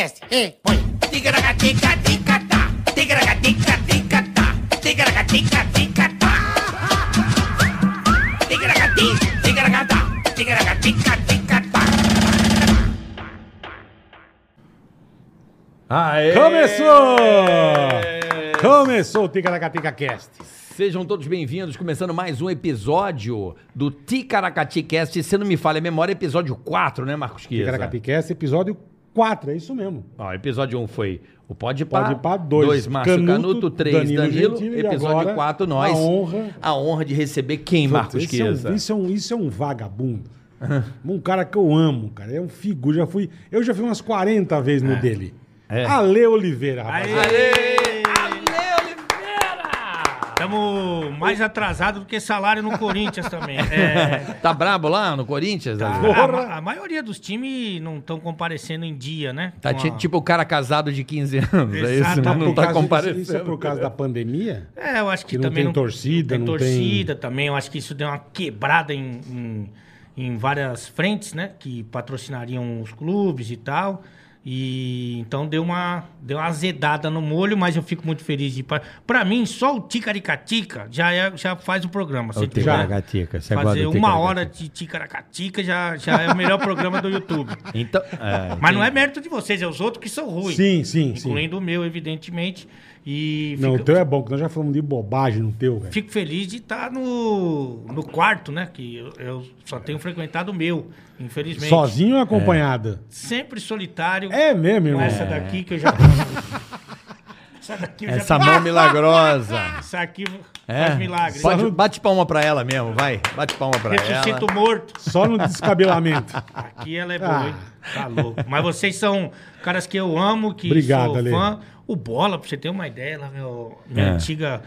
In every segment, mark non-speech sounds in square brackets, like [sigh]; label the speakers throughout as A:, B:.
A: acontece. E põe. Ticaracatica-ticatá. Ticaracatica-ticatá. Ticaracatica-ticatá. Ticaracati, ticaracatá. Ticaracatica-ticatá.
B: Aê!
C: Começou! Começou o Ticaracatica Cast.
B: Sejam todos bem-vindos, começando mais um episódio do Ticaracati Cast. Se não me falha a memória, episódio 4, né, Marcos Kiesa?
C: Ticaracatica Cast, episódio 4, é isso mesmo.
B: Ó, episódio 1 foi o Pode Pá,
C: Pode Pá, dois,
B: dois Márcio
C: Canuto,
B: Canuto, 3 Danilo,
C: Danilo Gentili, e
B: episódio
C: agora,
B: 4, nós.
C: a honra-
B: A honra de receber quem, Marcos
C: Esse é,
B: Kiesa?
C: um, isso, é um, isso é um vagabundo. um cara que eu amo, cara. É um figura. Já fui, eu já fui umas 40 vezes no dele.
B: É.
C: Ale Oliveira, rapaz.
D: Estamos mais atrasado do que salário no Corinthians também. É.
B: Tá brabo lá no Corinthians? Tá,
D: A, ma- a maioria dos times não estão comparecendo em dia, né? Com
B: ti-
D: a-
B: tipo o cara casado de 15 anos, é isso?
D: Exato,
B: Não, não
C: Por
B: tá
C: causa disso-
B: comparecendo.
C: Isso é por causa da pandemia?
D: É, eu acho que,
C: Que não
D: também
C: tem torcida,
D: não tem
C: não tem-
D: torcida também. Eu acho que isso deu uma quebrada em, em, em várias frentes, né? Que patrocinariam os clubes e tal. E então deu uma deu uma azedada no molho, mas eu fico muito feliz de para mim só o Ticaricatica já é- já faz o programa. Se tiver
B: Ticaracatica, você gosta
D: fazer
B: do
D: uma
B: Ticaracatica.
D: hora de Ticaracatica já já é o melhor programa do YouTube.
B: Então, é,
D: Mas não é mérito de vocês, é os outros que são ruins.
C: Sim, sim, sim.
D: Incluindo o meu, evidentemente. E
C: Não, o
D: fica-
C: teu é bom, que nós já falamos de bobagem no teu, velho.
D: Fico feliz de estar no, no quarto, né? Que eu, eu só tenho frequentado o meu, infelizmente.
C: Sozinho ou acompanhada?
B: É.
D: Sempre solitário.
C: É mesmo,
D: com
C: irmão.
D: essa daqui que eu já.
B: [laughs]
D: essa daqui eu
B: Essa
D: já.
C: tá
B: mão milagrosa.
D: Essa aqui
B: É.
D: faz milagre.
B: Pode- bate palma pra ela mesmo, vai. Bate palma pra ela. Ah.
D: Ressuscito morto.
C: Só no
B: [laughs]
C: descabelamento.
D: Aqui ela é boa, hein? Tá louco. Mas vocês são caras que eu amo, que
C: Obrigado,
D: sou
C: Ale.
D: fã. O Bola, pra você ter uma ideia, ela, meu, minha
B: É.
D: antiga.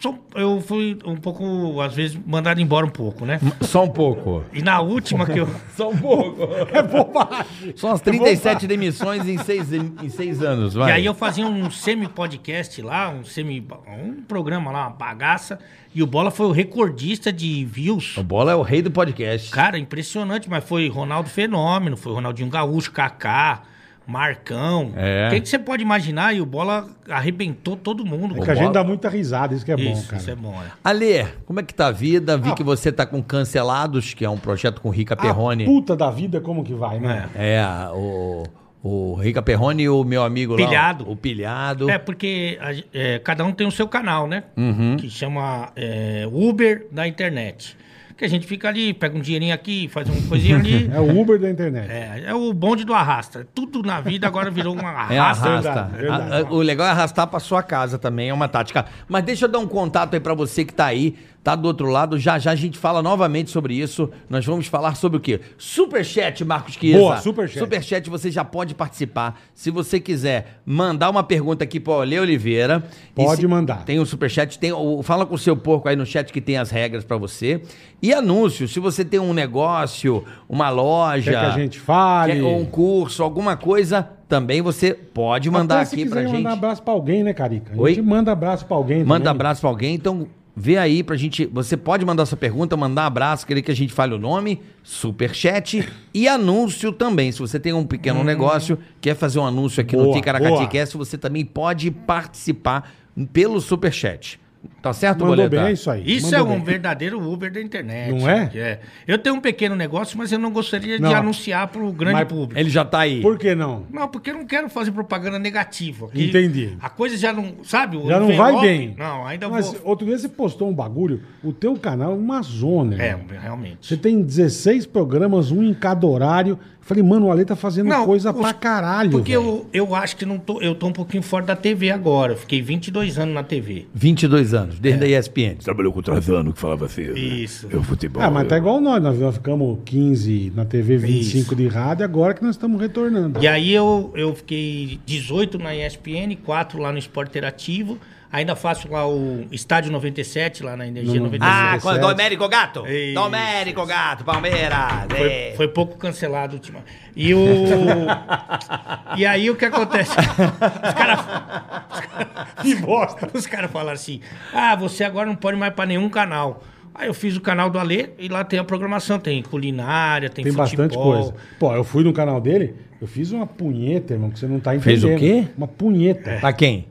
D: sou- eu fui um pouco, às vezes, mandado embora um pouco, né?
B: Só um pouco.
D: E na última que eu.
B: [laughs] Só um
D: [laughs]
B: pouco.
C: É bobagem.
B: São as 37 demissões em seis, em seis anos, vai.
D: E aí eu fazia um semi-podcast lá, um semi. um programa lá, uma bagaça. E o Bola foi o recordista de views.
B: O Bola é o rei do podcast.
D: Cara, impressionante, mas foi Ronaldo Fenômeno, foi Ronaldinho Gaúcho, Kaká, Marcão.
B: É.
D: O que que você pode imaginar? E o Bola arrebentou todo mundo.
C: É que a gente dá muita risada, isso que é
D: isso,
C: bom, cara.
D: isso é bom, é.
B: Alê, como é que tá a vida? Vi que você tá com Cancelados, que é um projeto com o
D: Ah,
B: Rica
C: A
B: Perrone.
C: puta da vida, como que vai, né?
B: É, o, o Rica Perrone e o meu amigo
D: Pilhado.
B: lá. O Pilhado.
D: É, porque a ge- é, cada um tem o seu canal, né?
C: Uhum.
D: Que chama é, Uber da internet. Que a gente fica ali, pega um dinheirinho aqui, faz uma
C: [laughs]
D: coisinha ali.
C: É o Uber da internet.
D: É, é o bonde do arrasta. Tudo na vida agora
C: [laughs]
D: virou um arrasta.
B: É, arrasta.
C: verdade, verdade.
B: A- a- o legal é arrastar pra sua casa também, é uma tática. Mas deixa eu dar um contato aí pra você que tá aí, tá do outro lado. Já já a gente fala novamente sobre isso. Nós vamos falar sobre o quê? Superchat, Marcos Chiesa.
C: Boa, superchat.
B: Superchat, você já pode participar. Se você quiser mandar uma pergunta aqui pra Olê Oliveira.
C: Pode
B: E se-
C: mandar.
B: Tem o superchat, tem o, fala com o seu porco aí no chat que tem as regras pra você. E anúncio, se você tem um negócio, uma loja...
C: Quer que a gente fale?
B: Quer um curso, alguma coisa, também você pode mandar
C: Até se
B: aqui
C: quiser
B: pra gente.
C: mandar abraço pra alguém, né, Carica? A
B: Oi?
C: gente manda abraço pra alguém
B: Manda
C: também.
B: abraço pra alguém, então vê aí pra gente. Você pode mandar sua pergunta, mandar abraço, querer que a gente fale o nome,
C: [laughs]
B: superchat e anúncio também. Se você tem um pequeno negócio, quer fazer um anúncio aqui no
C: Hum. Boa, boa.
B: Ticaracaticast, você também pode participar pelo superchat. Tá certo,
C: Mandou
B: Boleta?
C: bem, é isso aí.
D: Isso
C: Mandou
D: é um
C: bem.
D: verdadeiro Uber da internet.
C: Não é?
D: Eu tenho um pequeno negócio, mas eu não gostaria
C: Não.
D: de anunciar para o grande
C: Mas
D: público.
B: Ele já tá aí.
C: Por que não?
D: Não, porque eu não quero fazer propaganda negativa. aqui.
C: Entendi.
D: A coisa já não. Sabe? o
C: Já não vai
D: envelope-
C: bem.
D: um Não, ainda
C: Mas
D: vou.
C: outro dia você postou um bagulho, o teu canal é uma zona.
D: É,
C: irmão. Você
D: realmente.
C: tem 16 programas, um em cada horário. Eu falei, mano, o Ale tá fazendo
D: Não,
C: coisa
D: os-
C: pra caralho.
D: Porque
C: velho.
D: eu, eu acho que não tô, eu tô um pouquinho fora da TV agora. Eu fiquei 22 anos na TV.
B: 22 anos,
C: É.
B: desde a ESPN.
E: Trabalhou com o Trajano, que falava assim. né?
D: Isso.
E: Eu futebol.
C: Ah, mas tá
E: eu-
C: igual nós, nós nós ficamos 15 na TV, 25 de rádio, agora que nós estamos retornando.
D: E aí eu, eu fiquei 18 na ESPN, 4 lá no Esporte Interativo. Ainda faço lá o Estádio 97, lá na Energia
C: No-
D: 97.
B: Ah, com o
C: 17.
B: Domérico Gato?
D: Isso.
B: Domérico Gato, Palmeiras.
D: Foi,
B: é.
D: foi pouco cancelado última. E
C: [laughs]
D: o. e aí o que acontece? Os caras. Que bosta! Os caras falaram assim: ah, você agora não pode mais pra nenhum canal. Aí eu fiz o canal do Alê e lá tem a programação, tem culinária, tem,
C: Tem
D: futebol.
C: bastante coisa. Pô, eu fui no canal dele, Eu fiz uma punheta, irmão, que você não tá entendendo.
B: Fez o quê? É.
C: Uma punheta.
B: Pra Tá quem?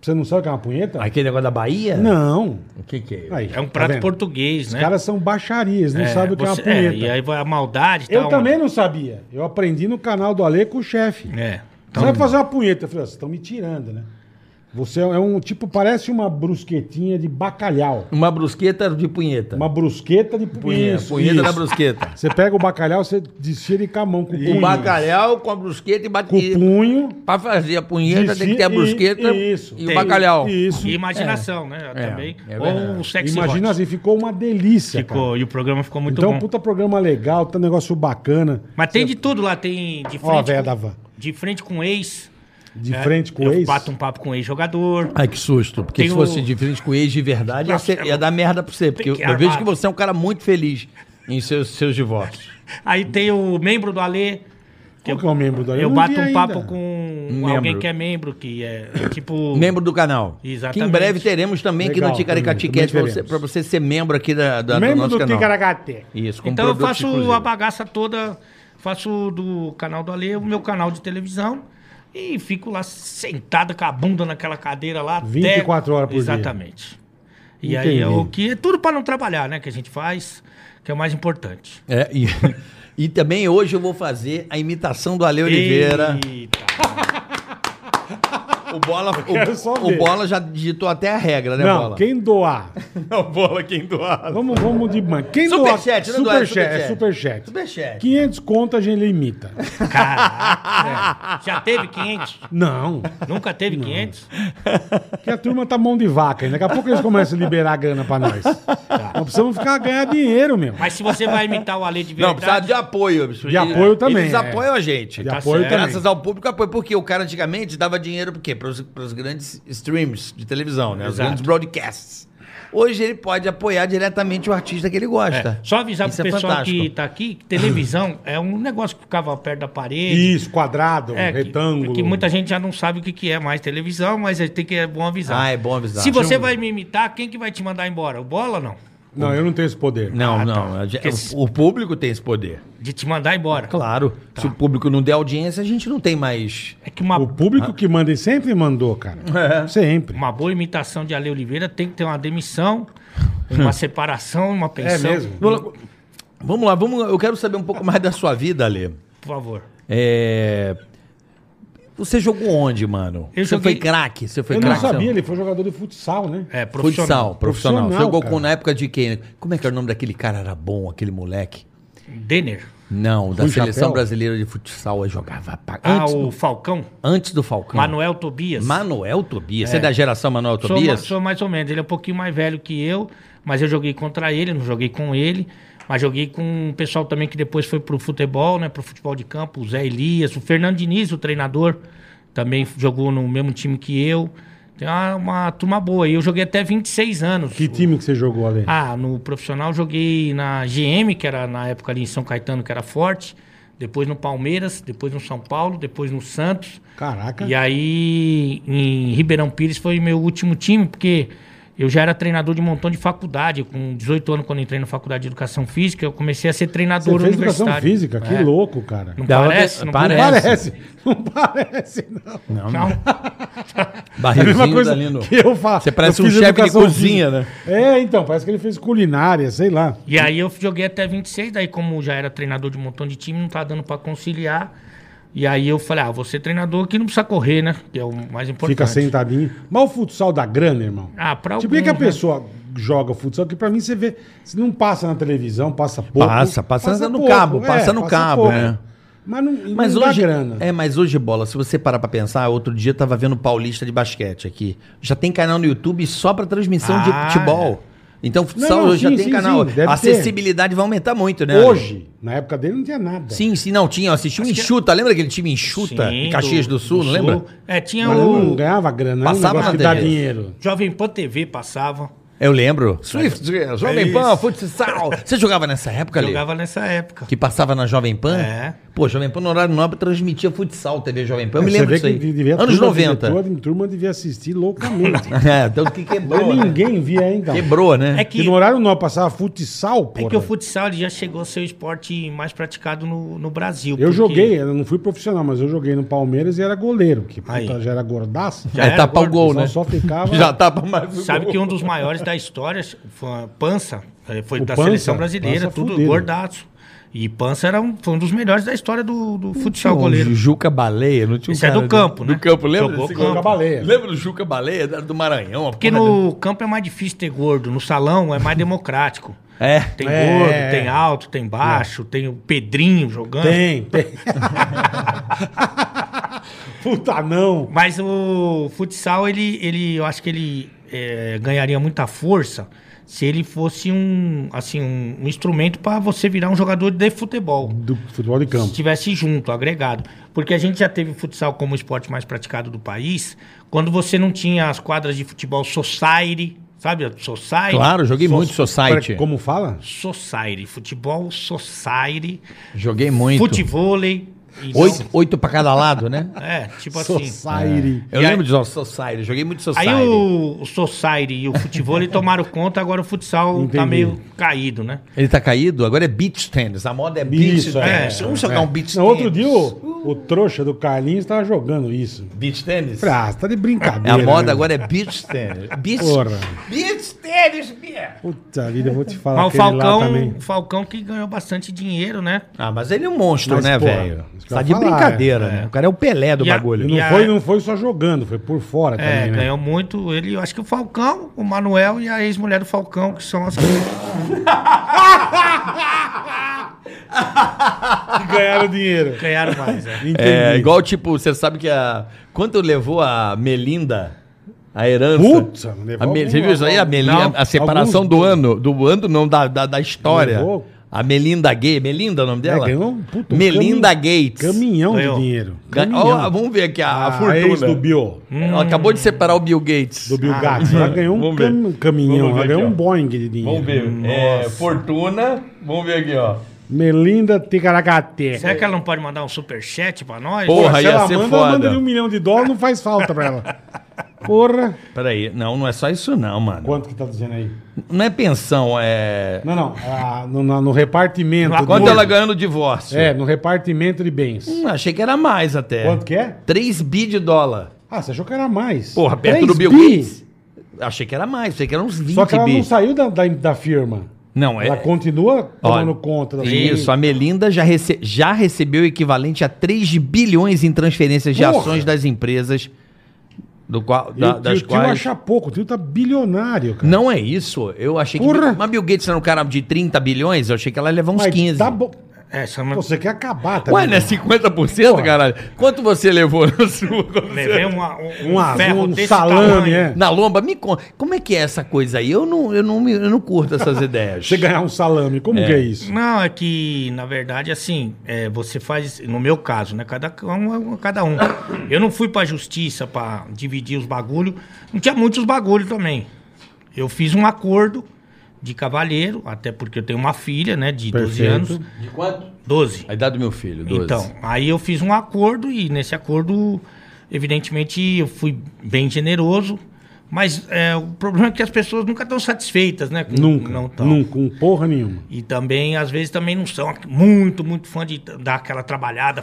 C: Você não sabe o que é uma punheta?
B: Aquele negócio da Bahia?
C: Não.
B: O que que é?
C: Aí,
D: É um
C: tá
D: prato
C: vendo?
D: português,
C: Os
D: né?
C: caras são baixarias, não
D: É,
C: sabem o que é uma
D: você- é,
C: punheta.
D: e aí tá vai a maldade e
C: Eu
D: tal,
C: também
D: mano.
C: não sabia. Eu aprendi no canal do Ale com o chefe.
D: É.
B: Então,
C: Você vai fazer uma punheta. Eu falei, ó, vocês estão me tirando, né? Você é um tipo, parece uma brusquetinha de bacalhau.
B: Uma brusqueta de punheta.
C: Uma brusqueta de
B: punheta,
C: Isso,
B: punheta
C: isso.
B: da brusqueta.
C: Você pega o bacalhau, você desfira e com a mão, com o punho.
B: O bacalhau com a brusqueta e
C: Com o
B: bate.
C: punho.
B: Pra fazer a punheta tem que ter
C: desfira
B: a brusqueta e,
C: isso.
B: o bacalhau.
C: Isso.
D: E imaginação, né? também.
B: é
D: Ou
B: verdade.
D: o sexy
C: Imagina
D: hot.
C: assim, ficou uma delícia, cara.
D: Ficou, e o programa ficou muito
C: então,
D: bom.
C: puta programa legal, tá um negócio bacana.
D: Mas tem de tudo lá, tem de
C: Ó a
D: frente,
C: véia
D: com-
C: da van.
D: de frente com ex.
C: De
D: né?
C: frente com o
D: Eu
C: ex.
D: bato um papo com ex-jogador.
B: Ai, que susto. Porque
D: Tem
B: se
D: o-
B: fosse de frente com o ex de verdade, ia,
C: é
B: ser- ia dar merda pra você. Porque eu,
D: que
B: eu
C: Ah,
B: vejo
D: armar.
B: que você é um cara muito feliz em seus, seus divórcios.
D: Aí tem o membro do Alê.
C: Qual que é o membro do Ale?
D: Eu
C: não
D: bato
C: vi
D: um
C: ainda.
D: papo com
B: Membro.
D: alguém que é membro, que é tipo.
B: Membro do canal.
D: Exatamente.
B: Que em breve teremos também aqui no
C: Legal, também,
B: Ticaricatiquete
C: também
B: pra você,
C: teremos.
B: pra você ser membro aqui da, da- do
C: Membro
B: nosso
C: do
B: canal.
C: Ticaracate.
B: Isso, com
D: Então eu
B: produtos
D: faço
B: exclusivos.
D: a bagaça toda, faço do canal do Ale, o meu canal de televisão. E fico lá sentado com a bunda naquela cadeira lá. até-
C: 24 horas por dia.
D: Exatamente. E aí
C: Entendi.
D: é o que é tudo pra não trabalhar, né? Que a gente faz, que é o mais importante.
B: É, e, [laughs] e também hoje eu vou fazer a imitação do Ale Oliveira.
D: Eita.
B: O Bola,
C: quero só
B: o,
C: ver.
B: o Bola já digitou até a regra, né,
C: Não,
B: Bola?
C: quem doar.
B: o Bola quem doar.
C: Vamos, vamos de man. Quem
B: Superchat,
C: doar?
B: não doar, é
C: Superchat, é superchat.
B: Superchat.
C: 500 conto a gente limita.
D: Caraca. Já teve 500?
C: Não,
D: Nunca teve 500?
C: porque a turma tá mão de vaca. ainda. Daqui a pouco eles começam a liberar a grana pra
B: [laughs]
C: nós. Nós precisamos ficar ganhar dinheiro, meu.
D: Mas se você vai imitar o Ale de
B: Não, precisava
D: verdade...
B: de apoio.
C: De apoio também,
B: Eles
C: é.
B: apoiam a gente.
C: De
D: Tá
C: apoio
D: certo.
C: também.
B: Graças ao público apoio. Porque o cara antigamente dava dinheiro para quê? Para os grandes streams de televisão, né? Os
D: Exato.
B: grandes broadcasts. Hoje ele pode apoiar diretamente o artista que ele gosta.
D: É, só avisar
B: Isso
D: pro
B: é
D: pessoal que
B: fantástico.
D: tá aqui, que televisão é um negócio que ficava perto da parede.
C: Isso, quadrado,
D: É, que-
C: um retângulo.
D: Que, muita gente já não sabe o que, que é mais televisão, mas é- tem que é bom avisar.
B: Ah, é bom avisar.
D: Se você vai me imitar, quem que vai te mandar embora? O bola não?
C: Não, eu não tenho esse poder.
B: Não,
D: Ah, tá.
B: não. a gente-
D: Esse-
B: O público tem esse poder.
D: De te mandar embora.
B: Claro.
C: Tá.
B: Se o público não der audiência, a gente não tem mais.
D: É que uma,
C: O público que manda e sempre mandou, cara. Sempre.
D: uma boa imitação de Ale Oliveira tem que ter uma demissão, uma separação, uma pensão.
C: Hum. É mesmo?
B: Vamos lá, vamos lá, vamos lá. Eu quero saber um pouco mais da sua vida, Ale.
D: Por favor.
B: É, Você jogou onde, mano?
D: Eu
B: você
D: joguei-
B: foi craque? Você foi
C: Eu não
B: craque?
C: sabia,
B: você-
C: ele foi jogador de futsal, né?
D: É,
B: Futsal,
D: profissional.
B: profissional.
C: Profissional,
B: Você jogou
C: cara.
B: com, na época de quem? Como é que era o nome daquele cara? Era bom, aquele moleque?
D: Denner.
B: Não, da
C: Rui
B: Seleção
C: Chapéu?
B: Brasileira de Futsal. Eu jogava pra...
D: Ah,
B: antes,
D: o
B: do, Hum.
D: Falcão.
B: antes do Falcão.
D: Manuel Tobias.
B: Manuel Tobias. Você é da geração Manuel
D: Sou, ma-
B: Tobias?
D: sou mais ou menos. Ele é um pouquinho mais velho que eu, mas eu joguei contra ele, não joguei com ele. Mas joguei com um pessoal também que depois foi pro futebol, né? Pro futebol de campo, o Zé Elias, o Fernando Diniz, o treinador, também jogou no mesmo time que eu. Tem uma, uma turma boa. E eu joguei até 26 anos.
C: Que time que você jogou, Ale?
D: Ah, no profissional eu joguei na GM, que era na época ali em São Caetano, que era forte. Depois no Palmeiras, depois no São Paulo, depois no Santos.
C: Caraca.
D: E aí, em Ribeirão Pires foi meu último time, porque eu já era treinador de um montão de faculdade. Com 18 anos, quando entrei na faculdade de educação física, eu comecei a ser
C: Você
D: treinador
C: fez educação
D: universitário.
C: física, que
D: É.
C: louco, cara.
D: Não
B: Dava-
D: parece? Não
B: parece.
C: Parece, não parece, não.
B: Não,
D: Não.
C: [laughs] É a
B: Barrilzinho
C: mesma coisa
B: dali no...
C: que eu faço.
B: Você parece
C: Eu
B: um
C: fiz
B: chefe de
C: educação
B: cozinha, né?
C: física. É, então, parece que ele fez culinária, sei lá.
D: E aí eu joguei até 26, daí como já era treinador de um montão de time, não tá dando pra conciliar. E aí eu falei, ah, vou ser treinador que não precisa correr, né? Que é o mais importante.
C: Fica tá- sentadinho. Mas o futsal dá grana, irmão.
D: Ah, pra
C: tipo, por que que a
D: alguns, né?
C: pessoa joga futsal? Que pra mim você vê, se não passa na televisão, passa pouco. é,
B: Passa, passa no cabo, passa no cabo, né?
C: Mas não,
B: Mas
C: não
B: hoje,
C: dá grana.
B: É, mas hoje, bola, se você parar pra pensar, outro dia eu tava vendo Paulista de basquete aqui. Já tem canal no YouTube só pra transmissão de
D: Ah,
B: futebol. Então, futsal
C: é. não,
B: hoje
C: sim,
B: já tem
C: sim,
B: canal.
C: sim, deve ter.
B: a acessibilidade vai aumentar muito, né?
C: Hoje, é- na época dele, não tinha nada.
B: Sim, sim, não, tinha. Eu assisti o Enxuta. Lembra aquele time Enxuta?
D: Sim,
B: em Caxias do, Sul, não lembra?
D: É, tinha
C: Mas não
D: o
C: ganhava grana,
B: Passava
C: era um negócio
B: na
C: que dá
B: TV.
C: dinheiro.
D: Jovem Pan TV passava.
B: Eu lembro. Swift,
C: é,
B: Jovem Pan, futsal. Você jogava nessa época ali?
D: Jogava nessa época.
B: Que passava na Jovem Pan?
D: É.
B: Pô, Jovem Pan no horário nobre transmitia futsal, TV Jovem Pan. Eu me
C: É, Você
B: lembro
C: vê
B: disso aí.
C: que devia-
B: Anos
C: turma devia-
B: 90.
C: Toda turma devia assistir
B: [laughs]
C: loucamente.
B: É, então que
C: Mas
B: quebrou. né?
C: ninguém via ainda.
B: Quebrou, né?
D: É
C: Que
D: que,
C: no horário não passava futsal,
D: é
C: porra.
D: que o futsal ele já chegou a ser o esporte mais praticado no, no Brasil.
C: Eu
D: porque-
C: joguei, eu não fui profissional, mas eu joguei no Palmeiras e era goleiro, que puta,
D: Aí.
C: já era gordaço.
D: Já
B: é,
D: era
B: tapar o
D: gordo,
B: gol,
C: só-
B: né?
C: só ficava-
B: [laughs] Já tapa mais o
D: Sabe
B: gol.
D: que um dos maiores da história foi Pança, eh, foi
C: O
D: da
C: Pança?
D: seleção brasileira,
C: Pança
D: tudo
C: fudido.
D: gordaço. E Pança era um, foi um dos melhores da história do, do futsal
B: Não,
D: goleiro.
B: Juca Baleia, não tinha um
D: Esse é
B: cara
D: do campo, né?
B: Do campo, lembra?
D: Jogou
B: desse
D: campo.
B: cara?
C: Baleia.
B: Lembra do Juca Baleia? Era do Maranhão. a
D: Porque
B: porra
D: no campo é mais difícil ter gordo, no salão é mais democrático.
B: dele. É.
D: Tem
C: É.
D: gordo, tem alto, tem baixo, tem o Pedrinho jogando.
C: Tem, [laughs] tem. puta não.
D: Mas o futsal, ele, ele, eu acho que ele eh, ganharia muita força se ele fosse um, assim, um, um instrumento para você virar um jogador de futebol.
C: Do futebol de
D: se
B: Então.
C: campo.
D: estivesse junto, agregado. Porque a gente já teve o futsal como o esporte mais praticado do país, quando você não tinha as quadras de futebol society, sabe? Society.
B: Claro, joguei
C: Só-
B: muito Society.
C: Como fala?
D: Tipo Society. Futebol society.
B: Joguei muito.
D: Futevôlei. Então,
B: Oito, oito pra cada lado,
D: [laughs]
B: né?
D: É, tipo assim.
C: Society.
B: Eu
D: E aí-
B: lembro de Society, joguei muito Society.
D: Aí o, o Society e o futevôlei tomaram conta, agora o futsal tá
C: Entendi.
D: meio caído, né?
B: Ele tá caído? Agora é beach tennis. A moda é beach
C: Isso, é.
B: tennis. Vamos jogar um beach
C: Não,
B: tennis.
C: outro dia o, o trouxa do Carlinhos tava jogando isso.
B: Beach tennis?
C: Falei, ah, você tá de
B: É,
C: brincadeira.
B: a moda
C: né?
B: agora é beach
D: [laughs]
B: tennis. Beach,
C: Porra.
B: beach tennis, Bia.
C: Puta vida, eu vou te falar
D: Mas o
C: aquele lá
D: Falcão,
C: também.
D: o Falcão que ganhou bastante dinheiro, né?
B: Ah, mas ele é um monstro,
C: Mas,
B: né,
C: porra,
B: velho?
C: isso que eu
B: Tá
C: ia
B: de
C: falar,
B: brincadeira, né? O cara é o Pelé do
D: E a-
B: bagulho.
C: E
D: e
C: não,
D: a-
C: foi, não foi só jogando, foi por fora
D: É,
C: também, né?
D: ganhou muito ele. Eu acho que o Falcão, o Manuel e a ex-mulher do Falcão, que são as.
C: Ganharam dinheiro.
D: ganharam mais, é.
C: Entendi.
B: É, igual, tipo, você sabe que a. Quanto levou a Melinda? A herança.
C: Puta, levou
B: a Me-
C: algum-
B: Você viu isso aí? A, Melinda,
D: Não,
B: a separação
C: alguns-
B: do ano. Do ano, não, da, da, da história.
C: Levou.
B: A Melinda Gay. Melinda é o nome dela?
C: ganhou um puta- um
B: Melinda
C: camin-
B: Gates.
C: Caminhão
D: Ganhou.
C: de dinheiro.
B: Ga-
C: Caminhão.
B: Ó, vamos ver aqui a, a
C: a
B: fortuna.
C: ex do Bill.
B: Ela acabou de separar o Bill Gates.
C: Do Bill Gates. Ela ganhou um
B: Ah, Vamos ver.
C: cam- caminhão,
B: Vamos ver
C: ela ganhou
B: aqui,
C: um Boeing de dinheiro.
B: É, fortuna. Vamos ver aqui, ó.
C: Melinda Ticaracate.
B: é
D: Será que ela não pode mandar um superchat pra nós?
B: Porra,
C: se
B: ia
C: ela
B: ser
C: manda,
B: é foda.
C: manda ele um milhão de dólares, não faz falta pra
B: [laughs]
C: ela. Porra.
B: Peraí, não, não é só isso, não, mano.
C: Quanto que tá dizendo aí?
B: Não é pensão, é.
C: Não, não. ah, no, no- no repartimento.
D: Quanto
B: Quanto
C: do-
B: ela ganhou no divórcio?
C: É, no repartimento de bens.
B: Hum, achei que era mais até.
C: Quanto que é?
B: 3 bi de dólar.
C: Ah, você achou que era mais.
B: Porra, perto
C: Três
B: do Bill
C: bi.
B: Gates. Achei que era mais, achei que era uns 20
C: Só que ela
B: bi.
C: não saiu da, da, da firma.
B: Não, é.
C: Ela continua
B: Ó,
C: tomando conta da
B: Isso, a Melinda já, rece- já recebeu o equivalente a 3 bilhões em transferências de
C: Porra.
B: ações das empresas do qual,
C: E
B: da-
C: o- e
B: das
C: o tio
B: quais.
C: acha pouco, o tio tá bilionário, cara.
B: Não é isso. Eu achei
C: Porra.
B: que. Mas Bill Gates era um cara de 30 bilhões, eu achei que ela ia levar uns
C: Mas
B: 15.
C: Tá bom.
D: É, só
C: Pô,
D: uma...
C: Você quer acabar, tá
B: Ué,
C: ligado?
B: não é 50%,
C: Porra.
B: caralho? Quanto você levou na sua?
D: levei uma-
C: Um
D: um, um ferro
C: azul, um
D: desse
C: salame,
D: tamanho.
C: é.
B: Na lomba, me conta. Como é que é essa coisa aí? Eu não, eu não, me- eu não curto essas ideias.
C: Você ganhar um salame, como que é isso?
D: Não, é que, na verdade, assim, é, você faz, no meu caso, né? Cada um é um- cada um. Eu não fui pra justiça pra dividir os bagulhos. Não tinha muitos bagulhos também. Eu fiz um acordo de cavalheiro, até porque eu tenho uma filha, né, de 12
C: Perfeito.
D: anos.
B: De quanto?
D: 12.
B: A idade do meu filho, 12.
D: Então, aí eu fiz um acordo e nesse acordo, evidentemente, eu fui bem generoso, mas é, o problema é que as pessoas nunca estão satisfeitas, né? com-
C: Nunca,
D: Não tão.
C: nunca, um porra nenhuma.
D: E também, às vezes, também não são muito, muito fã de dar aquela trabalhada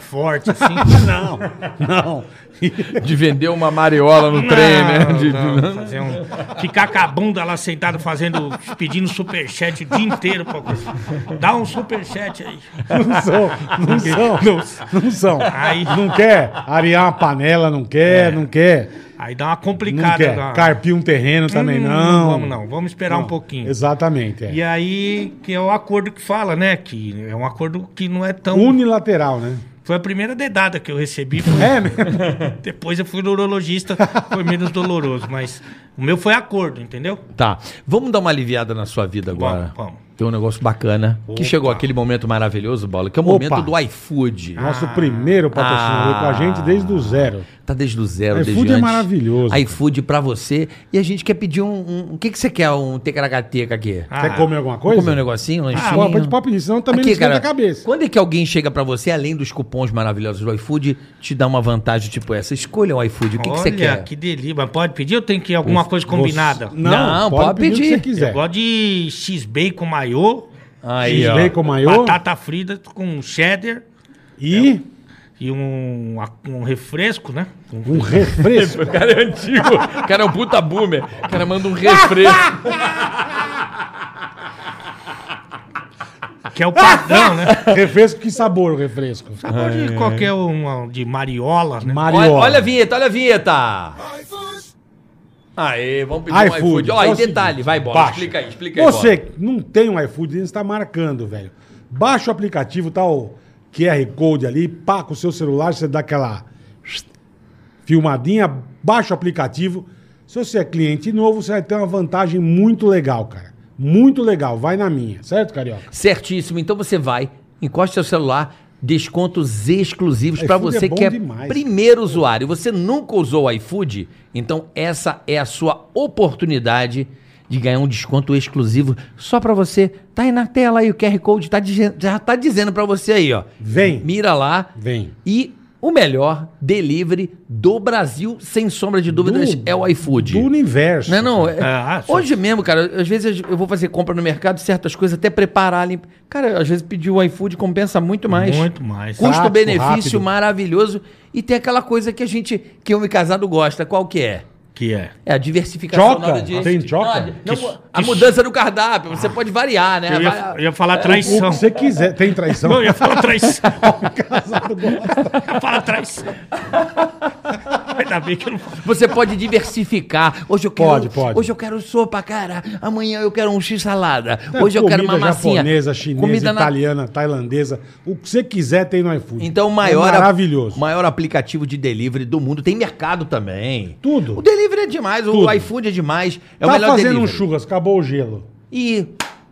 B: [laughs]
D: forte, assim.
C: Não, não.
B: De vender uma mariola no trem, né?
D: Não,
B: De-
D: não, fazer um- ficar com a bunda lá sentada fazendo, pedindo superchat o dia inteiro. Pra... Dá um superchat aí.
C: Não são, não são, não, não são.
D: Aí-
C: Não quer arear uma panela, não quer, não quer,
D: Aí dá uma
C: não
D: complicada.
C: quer.
D: dá uma-
C: Carpir um terreno também,
D: Hum,
C: não.
D: Vamos não, vamos esperar um pouquinho.
C: Exatamente, é.
D: E aí, que é o acordo que fala, né? Que é um acordo que não é tão.
C: Unilateral, né?
D: Foi a primeira dedada que eu recebi. foi-
C: É, né?
D: Depois eu fui no urologista, foi menos doloroso. Mas o meu foi acordo, entendeu?
B: Tá. Vamos dar uma aliviada na sua vida agora.
D: Vamos, vamos.
B: Tem um negócio bacana. Que chegou aquele momento maravilhoso, Bola, que é o
C: Opa. Ah.
B: momento do iFood.
C: Nosso primeiro patrocinador
B: Ah.
C: com a gente desde o zero.
B: Tá desde o zero,
C: iFood
B: desde
C: é
B: antes.
C: maravilhoso, cara.
B: iFood pra você. E a gente quer pedir um... um- o que, que você quer, um tecaracateca aqui?
D: Ah,
C: Quer comer alguma
B: Vamos
C: coisa?
B: Comer um negocinho, um
C: Ah,
B: lanchinho?
C: pode, pode, pode pedir, senão também não
B: Aqui,
C: esquenta
B: cara,
C: a cabeça.
B: quando é que alguém chega pra você, além dos cupons maravilhosos do iFood, te dá uma vantagem tipo essa? Escolha o iFood, o que, que
D: Olha,
B: você quer?
D: que delícia. Mas Pode pedir ou tem que ir alguma coisa combinada?
C: Você-
B: Não, pode
C: o que
B: pedir.
C: você quiser.
D: Eu gosto de x-bacon maiô,
B: Aí, ó.
C: X-Bacon maiô
D: batata frita com cheddar
C: e
D: e um, um refresco, né? Um-
C: um refresco.
B: cara é antigo. O cara é um puta boomer. O cara manda um refresco.
D: que é o padrão, né?
C: [laughs] refresco, que sabor o refresco?
D: Sabor
C: [laughs] É.
D: de qualquer um de mariola, né?
B: olha,
C: Mariola.
B: olha a vinheta, olha a vinheta. Aê, vamos pedir um
C: iFood.
B: iFood. Ó,
C: É
B: e
C: o seguinte,
B: detalhe, vai, bola.
C: baixa.
B: Explica aí, explica aí.
C: Você
B: Bola.
C: que não tem um iFood, ele está marcando, velho. Baixa o aplicativo, tá o QR Code ali, pá com o seu celular, você dá aquela filmadinha, baixa o aplicativo. Se você é cliente novo, você vai ter uma vantagem muito legal, cara. Muito legal, vai na minha, certo, Carioca?
B: Certíssimo. Então você vai, encosta seu celular, descontos exclusivos pra
C: iFood é
B: você
C: bom
B: que é
C: demais.
B: primeiro usuário. Você nunca usou o iFood? Então essa é a sua oportunidade de ganhar um desconto exclusivo só pra você. Tá aí na tela aí o QR Code, tá dize- já tá dizendo pra você aí, ó.
C: Vem.
B: Mira lá.
C: Vem.
B: E o melhor delivery do Brasil, sem sombra de dúvidas,
C: Do-
B: é o iFood.
C: Do universo.
B: Não, é não. é-
D: Ah, sim.
B: hoje mesmo, cara, às vezes eu vou fazer compra no mercado, certas coisas, até preparar ali. Cara, às vezes pedir o iFood compensa muito mais.
D: Muito mais.
C: Prático,
B: Custo-benefício
C: rápido.
B: maravilhoso. E tem aquela coisa que a gente, que eu e casado gosta, qual que é?
D: Que é.
B: É a diversificação
C: Choca?
B: na hora de...
C: Tem choca?
B: Não, não,
D: Que-
B: a mudança do cardápio, você pode variar, né?
D: Eu ia,
B: Vai-
D: eu ia falar
C: O
D: traição.
C: que você quiser. Tem traição?
D: Não, eu ia falar traição. [laughs]
C: Casado gosta.
D: Fala traição. Ainda bem que eu não falo.
B: Você pode diversificar. Hoje eu quero,
C: Pode, pode.
B: Hoje eu quero sopa, cara. Amanhã eu quero um x-salada.
C: É,
B: Hoje eu quero uma
C: comida
B: massinha.
C: japonesa, chinesa,
B: Comida na-
C: italiana, tailandesa. O que você quiser tem no iFood.
B: Então, o
C: É
B: maior,
C: maravilhoso.
B: maior aplicativo de delivery do mundo. Tem mercado também.
C: Tudo.
B: O delivery é demais,
C: Tudo.
B: o iFood é demais. É o
C: tá
B: melhor
C: fazendo
B: delivery.
C: um churras, acabou o gelo.
B: E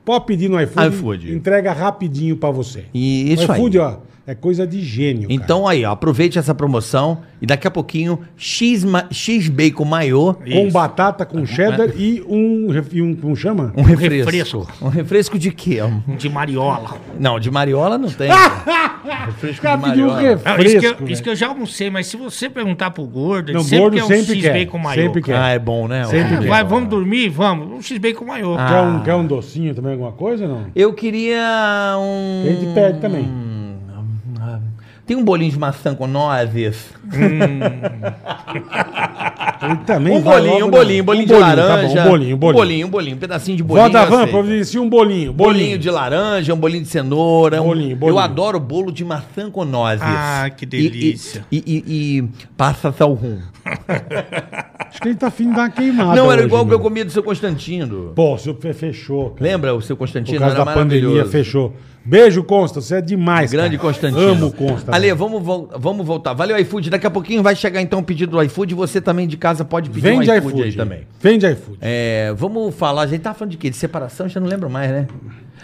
C: Pode pedir no iFood,
B: iFood.
C: entrega rapidinho pra você.
B: E isso
C: o
B: aí.
C: iFood, ó, é coisa de gênio,
B: então aí, ó, aproveite essa promoção e daqui a pouquinho X, ma- X bacon maiô,
C: cara. Com
D: Isso.
C: batata, com cheddar e um, ref- e um... Como chama?
B: é. um refresco.
D: refresco.
B: Um refresco de quê? Um-
D: De mariola.
B: Não, de mariola não
C: [laughs]
B: tem. refresco
C: cara pediu um
B: mariola.
D: Não,
C: refresco,
D: isso, que eu,
C: velho.
D: isso que eu já almocei, mas se você perguntar pro gordo,
C: Não,
D: ele
C: gordo
D: quer um
C: sempre quer,
D: X-Bacon maior.
C: sempre quer.
B: Ah, é Ah. bom, né?
C: Sempre
B: Olha.
C: quer.
D: Vai, vamos dormir? Vamos. Um X-Bacon maior.
C: Quer, um, quer um docinho também, alguma coisa ou não?
B: Eu queria um.
C: A gente pede também.
B: Tem um bolinho de maçã com nozes.
C: Ele também
B: Um
C: vai
B: bolinho,
C: logo
B: um
C: no-
B: bolinho, bolinho de
C: tá bom,
B: laranja.
C: um bolinho, um bolinho.
B: Um bolinho, um bolinho, um pedacinho de bolinho.
C: Vota
B: eu
C: van,
B: aceito.
C: providencia um bolinho, bolinho.
B: Bolinho de laranja, um bolinho de cenoura. um-
C: Bolinho, bolinho.
B: Eu adoro bolo de maçã com nozes.
D: Ah, que
B: E-
D: delícia.
B: E, e, e, passa sal rum.
C: Acho que ele tá afim de dar uma queimada
B: Não, era
C: hoje, né?
B: igual o que
C: meu.
B: eu comia do seu Constantino.
C: Pô, o seu fe- fechou. cara.
B: Lembra o seu
C: Por
B: Constantino?
C: causa da pandemia, fechou. Beijo, Consta. Você é demais,
B: Grande
C: cara.
B: Constantino.
C: Amo o Consta.
B: Ale,
C: velho.
B: vamos, vol- vamos voltar. Valeu, iFood. Daqui a pouquinho vai chegar então o pedido do iFood. Você também de casa pode pedir
C: Vende
B: um
C: iFood,
B: aí também.
C: Vende iFood.
B: É, vamos falar, a gente tá falando de quê? De separação, já não lembro mais, né?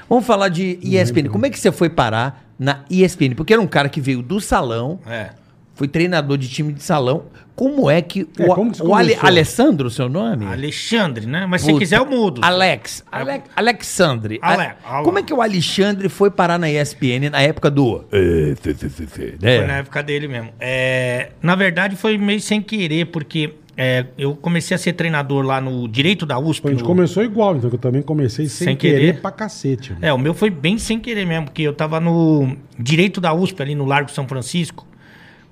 B: Vamos falar de ESPN. Como é que você foi parar na ESPN? Porque era um cara que veio do salão,
D: É.
B: foi treinador de time de salão. Como é que
C: É,
B: o,
C: como que você
B: o Ale-
C: começou?
B: Alessandro, seu nome?
D: Alexandre, né? Mas se
B: Puta.
D: quiser, eu mudo.
B: Alex, Ale- Alexandre.
D: Ale-
B: A- Como é que o Alexandre foi parar na ESPN na época do...
E: É, sim, sim, sim, sim.
D: Foi na época dele mesmo. É, na verdade, foi meio sem querer, porque é, eu comecei a ser treinador lá no Direito da USP.
C: a gente
D: no-
C: começou igual, então que eu também comecei sem,
D: Sem
C: querer.
D: querer.
C: pra cacete. mano.
D: É, o meu foi bem sem querer mesmo, porque eu tava no Direito da USP, ali no Largo São Francisco.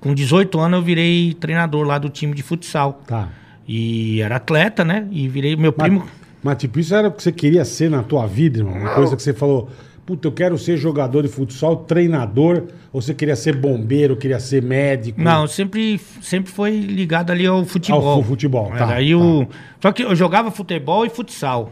D: Com 18 anos, eu virei treinador lá do time de futsal.
C: Tá.
D: E era atleta, né? E virei meu
C: Mas,
D: primo.
C: mas, tipo, isso era o que você queria ser na tua vida, irmão? Uma coisa que você falou, puta, eu quero ser jogador de futsal, treinador, ou você queria ser bombeiro, queria ser médico?
D: Não, sempre, sempre foi ligado ali ao futebol.
C: Ao fu- futebol, tá,
D: Era aí o... Só que eu jogava futebol e futsal.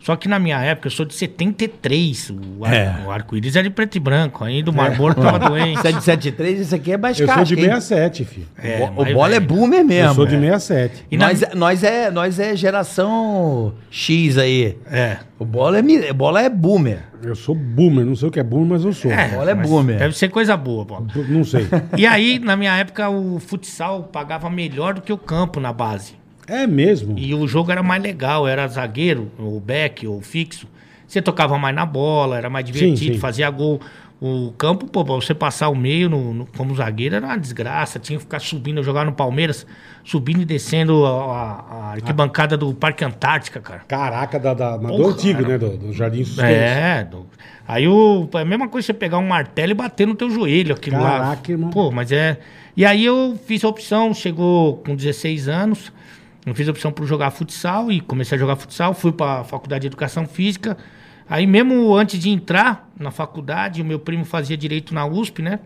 D: Só que na minha época, eu sou de 73. O, ar-
B: É.
D: o arco-íris era de preto e branco. Ainda o Mar Morto tava doente.
B: 773, isso aqui é mais
C: Eu sou de
B: hein?
C: 67, filho.
D: É,
B: Bo-
D: mas,
B: o bola é
D: velho,
B: boomer mesmo.
C: Eu sou de
B: É.
C: 67.
D: E na-
B: nós, é- nós, é, nós é geração X aí.
D: É.
B: O bola é, mi- bola é boomer.
C: Eu sou boomer, não sei o que é boomer, mas eu sou.
B: Bola é
D: mas
B: boomer.
D: Deve ser coisa boa, bola.
C: Não sei.
D: E aí, na minha época, o futsal pagava melhor do que o campo na base.
C: É mesmo.
D: E o jogo era mais legal, era zagueiro, ou back, ou fixo. Você tocava mais na bola, era mais divertido,
C: sim.
D: fazia gol. O campo, pô, pra você passar o meio no, no- como zagueiro era uma desgraça. Tinha que ficar subindo, eu jogava no Palmeiras, subindo e descendo a, a- a arquibancada do Parque Antártica, cara.
C: Caraca, da, da, mas do
D: Porra,
C: antigo,
D: cara.
C: né? Do, do Jardim Sustento.
D: É, do- aí o, é a mesma coisa você pegar um martelo e bater no teu joelho aquilo lá.
C: Caraca, irmão.
D: Pô, mas é. E aí eu fiz a opção, chegou com 16 anos, eu fiz a opção por jogar futsal e comecei a jogar futsal, fui pra faculdade de educação física. Aí mesmo antes de entrar na faculdade, o meu primo fazia direito na USP, né?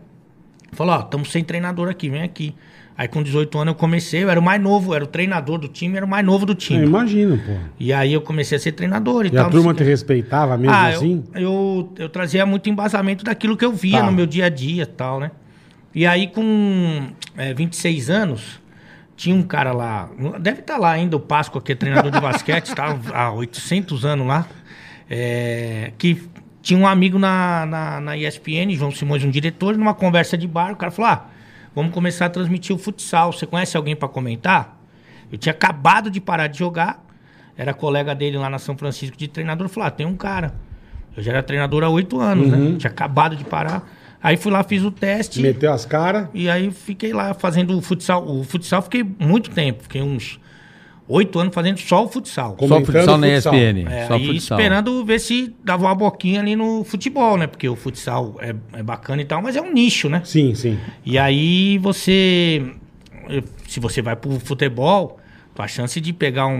D: Falou, ó, estamos sem treinador aqui, vem aqui. Aí com 18 anos eu comecei, eu era o mais novo, eu era o treinador do time, era o mais novo do
C: Eu
D: time.
C: imagino, pô.
D: E aí eu comecei a ser treinador e,
C: E
D: tal.
C: a
D: não
C: turma
D: sei o quê.
C: te respeitava mesmo
D: Então, Ah, eu-
C: assim?
D: Eu, eu trazia muito embasamento daquilo que eu via
C: Tá.
D: no meu dia a dia e tal, né? E aí, com é, 26 anos, tinha um cara lá, deve estar lá ainda o Páscoa, que é
C: [laughs]
D: treinador de basquete, tá há 800 anos lá, é, que tinha um amigo na, na, na ESPN, João Simões, um diretor, numa conversa de bar, o cara falou, ah, vamos começar a transmitir o futsal, você conhece alguém para comentar? Eu tinha acabado de parar de jogar, era colega dele lá na São Francisco de treinador, falou, ah, tem um cara. Eu já era treinador há oito anos,
B: Uhum.
D: né? Tinha acabado de parar. Aí fui lá, fiz o teste.
C: Meteu as caras.
D: E aí fiquei lá fazendo o futsal. O futsal fiquei muito tempo, fiquei uns oito anos fazendo só o futsal.
C: Como
B: Só
C: Comentando
B: futsal né, na
C: futsal.
B: ESPN.
D: É,
B: só
D: e
B: futsal.
D: esperando ver se dava uma boquinha ali no futebol, né? Porque o futsal é, é bacana e tal, mas é um nicho, né?
C: Sim, sim.
D: E aí você. Se você vai pro futebol, a chance de pegar um,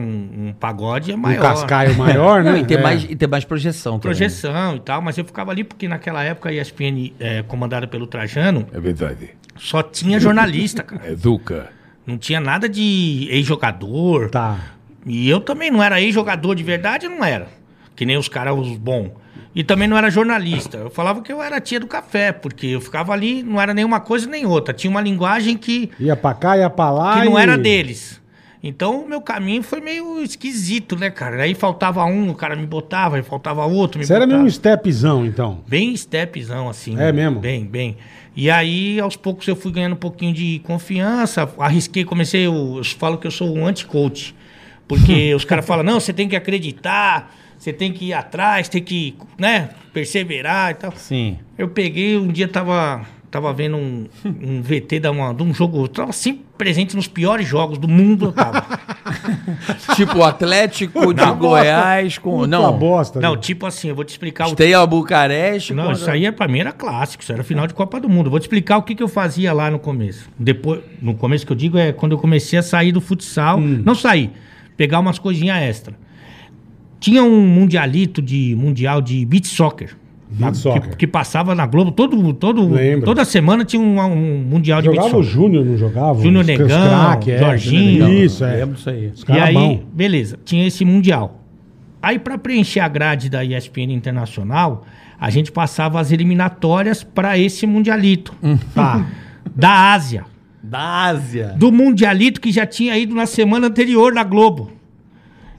D: um pagode é
C: Um
D: maior. [laughs]
C: cascaio maior, né?
B: Não, e ter,
C: É.
B: mais, e ter mais projeção também.
D: Projeção e tal, mas eu ficava ali porque naquela época a ESPN, é, comandada pelo Trajano,
E: É verdade. É
D: só tinha jornalista, cara.
E: Educa.
D: Não tinha nada de ex-jogador.
C: Tá.
D: E eu também não era ex-jogador de verdade, não era. Que nem os caras, os bons. E também não era jornalista. Eu falava que eu era tia do café, porque eu ficava ali, não era nenhuma coisa nem outra. Tinha uma linguagem que, que
C: Ia pra cá, ia pra lá.
D: não
C: e-
D: era deles. Então o meu caminho foi meio esquisito, né, cara? Aí faltava um, o cara me botava, aí faltava outro, me
C: Você era
D: botava.
C: mesmo um stepzão, então.
D: Bem stepzão, assim.
C: É mesmo?
D: Bem, bem. E aí, aos poucos, eu fui ganhando um pouquinho de confiança. Arrisquei, comecei... Eu, eu falo que eu sou um anti-coach.
C: [laughs]
D: Porque os caras falam, não, você tem que acreditar, você tem que ir atrás, tem que, né, perseverar e tal.
B: Sim.
D: [laughs] Eu peguei, um dia tava, tava vendo um, um VT da uma- de um jogo... Eu tava sempre presente nos piores jogos do mundo,
C: [laughs]
D: eu tava.
C: Tá
B: Tipo o Atlético de Goiás com.
C: Puta
B: Não.
C: bosta.
D: não,
C: né?
D: tipo assim, eu vou te explicar... o
B: Esteia Bucareste.
D: Não,
B: com-
D: isso aí é, pra mim era clássico, isso era final de Copa do Mundo. Vou te explicar o que, que eu fazia lá no começo. Depois, no começo que eu digo é quando eu comecei a sair do futsal.
C: Hum.
D: Não sair, pegar umas coisinhas extra. Tinha um mundialito de mundial de beach soccer.
C: Beach
D: na-
C: soccer.
D: Que, que passava na Globo todo, todo,
C: Lembro.
D: toda semana tinha um, um mundial de beach
C: Jogava o
D: soccer.
C: Júnior, não jogava?
D: Júnior
C: Os- os
D: Negão,
C: craque, é,
D: Jorginho.
C: Júnior Negão. Isso, é.
B: Lembro disso aí.
C: Os
D: E
C: caras
D: aí,
C: bom.
D: beleza, tinha esse Mundial. Aí, pra preencher a grade da ESPN Internacional, a gente passava as eliminatórias pra esse Mundialito.
C: Hum.
D: Tá. Da Ásia.
B: Da Ásia.
D: Do Mundialito que já tinha ido na semana anterior na Globo.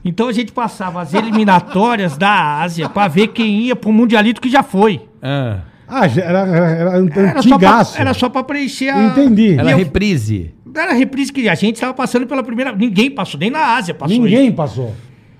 D: Então a gente passava as eliminatórias da Ásia pra ver quem ia pro Mundialito que já foi.
B: Ah,
C: Ah, já era, era, era an-
D: Era só pra,
C: antigaço.
D: era só pra é preencher a.
C: Entendi.
B: ela é
D: E eu-
B: reprise.
D: Era a reprise que a gente tava passando pela primeira. Ninguém passou, nem na Ásia passou. isso.
C: Ninguém passou.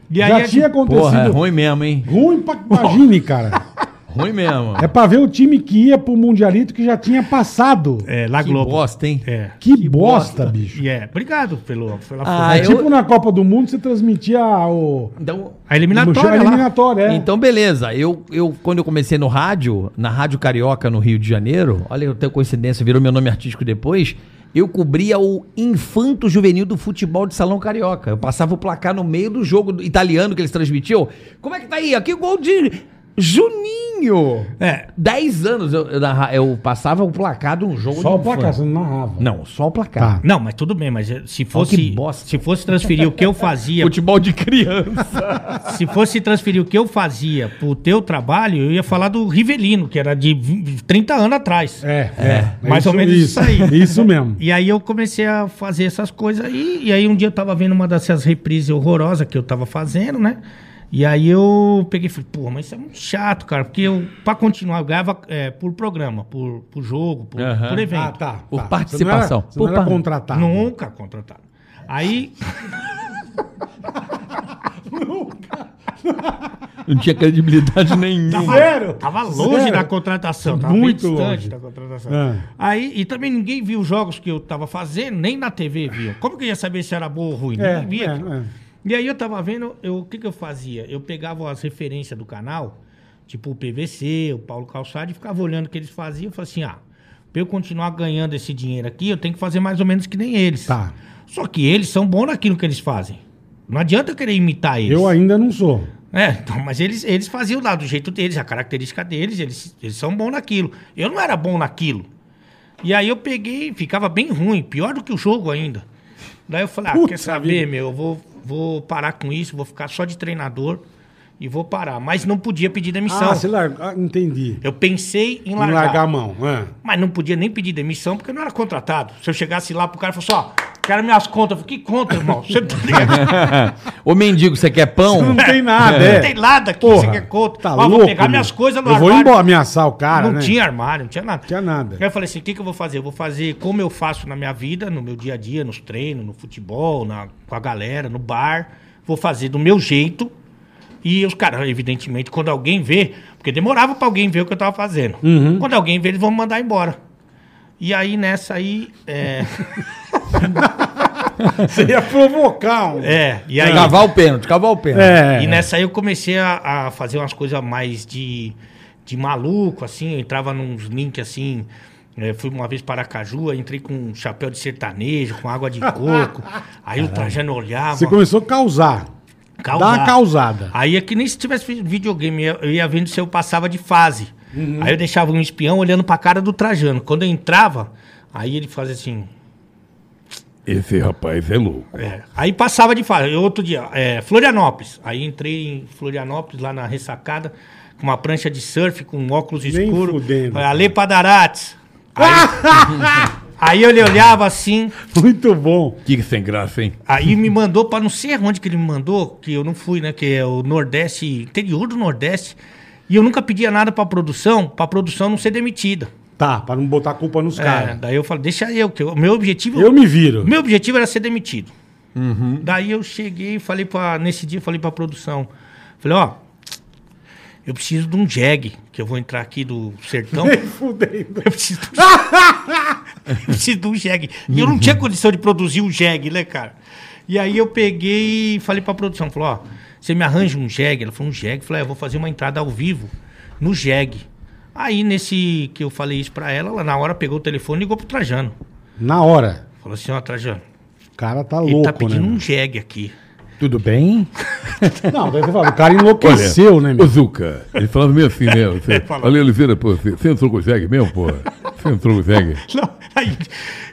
D: E aí
C: já
D: a gente-
C: tinha acontecido
B: Porra, é
C: ruim.
B: ruim mesmo, hein?
C: pra imagine, cara.
B: Ruim mesmo.
C: É pra ver o time que ia pro Mundialito que já tinha passado.
D: É, na
B: que
D: Globo.
B: bosta, hein?
D: É.
C: Que, bosta, bicho.
D: E é, obrigado pelo, pela
B: Ah,
C: É
B: eu-
C: tipo na Copa do Mundo você transmitia o.
B: Então,
D: A
C: a
D: eliminatória lá.
C: eliminatória, é.
B: Então, beleza. Eu, eu, quando eu comecei no rádio, na Rádio Carioca, no Rio de Janeiro, olha, eu tenho coincidência, virou meu nome artístico depois. Eu cobria o infanto juvenil do futebol de salão carioca. Eu passava o placar no meio do jogo do- italiano que eles transmitiam. Como é que tá aí? Aqui o gol de Juninho!
D: É.
B: 10 anos eu, eu, narra- eu passava o placar de um jogo de
C: Só
B: um
C: o placar, Tá.
B: fã.
C: você não narrava.
B: Não, só o placar.
D: Não, mas tudo bem, mas eh, se fosse.
B: que bosta.
D: Se fosse transferir o que eu fazia.
B: Futebol de criança.
D: se fosse transferir o que eu fazia pro teu trabalho, eu ia falar do Rivelino, que era de 20, 30 anos atrás.
C: É, é.
D: Mais ou menos isso aí.
C: Isso mesmo.
D: E aí eu comecei a fazer essas coisas aí. E aí um dia eu tava vendo uma dessas reprises horrorosas que eu tava fazendo, né? E aí eu peguei e falei, pô, mas isso é muito chato, cara. Porque eu, pra continuar, eu ganhava eh, por programa, por, por jogo, por,
B: Aham.
D: por evento.
C: Ah, tá.
B: Por
C: tá.
B: participação.
C: Você não era, você não era
B: Por par-
C: contratado.
D: Nunca contratado. Aí,
B: Não tinha credibilidade nenhuma.
C: Zero.
D: Tava longe
C: Zero.
D: da contratação, tava
C: É, Muito
D: bem distante
C: longe.
D: da contratação.
C: É.
D: Aí, e também ninguém viu os jogos que eu tava fazendo, nem na TV viu. Como que eu ia saber se era boa ou ruim?
C: É,
D: ninguém via.
C: é,
D: aquilo.
C: é.
D: E aí eu tava vendo, eu- o que que eu fazia? Eu pegava as referências do canal, tipo o PVC, o Paulo Calçado, e ficava olhando o que eles faziam. Eu falava assim, ah, pra eu continuar ganhando esse dinheiro aqui, eu tenho que fazer mais ou menos que nem eles.
C: Tá.
D: Só que eles são bons naquilo que eles fazem. Não adianta eu querer imitar eles.
C: Eu ainda não sou.
D: É, então, mas eles, eles faziam lá do jeito deles, a característica deles, eles, eles são bons naquilo. Eu não era bom naquilo. E aí eu peguei, ficava bem ruim, pior do que o jogo ainda. Daí eu falei, ah,
C: Puta
D: quer saber,
C: vida.
D: meu, eu vou, vou parar com isso, vou ficar só de treinador e vou parar. Mas não podia pedir demissão.
C: Ah, sei lá. Ah, entendi.
D: Eu pensei em
C: Em
D: largar,
C: largar a mão. é.
D: mas não podia nem pedir demissão porque eu não era contratado. Se eu chegasse lá pro cara e falasse, ó, quero minhas contas. Eu falei, que conta, irmão? Você não tá ligado?
B: Ô mendigo, você quer pão?
C: Não tem nada, é.
D: Não tem nada aqui,
C: Porra,
D: você quer conta.
C: Tá
D: Ó,
C: louco,
D: vou pegar
C: meu.
D: minhas coisas no
C: Eu vou
D: armário.
C: embora ameaçar o cara,
D: não
C: né?
D: tinha armário, não tinha nada.
C: Tinha nada.
D: Aí eu falei assim, o que, que eu vou fazer? Eu vou fazer como eu faço na minha vida, no meu dia a dia, nos treinos, no futebol, na, com a galera, no bar. Vou fazer do meu jeito. E os caras, evidentemente, quando alguém vê, porque demorava pra alguém ver o que eu tava fazendo. Quando alguém vê, eles vão me mandar embora. E aí, nessa aí, é...
C: Você ia provocar um...
D: é e aí...
B: Cavar o pênalti, cavar o pênalti.
C: É.
D: E né- nessa aí eu comecei a, a fazer umas coisas mais de, de maluco, assim. Eu entrava nos links assim. eh, fui uma vez para Aracaju, aí entrei com um chapéu de sertanejo, com água
C: [laughs]
D: de coco. aí o Trajano olhava.
C: Você começou a causar. [laughs]
D: causar.
C: Dá uma causada.
D: Aí é que nem se tivesse vi- videogame, eu eu ia vendo se eu passava de fase.
C: Uhum.
D: Aí eu deixava um espião olhando pra cara do Trajano. Quando eu entrava, aí ele fazia assim.
E: Esse rapaz é louco.
D: É, Aí passava de fase. Eu, Outro dia, é, Florianópolis. Aí entrei em Florianópolis, lá na ressacada, com uma prancha de surf, com um óculos
C: Nem
D: escuro.
C: fudendo.
D: Falei, Ale Padarates.
C: [laughs]
D: Aí, aí ele olhava assim,
C: Muito bom.
E: Que sem graça, hein?
D: aí me mandou pra não sei aonde que ele me mandou, que eu não fui, né? Que é o Nordeste, interior do Nordeste. E eu nunca pedia nada pra produção, pra produção não ser demitida.
C: Tá, pra não botar a culpa nos
D: É,
C: caras.
D: daí eu falei, deixa eu, que o meu objetivo
C: Eu me viro.
D: Meu objetivo era ser demitido.
C: Uhum.
D: Daí eu cheguei e falei pra. Nesse dia eu falei pra produção. Falei, ó, eu preciso de um jag, que eu vou entrar aqui do
C: [laughs]
D: sertão.
C: Nem [laughs]
D: eu
C: fudendo.
D: preciso de um, eu preciso de um jag. E
C: Uhum.
D: eu não tinha condição de produzir um jag, né, cara? E aí eu peguei e falei pra produção, falou, ó, você me arranja um jag? Ela falou, um jag? Eu falei, é, eu vou fazer uma entrada ao vivo no jag. Aí, nesse que eu falei isso pra ela, ela na hora pegou o telefone e ligou pro Trajano.
C: Na hora.
D: Falou assim, ó, Trajano,
C: O cara tá
D: ele
C: louco,
D: tá pedindo
C: né?
D: um jegue aqui.
B: Tudo bem?
C: [laughs] Não, daí você fala, o cara enlouqueceu, né,
E: Ô,
C: meu?
E: Zuca, ele falava meio assim, né? Você,
D: falava.
E: Ale Oliveira, pô, você, você entrou com o Zeg mesmo, pô? Você entrou com o Zeg?
D: [laughs] Não, aí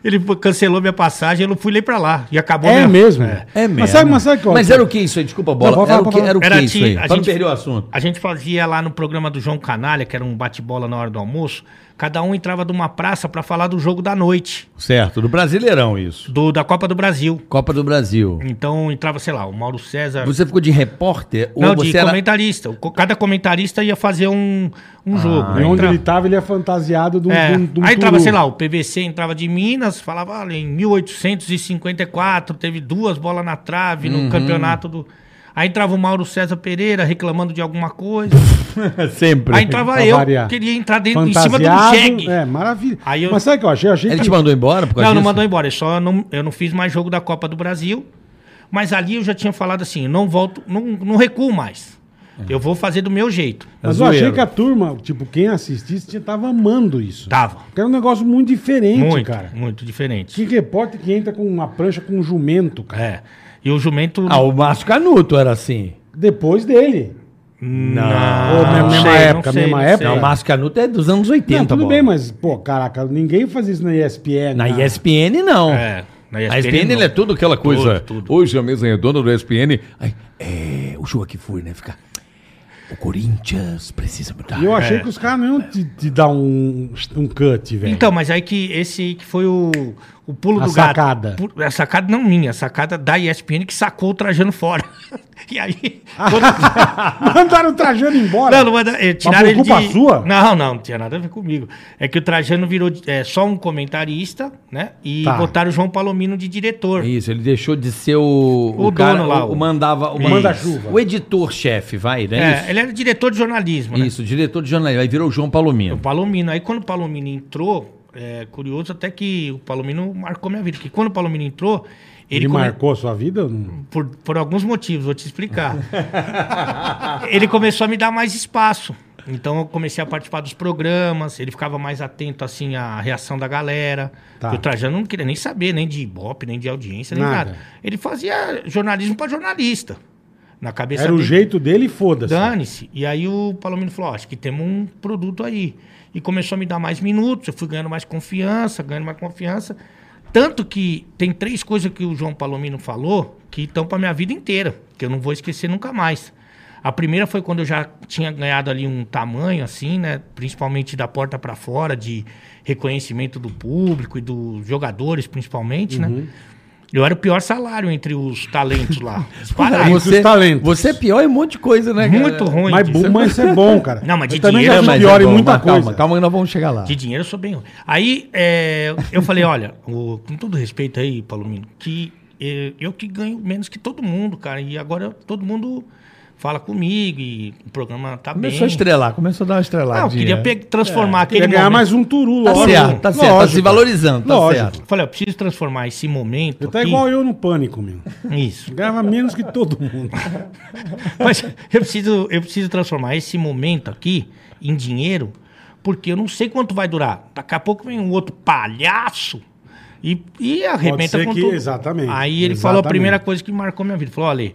D: ele cancelou minha passagem, eu não fui nem pra lá. E acabou
C: É
D: minha-
C: mesmo.
B: É mesmo.
C: Mas sabe, mas sabe qual é?
B: Mas era o que isso aí? Desculpa, Bola.
C: Não, pode
B: era
C: falar,
B: o que,
C: pode
B: era o que
D: falar. Era
B: isso
D: ti-
B: aí?
D: a
B: Pra não
D: gente-
B: perder o assunto.
D: A gente fazia lá no programa do João Canalha, que era um bate-bola na hora do almoço, cada um entrava de uma praça pra falar do jogo da noite,
B: Certo, do Brasileirão isso.
D: do, da Copa do Brasil.
B: Copa do Brasil.
D: Então entrava, sei lá, o Mauro César.
B: Você ficou de repórter
D: não,
B: ou
D: de
B: você era...
D: comentarista. O co- Cada comentarista ia fazer um, um jogo.
B: Ah,
C: E
D: Aí
C: onde
D: entrava-
C: ele tava, ele é fantasiado de um.
D: É,
C: de um- de um
D: aí entrava,
C: turu.
D: sei lá, o PVC entrava de Minas, falava, olha, em 1854 teve duas bolas na trave
C: Uhum.
D: no campeonato do... Aí entrava o Mauro César Pereira reclamando de alguma coisa.
C: [laughs]
B: Sempre.
D: Aí entrava
C: Pra
D: eu,
C: variar.
D: queria entrar dentro, em cima
C: Fantasiado.
D: do jegue.
C: É, maravilha.
D: Aí eu-
C: Mas sabe o que eu achei? Eu achei
B: Ele
C: que-
B: te mandou embora por causa
D: Não, não
B: disso?
D: mandou embora, eu só não, eu não fiz mais jogo da Copa do Brasil, mas ali eu já tinha falado assim, não volto, não, não recuo mais. Eu vou fazer do meu jeito.
C: Mas eu
B: Zoeiro.
C: achei que a turma, tipo, quem assistisse tinha, tava amando isso.
D: Tava.
C: Porque era um negócio muito diferente,
D: Tá. Muito,
C: cara.
D: muito diferente.
C: Que repórter que entra com uma prancha com um jumento, cara. Ah,
D: É. E o jumento...
B: Ah, o Márcio Canuto era assim.
C: Depois dele. Ou mesmo- mesma
D: sei,
C: época,
D: sei,
C: mesma
D: não
C: época.
B: Não,
D: sei.
B: o Márcio Canuto é dos anos 80,
C: Não, tudo
B: bola.
C: bem, mas, pô, caraca, ninguém faz isso na ESPN.
B: Na ESPN, não.
D: Ah. É, na
B: A ESPN ele é
D: não.
B: tudo aquela coisa.
D: Tudo, tudo.
E: Hoje a mesa é redonda do ESPN.
B: Ai, é, o show aqui foi, né? Fica. O Corinthians precisa mudar.
C: E eu achei que os caras não iam te, te dar um, um cut, velho.
D: Então, mas aí que esse aí que foi o, o pulo
C: A
D: do gato.
C: sacada.
D: Pu- A sacada não minha, a sacada da ESPN que sacou o Trajano fora. [laughs] E aí...
C: [laughs] Ah, [laughs] Mandaram o Trajano embora.
D: Não, não, mas, eh, tiraram
C: por
D: ele
C: culpa
D: de...
C: sua?
D: Não, não, não tinha nada a ver comigo. É que o Trajano virou eh, só um comentarista, né? E
C: Tá. É
D: botaram o João Palomino de diretor.
B: É Isso, ele deixou de ser o.
D: O dono lá,
B: O,
D: o-
B: o mandava. O,
D: Isso.
C: Manda-chuva.
B: O editor-chefe, vai, né?
D: É,
B: isso,
D: ele era diretor de jornalismo, né?
B: isso, diretor de jornalismo. Aí virou o João
D: O
B: Palomino.
D: Palomino. Aí quando o Palomino entrou, é curioso até que o Palomino marcou minha vida. Porque quando o Palomino entrou, ele,
C: Ele
D: come-
C: marcou a sua vida? Não-
D: por, por alguns motivos, vou
C: [laughs]
D: te explicar. ele começou a me dar mais espaço. Então eu comecei a participar dos programas, ele ficava mais atento assim à reação da galera.
C: Tá.
D: Porque O Trajano não queria nem saber, nem de ibope, nem de audiência, nem
C: Nada.
D: nada. Ele fazia jornalismo para jornalista. Na cabeça
C: Era o
D: dele.
C: jeito dele e foda-se.
D: Dane-se. E aí o Palomino falou: ó, acho que temos um produto aí. E começou a me dar mais minutos, eu fui ganhando mais confiança, ganhando mais confiança. Tanto que tem três coisas que o João Palomino falou que estão para minha vida inteira, que eu não vou esquecer nunca mais. A primeira foi quando eu já tinha ganhado ali um tamanho, assim, né? Principalmente da porta para fora, de reconhecimento do público e dos jogadores, principalmente, né? Eu era o pior salário entre os talentos lá. Disparado.
C: Aí, dos talentos.
B: você é pior em um monte de coisa, né? cara?
D: Muito ruim.
C: Mas,
D: disso.
C: bu- mas isso é bom, cara.
D: Não, mas de
C: Eu também
D: dinheiro
C: já
D: é
C: fui
D: mais
C: pior em
B: bom,
C: muita
B: mas
C: coisa.
B: Calma, calma que nós vamos chegar lá.
D: De dinheiro eu sou bem ruim. Aí é, eu falei, [laughs] olha, o- com todo respeito aí, Palomino, que é, eu que ganho menos que todo mundo, cara. E agora todo mundo fala comigo e o programa tá
B: Começou a
D: bem.
B: estrelar, começou a dar uma estreladinha.
C: Ah,
D: Não, eu queria pe- transformar aquele
C: né? Queria ganhar
D: momento.
C: mais um turu,
B: Tá
C: lógico.
B: certo, tá certo, tá
C: Lógico.
B: se valorizando, tá
C: Lógico.
B: certo.
D: Falei, eu preciso transformar esse momento
C: um. Eu tá
D: aqui-
C: igual eu no pânico, meu.
D: Isso.
C: Ganhava menos que todo mundo.
D: Mas eu preciso, eu preciso transformar esse momento aqui em dinheiro, porque eu não sei quanto vai durar. Daqui a pouco vem um outro palhaço e, e arrebenta
C: ser
D: com
C: que-
D: tudo.
C: exatamente,
D: Aí ele falou a
C: exatamente.
D: primeira coisa que marcou minha vida. Falou, olha,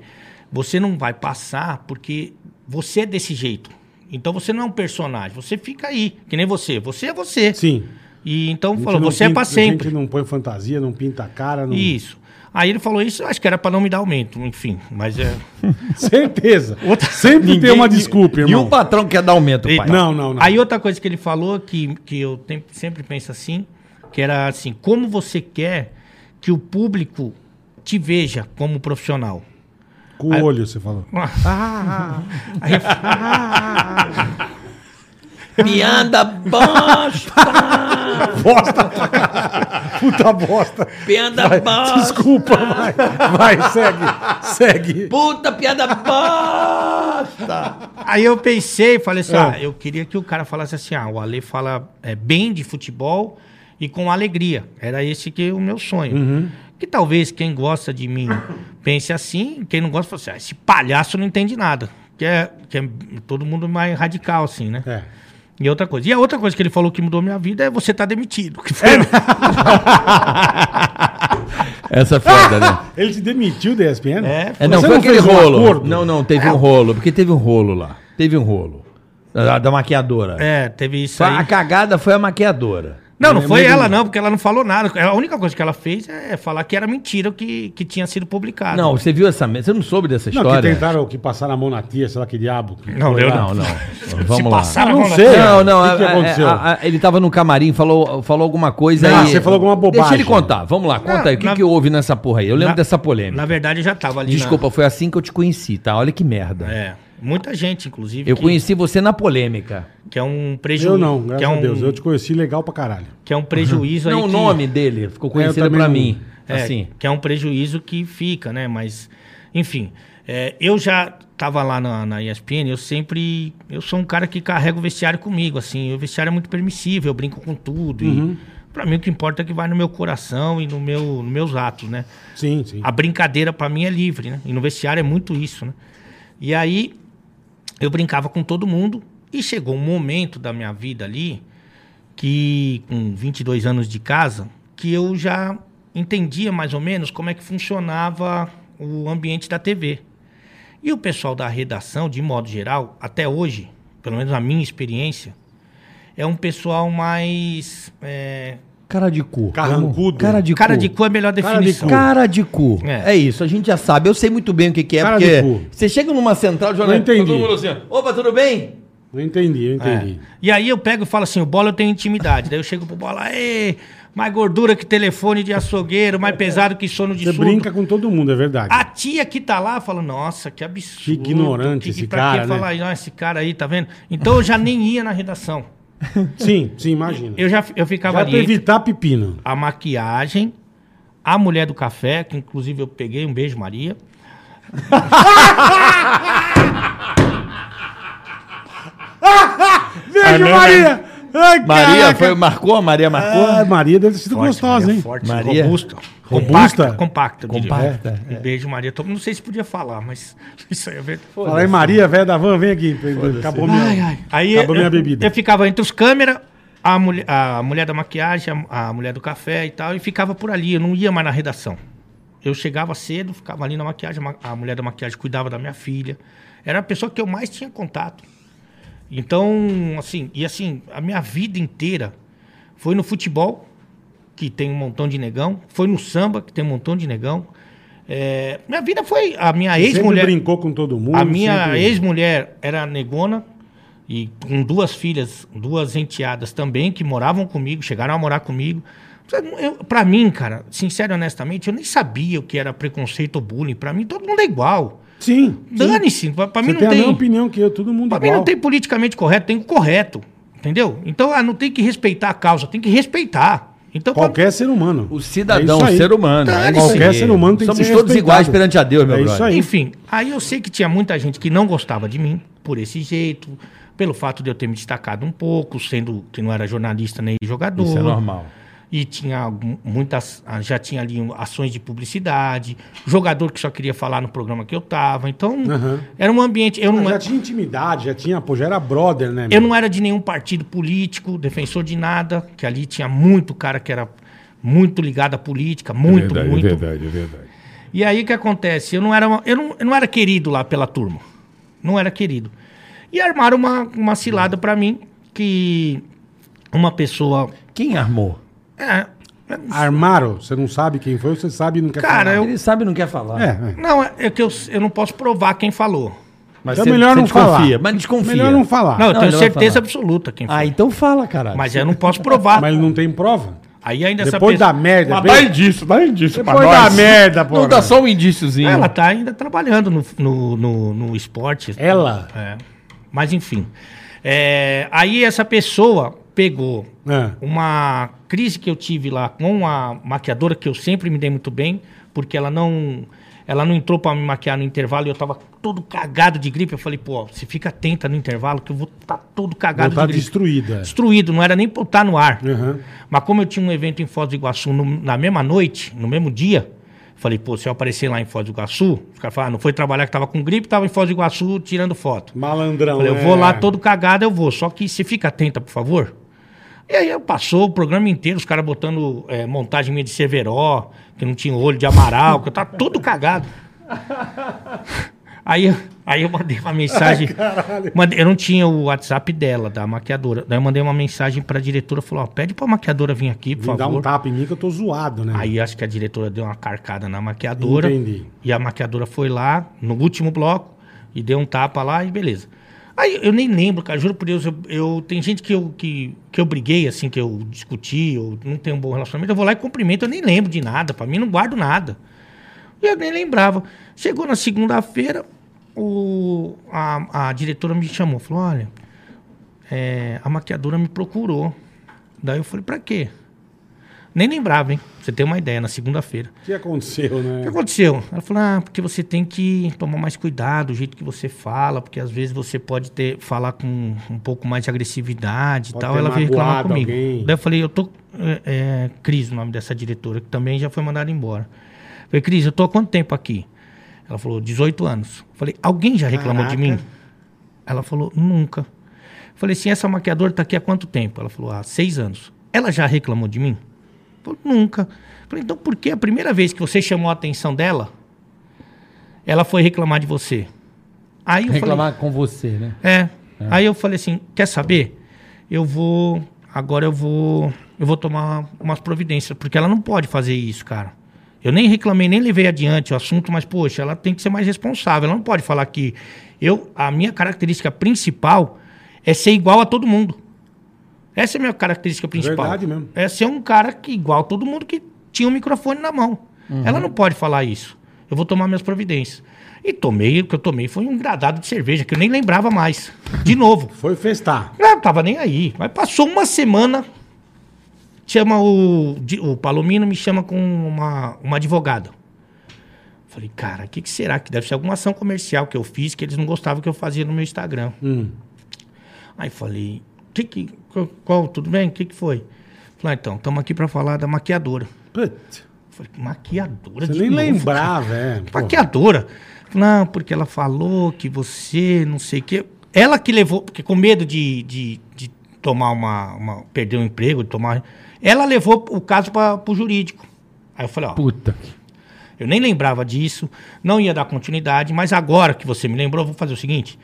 D: você não vai passar porque você é desse jeito. Então você não é um personagem, você fica aí, que nem você. Você é você.
C: Sim.
D: E
C: A
D: então
C: gente
D: falou,
C: não
D: você é
C: pinta-
D: pra sempre.
C: A gente não põe fantasia, não pinta a cara. Não...
D: Isso. Aí ele falou isso, acho que era pra não me dar aumento, enfim. Mas é.
C: [laughs] Certeza. Sempre tem uma desculpa,
B: E o
C: irmão.
B: patrão quer dar aumento,
D: E-
B: pai.
C: Não, não, não.
D: Aí outra coisa que ele falou, que, que eu tem- sempre penso assim, que era assim, como você quer que o público te veja como profissional?
C: Com o olho, você falou.
D: [laughs] Aí eu falei, "Ah."
B: Piada
C: [laughs]
B: bosta!
C: Puta bosta.
B: Piada bosta!
C: Desculpa, vai. Vai, segue. Segue.
B: Puta piada bosta!
D: aí eu pensei, falei assim,
C: Ah.
D: ah, eu queria que o cara falasse assim, ah, o Ale fala é, bem de futebol e com alegria. Era esse que é o meu sonho.
C: Uhum.
D: Que talvez quem gosta de mim [coughs] pense assim, quem não gosta, fala assim, ah, esse palhaço não entende nada. Que é, que é todo mundo mais radical, assim, né?
C: É.
D: E outra coisa. E a outra coisa que ele falou que mudou minha vida é você tá demitido. Que [laughs] foi-
B: [laughs] Essa é foda, né?
C: Ele te demitiu da ESPN?
D: É,
B: É, não,
C: Você
B: foi aquele
C: fez um
B: rolo.
C: acordo?
B: não, não, teve um rolo, porque teve um rolo lá. Teve um rolo. Da, da maquiadora.
D: É, teve isso
B: Foi- a
D: aí.
B: cagada foi a maquiadora.
C: é
D: Não, não foi ela não, porque ela não falou nada. A única coisa que ela fez é falar que era mentira o que, que tinha sido publicado.
B: Não, você viu essa. me- Você não soube dessa
C: Não,
B: história?
C: que tentaram que passaram a mão na tia, sei lá que diabo. que
D: Não,
C: foi
D: eu
C: lá.
B: Não, não.
D: se
B: Vamos lá.
D: passar,
C: Ah,
D: não
C: não
D: sei.
C: sei.
B: Não, não.
C: O que que
B: a- a-
C: aconteceu?
B: a- ele tava no camarim, falou, falou alguma coisa
C: Ah,
B: aí.
C: você falou alguma bobagem.
B: Deixa ele contar. Vamos lá, conta
D: Não,
B: aí. O que,
D: na-
B: que houve nessa porra aí? Eu lembro dessa polêmica.
D: Na verdade, eu já tava ali. na-
B: Desculpa, foi assim que eu te conheci, tá? Olha que merda.
D: É. Muita gente, inclusive,
B: Eu
D: que,
B: conheci você na polêmica.
D: que é um prejuízo.
C: Eu não, graças
D: que é um,
C: a Deus. Eu te conheci legal pra caralho.
D: Que é um prejuízo aí.
B: Não, o
D: que-
B: nome dele ficou
C: É,
B: conhecido
C: eu também
B: pra
C: não-
B: mim.
D: É,
B: Assim.
D: Que é um prejuízo que fica, né? Mas, enfim, é, eu já tava lá na, na ESPN, eu sempre. Eu sou um cara que carrega o vestiário comigo, assim. O vestiário é muito permissível, eu brinco com tudo. E pra mim o que importa é que vai no meu coração e no meu, nos meus atos, né?
C: Sim, sim.
D: A brincadeira pra mim é livre, né? E no vestiário é muito isso, né? E aí eu brincava com todo mundo e chegou um momento da minha vida ali que com 22 anos de casa, que eu já entendia mais ou menos como é que funcionava o ambiente da TV. E o pessoal da redação, de modo geral, até hoje, pelo menos na minha experiência, é um pessoal mais. é,
B: Cara de cu.
C: Carrancudo.
B: Cara de
D: cara
B: cu.
D: de cu é a melhor
C: Cara de
D: definição.
C: cu.
B: Cara de cu. É.
D: É.
B: isso, a gente já sabe. Eu sei muito bem o que, que é,
C: Cara
B: porque
C: de cu.
B: você chega numa central de
C: Não entendi.
B: todo mundo assim, ó, opa, tudo bem?
C: Eu entendi, eu
D: É.
C: entendi.
D: E aí eu pego e falo assim, o Bola eu tenho intimidade. Daí eu chego pro Bola, "Ê, mais gordura que telefone de açougueiro, mais pesado que sono de
C: Você
D: surdo."
C: brinca com todo mundo, é verdade.
D: A tia que tá lá fala, nossa, que absurdo.
C: Que ignorante
D: que,
C: esse
D: pra
C: cara,
D: que
C: né?
D: falar, "Ah, esse cara aí, tá vendo? Então eu já nem ia na redação.
C: Sim, sim, imagina.
D: Eu já eu ficava
C: Já pra
D: ali entre
C: evitar pepino.
D: a maquiagem, a mulher do café, que inclusive eu peguei, um beijo, Maria. Ah,
C: Beijo, Maria!
D: né?
C: Ai,
B: Maria
C: caraca!
B: foi, marcou? Maria marcou?
C: Ah, Maria deve ter sido
D: Forte,
C: gostosa,
D: Maria, é
C: hein?
D: Forte,
B: Maria.
D: robusta.
C: Robusta?
D: Compacta, compacta. eu diria.
B: Compacta, é.
D: Um beijo, Maria. Tô- Não sei se podia falar, mas [laughs] isso aí é verdade.
C: Fala aí, Maria, velho da van, vem aqui. Acabou minha...
D: Ai, ai. Aí é-
C: Acabou
D: eu,
C: minha bebida.
D: eu ficava entre os câmeras, a mulher, a mulher da maquiagem, a, a mulher do café e tal, e ficava por ali. Eu não ia mais na redação. Eu chegava cedo, ficava ali na maquiagem, ma- a mulher da maquiagem cuidava da minha filha. Era a pessoa que eu mais tinha contato. Então, assim, e assim, a minha vida inteira foi no futebol, que tem um montão de negão, foi no samba, que tem um montão de negão. É, minha vida foi. A minha
C: Sempre
D: ex-mulher.
C: brincou com todo mundo.
D: A minha
C: sempre-
D: ex-mulher era negona e com duas filhas, duas enteadas também, que moravam comigo, chegaram a morar comigo. Eu- Pra mim, cara, sincero e honestamente, eu nem sabia o que era preconceito ou bullying. Pra mim, todo mundo é igual.
C: Sim. sim.
D: Dane-se. Pra, pra
C: Você
D: mim
C: tem
D: não
C: a
D: tem.
C: mesma opinião que eu, todo mundo
D: pra
C: igual.
D: mim não tem politicamente correto, tem o correto. Entendeu? Então, ah, não tem que respeitar a causa, tem que respeitar. Então, pra-
C: Qualquer ser humano.
B: O cidadão,
C: É isso aí.
B: o ser humano. é isso
C: Qualquer
B: aí.
C: ser humano tem que
B: Somos
C: ser
B: todos
C: respeitado.
B: iguais perante a Deus, meu
C: É isso
B: brother.
C: aí.
D: Enfim, aí eu sei que tinha muita gente que não gostava de mim por esse jeito, pelo fato de eu ter me destacado um pouco, sendo que não era jornalista nem jogador.
B: Isso é normal.
D: E tinha algum- muitas, ah, já tinha ali um- ações de publicidade, jogador que só queria falar no programa que eu tava. Então,
C: Aham.
D: era um ambiente. Eu não,
C: Já
D: era-
C: tinha intimidade, já tinha, pô, já era brother, né?
D: eu
C: meu?
D: não era de nenhum partido político, defensor de nada, que ali tinha muito cara que era muito ligado à política,
E: É
D: muito,
E: verdade,
D: muito.
E: é verdade, é verdade.
D: E aí o que acontece? Eu não era, uma- eu não, eu não era querido lá pela turma. Não era querido. E armaram uma, uma cilada pra mim que uma pessoa.
B: Quem armou?
D: É,
C: Armaram, você não sabe quem foi, você sabe e não quer
D: Cara,
C: falar.
D: eu-
B: Então, Ele sabe e não quer falar.
C: É, é.
D: não, é que eu, eu não posso provar quem falou.
B: Mas
C: Então é melhor não falar.
B: desconfia, Mas desconfia.
C: Melhor Ah. não falar.
D: não, eu
B: não, ele
D: tenho
B: vai
D: certeza
B: falar.
D: absoluta quem falou.
B: Ah, então fala, caralho.
D: Mas é eu não posso provar.
C: [laughs] Mas ele não tem prova.
D: aí ainda essa
C: Depois da
D: pessoa.
C: merda.
E: Mas
C: bem-
E: dá indício, dá indício pra
C: Depois da
E: nós.
C: merda, pô.
B: Não dá só um indíciozinho.
D: Ela tá ainda trabalhando no, no, no, no esporte.
C: Ela.
D: É. Mas enfim. É, aí essa pessoa pegou
C: É.
D: uma crise que eu tive lá com a maquiadora que eu sempre me dei muito bem, porque ela não ela não entrou pra me maquiar no intervalo e eu tava todo cagado de gripe. Eu falei, pô, você fica atenta no intervalo que eu vou estar todo cagado
C: Vou tá
D: de gripe.
C: destruída.
D: Destruído, não era nem pra eu estar no ar.
C: Aham.
D: Mas como eu tinha um evento em Foz do Iguaçu no- na mesma noite, no mesmo dia, falei, pô, se eu aparecer lá em Foz do Iguaçu, os caras falaram, ah, não foi trabalhar que tava com gripe, tava em Foz do Iguaçu tirando foto.
C: Malandrão.
D: Falei, eu
C: é.
D: vou lá todo cagado, eu vou. Só que você fica atenta, por favor. E aí eu passou o programa inteiro, os caras botando eh, montagem minha de Severó, que não tinha olho de Amaral, que eu tava todo cagado. Aí, eu- aí eu mandei
C: [laughs]
D: uma mensagem. mandei- eu não tinha o WhatsApp dela, da maquiadora. Daí eu mandei uma mensagem pra diretora, falou, ó, pede pra maquiadora vir aqui, por
C: Vem dar
D: favor.
C: um tapa em mim que eu tô zoado, né?
D: Aí acho que a diretora deu uma carcada na maquiadora.
C: Entendi.
D: E a maquiadora foi lá no último bloco e deu um tapa lá e beleza. Aí eu nem lembro, cara, juro por Deus, eu, eu- tem gente que eu, que, que eu briguei, assim, que eu discuti, eu não tenho um bom relacionamento, eu vou lá e cumprimento, eu nem lembro de nada, pra mim não guardo nada. E eu nem lembrava. Chegou na segunda-feira, o- a, a diretora me chamou, falou, olha, é, a maquiadora me procurou. Daí eu falei, pra quê? Nem lembrava, hein? Pra Você tem uma ideia, na segunda-feira.
C: O que aconteceu,
D: O
C: né?
D: que aconteceu? Ela falou, ah, porque você tem que tomar mais cuidado, o jeito que você fala, porque às vezes você pode ter, falar com um pouco mais de agressividade e
C: Pode
D: tal.
C: ter
D: Ela veio reclamar
C: magoado
D: comigo.
C: alguém.
D: Daí eu falei, eu tô. É, é, Cris, o nome dessa diretora, que também já foi mandada embora. Eu falei, Cris, eu tô há quanto tempo aqui? Ela falou, 18 anos. Eu falei, alguém já reclamou de
C: Caraca.
D: mim? Ela falou, nunca. Eu falei assim, essa maquiadora tá aqui há quanto tempo? Ela falou, há seis anos. Ela já reclamou de mim? Eu falei, nunca. Eu falei, então por que a primeira vez que você chamou a atenção dela, ela foi reclamar de você? Aí eu
B: Reclamar com você, né?
D: falei, é. Aí eu falei assim, quer saber? Eu vou, agora eu vou, eu vou tomar umas providências, porque ela não pode fazer isso, cara. Eu nem reclamei, nem levei adiante o assunto, mas poxa, ela tem que ser mais responsável. Ela não pode falar que eu, a minha característica principal é ser igual a todo mundo. Essa é a minha característica principal.
C: Verdade mesmo.
D: É ser um cara que igual todo mundo que tinha um microfone na mão.
C: Uhum.
D: Ela não pode falar isso. Eu vou tomar minhas providências. E tomei, o que eu tomei foi um gradado de cerveja, que eu nem lembrava mais. De novo.
C: Foi festar.
D: Eu não tava nem aí. Mas passou uma semana. Chama o. di- O Palomino me chama com uma, uma advogada. Falei, cara, o que, que será? Que deve ser alguma ação comercial que eu fiz que eles não gostavam que eu fazia no meu Instagram.
C: Hum.
D: Aí falei, que que, qual, qual- tudo bem? O que, que foi? Falei, ah, então, estamos aqui para falar da maquiadora.
C: Putz,
D: Falei, maquiadora
C: você
D: de
C: nem
D: novo, cara?
C: lembrava, é. pô.
D: Maquiadora. Não, porque ela falou que você, não sei o quê. Ela que levou, porque com medo de, de, de tomar uma, uma- perder o emprego, de tomar. Ela levou o caso para o jurídico. Aí eu falei, ó,
B: Puta. que-
D: eu nem lembrava disso, não ia dar continuidade, mas agora que você me lembrou, eu vou fazer o seguinte: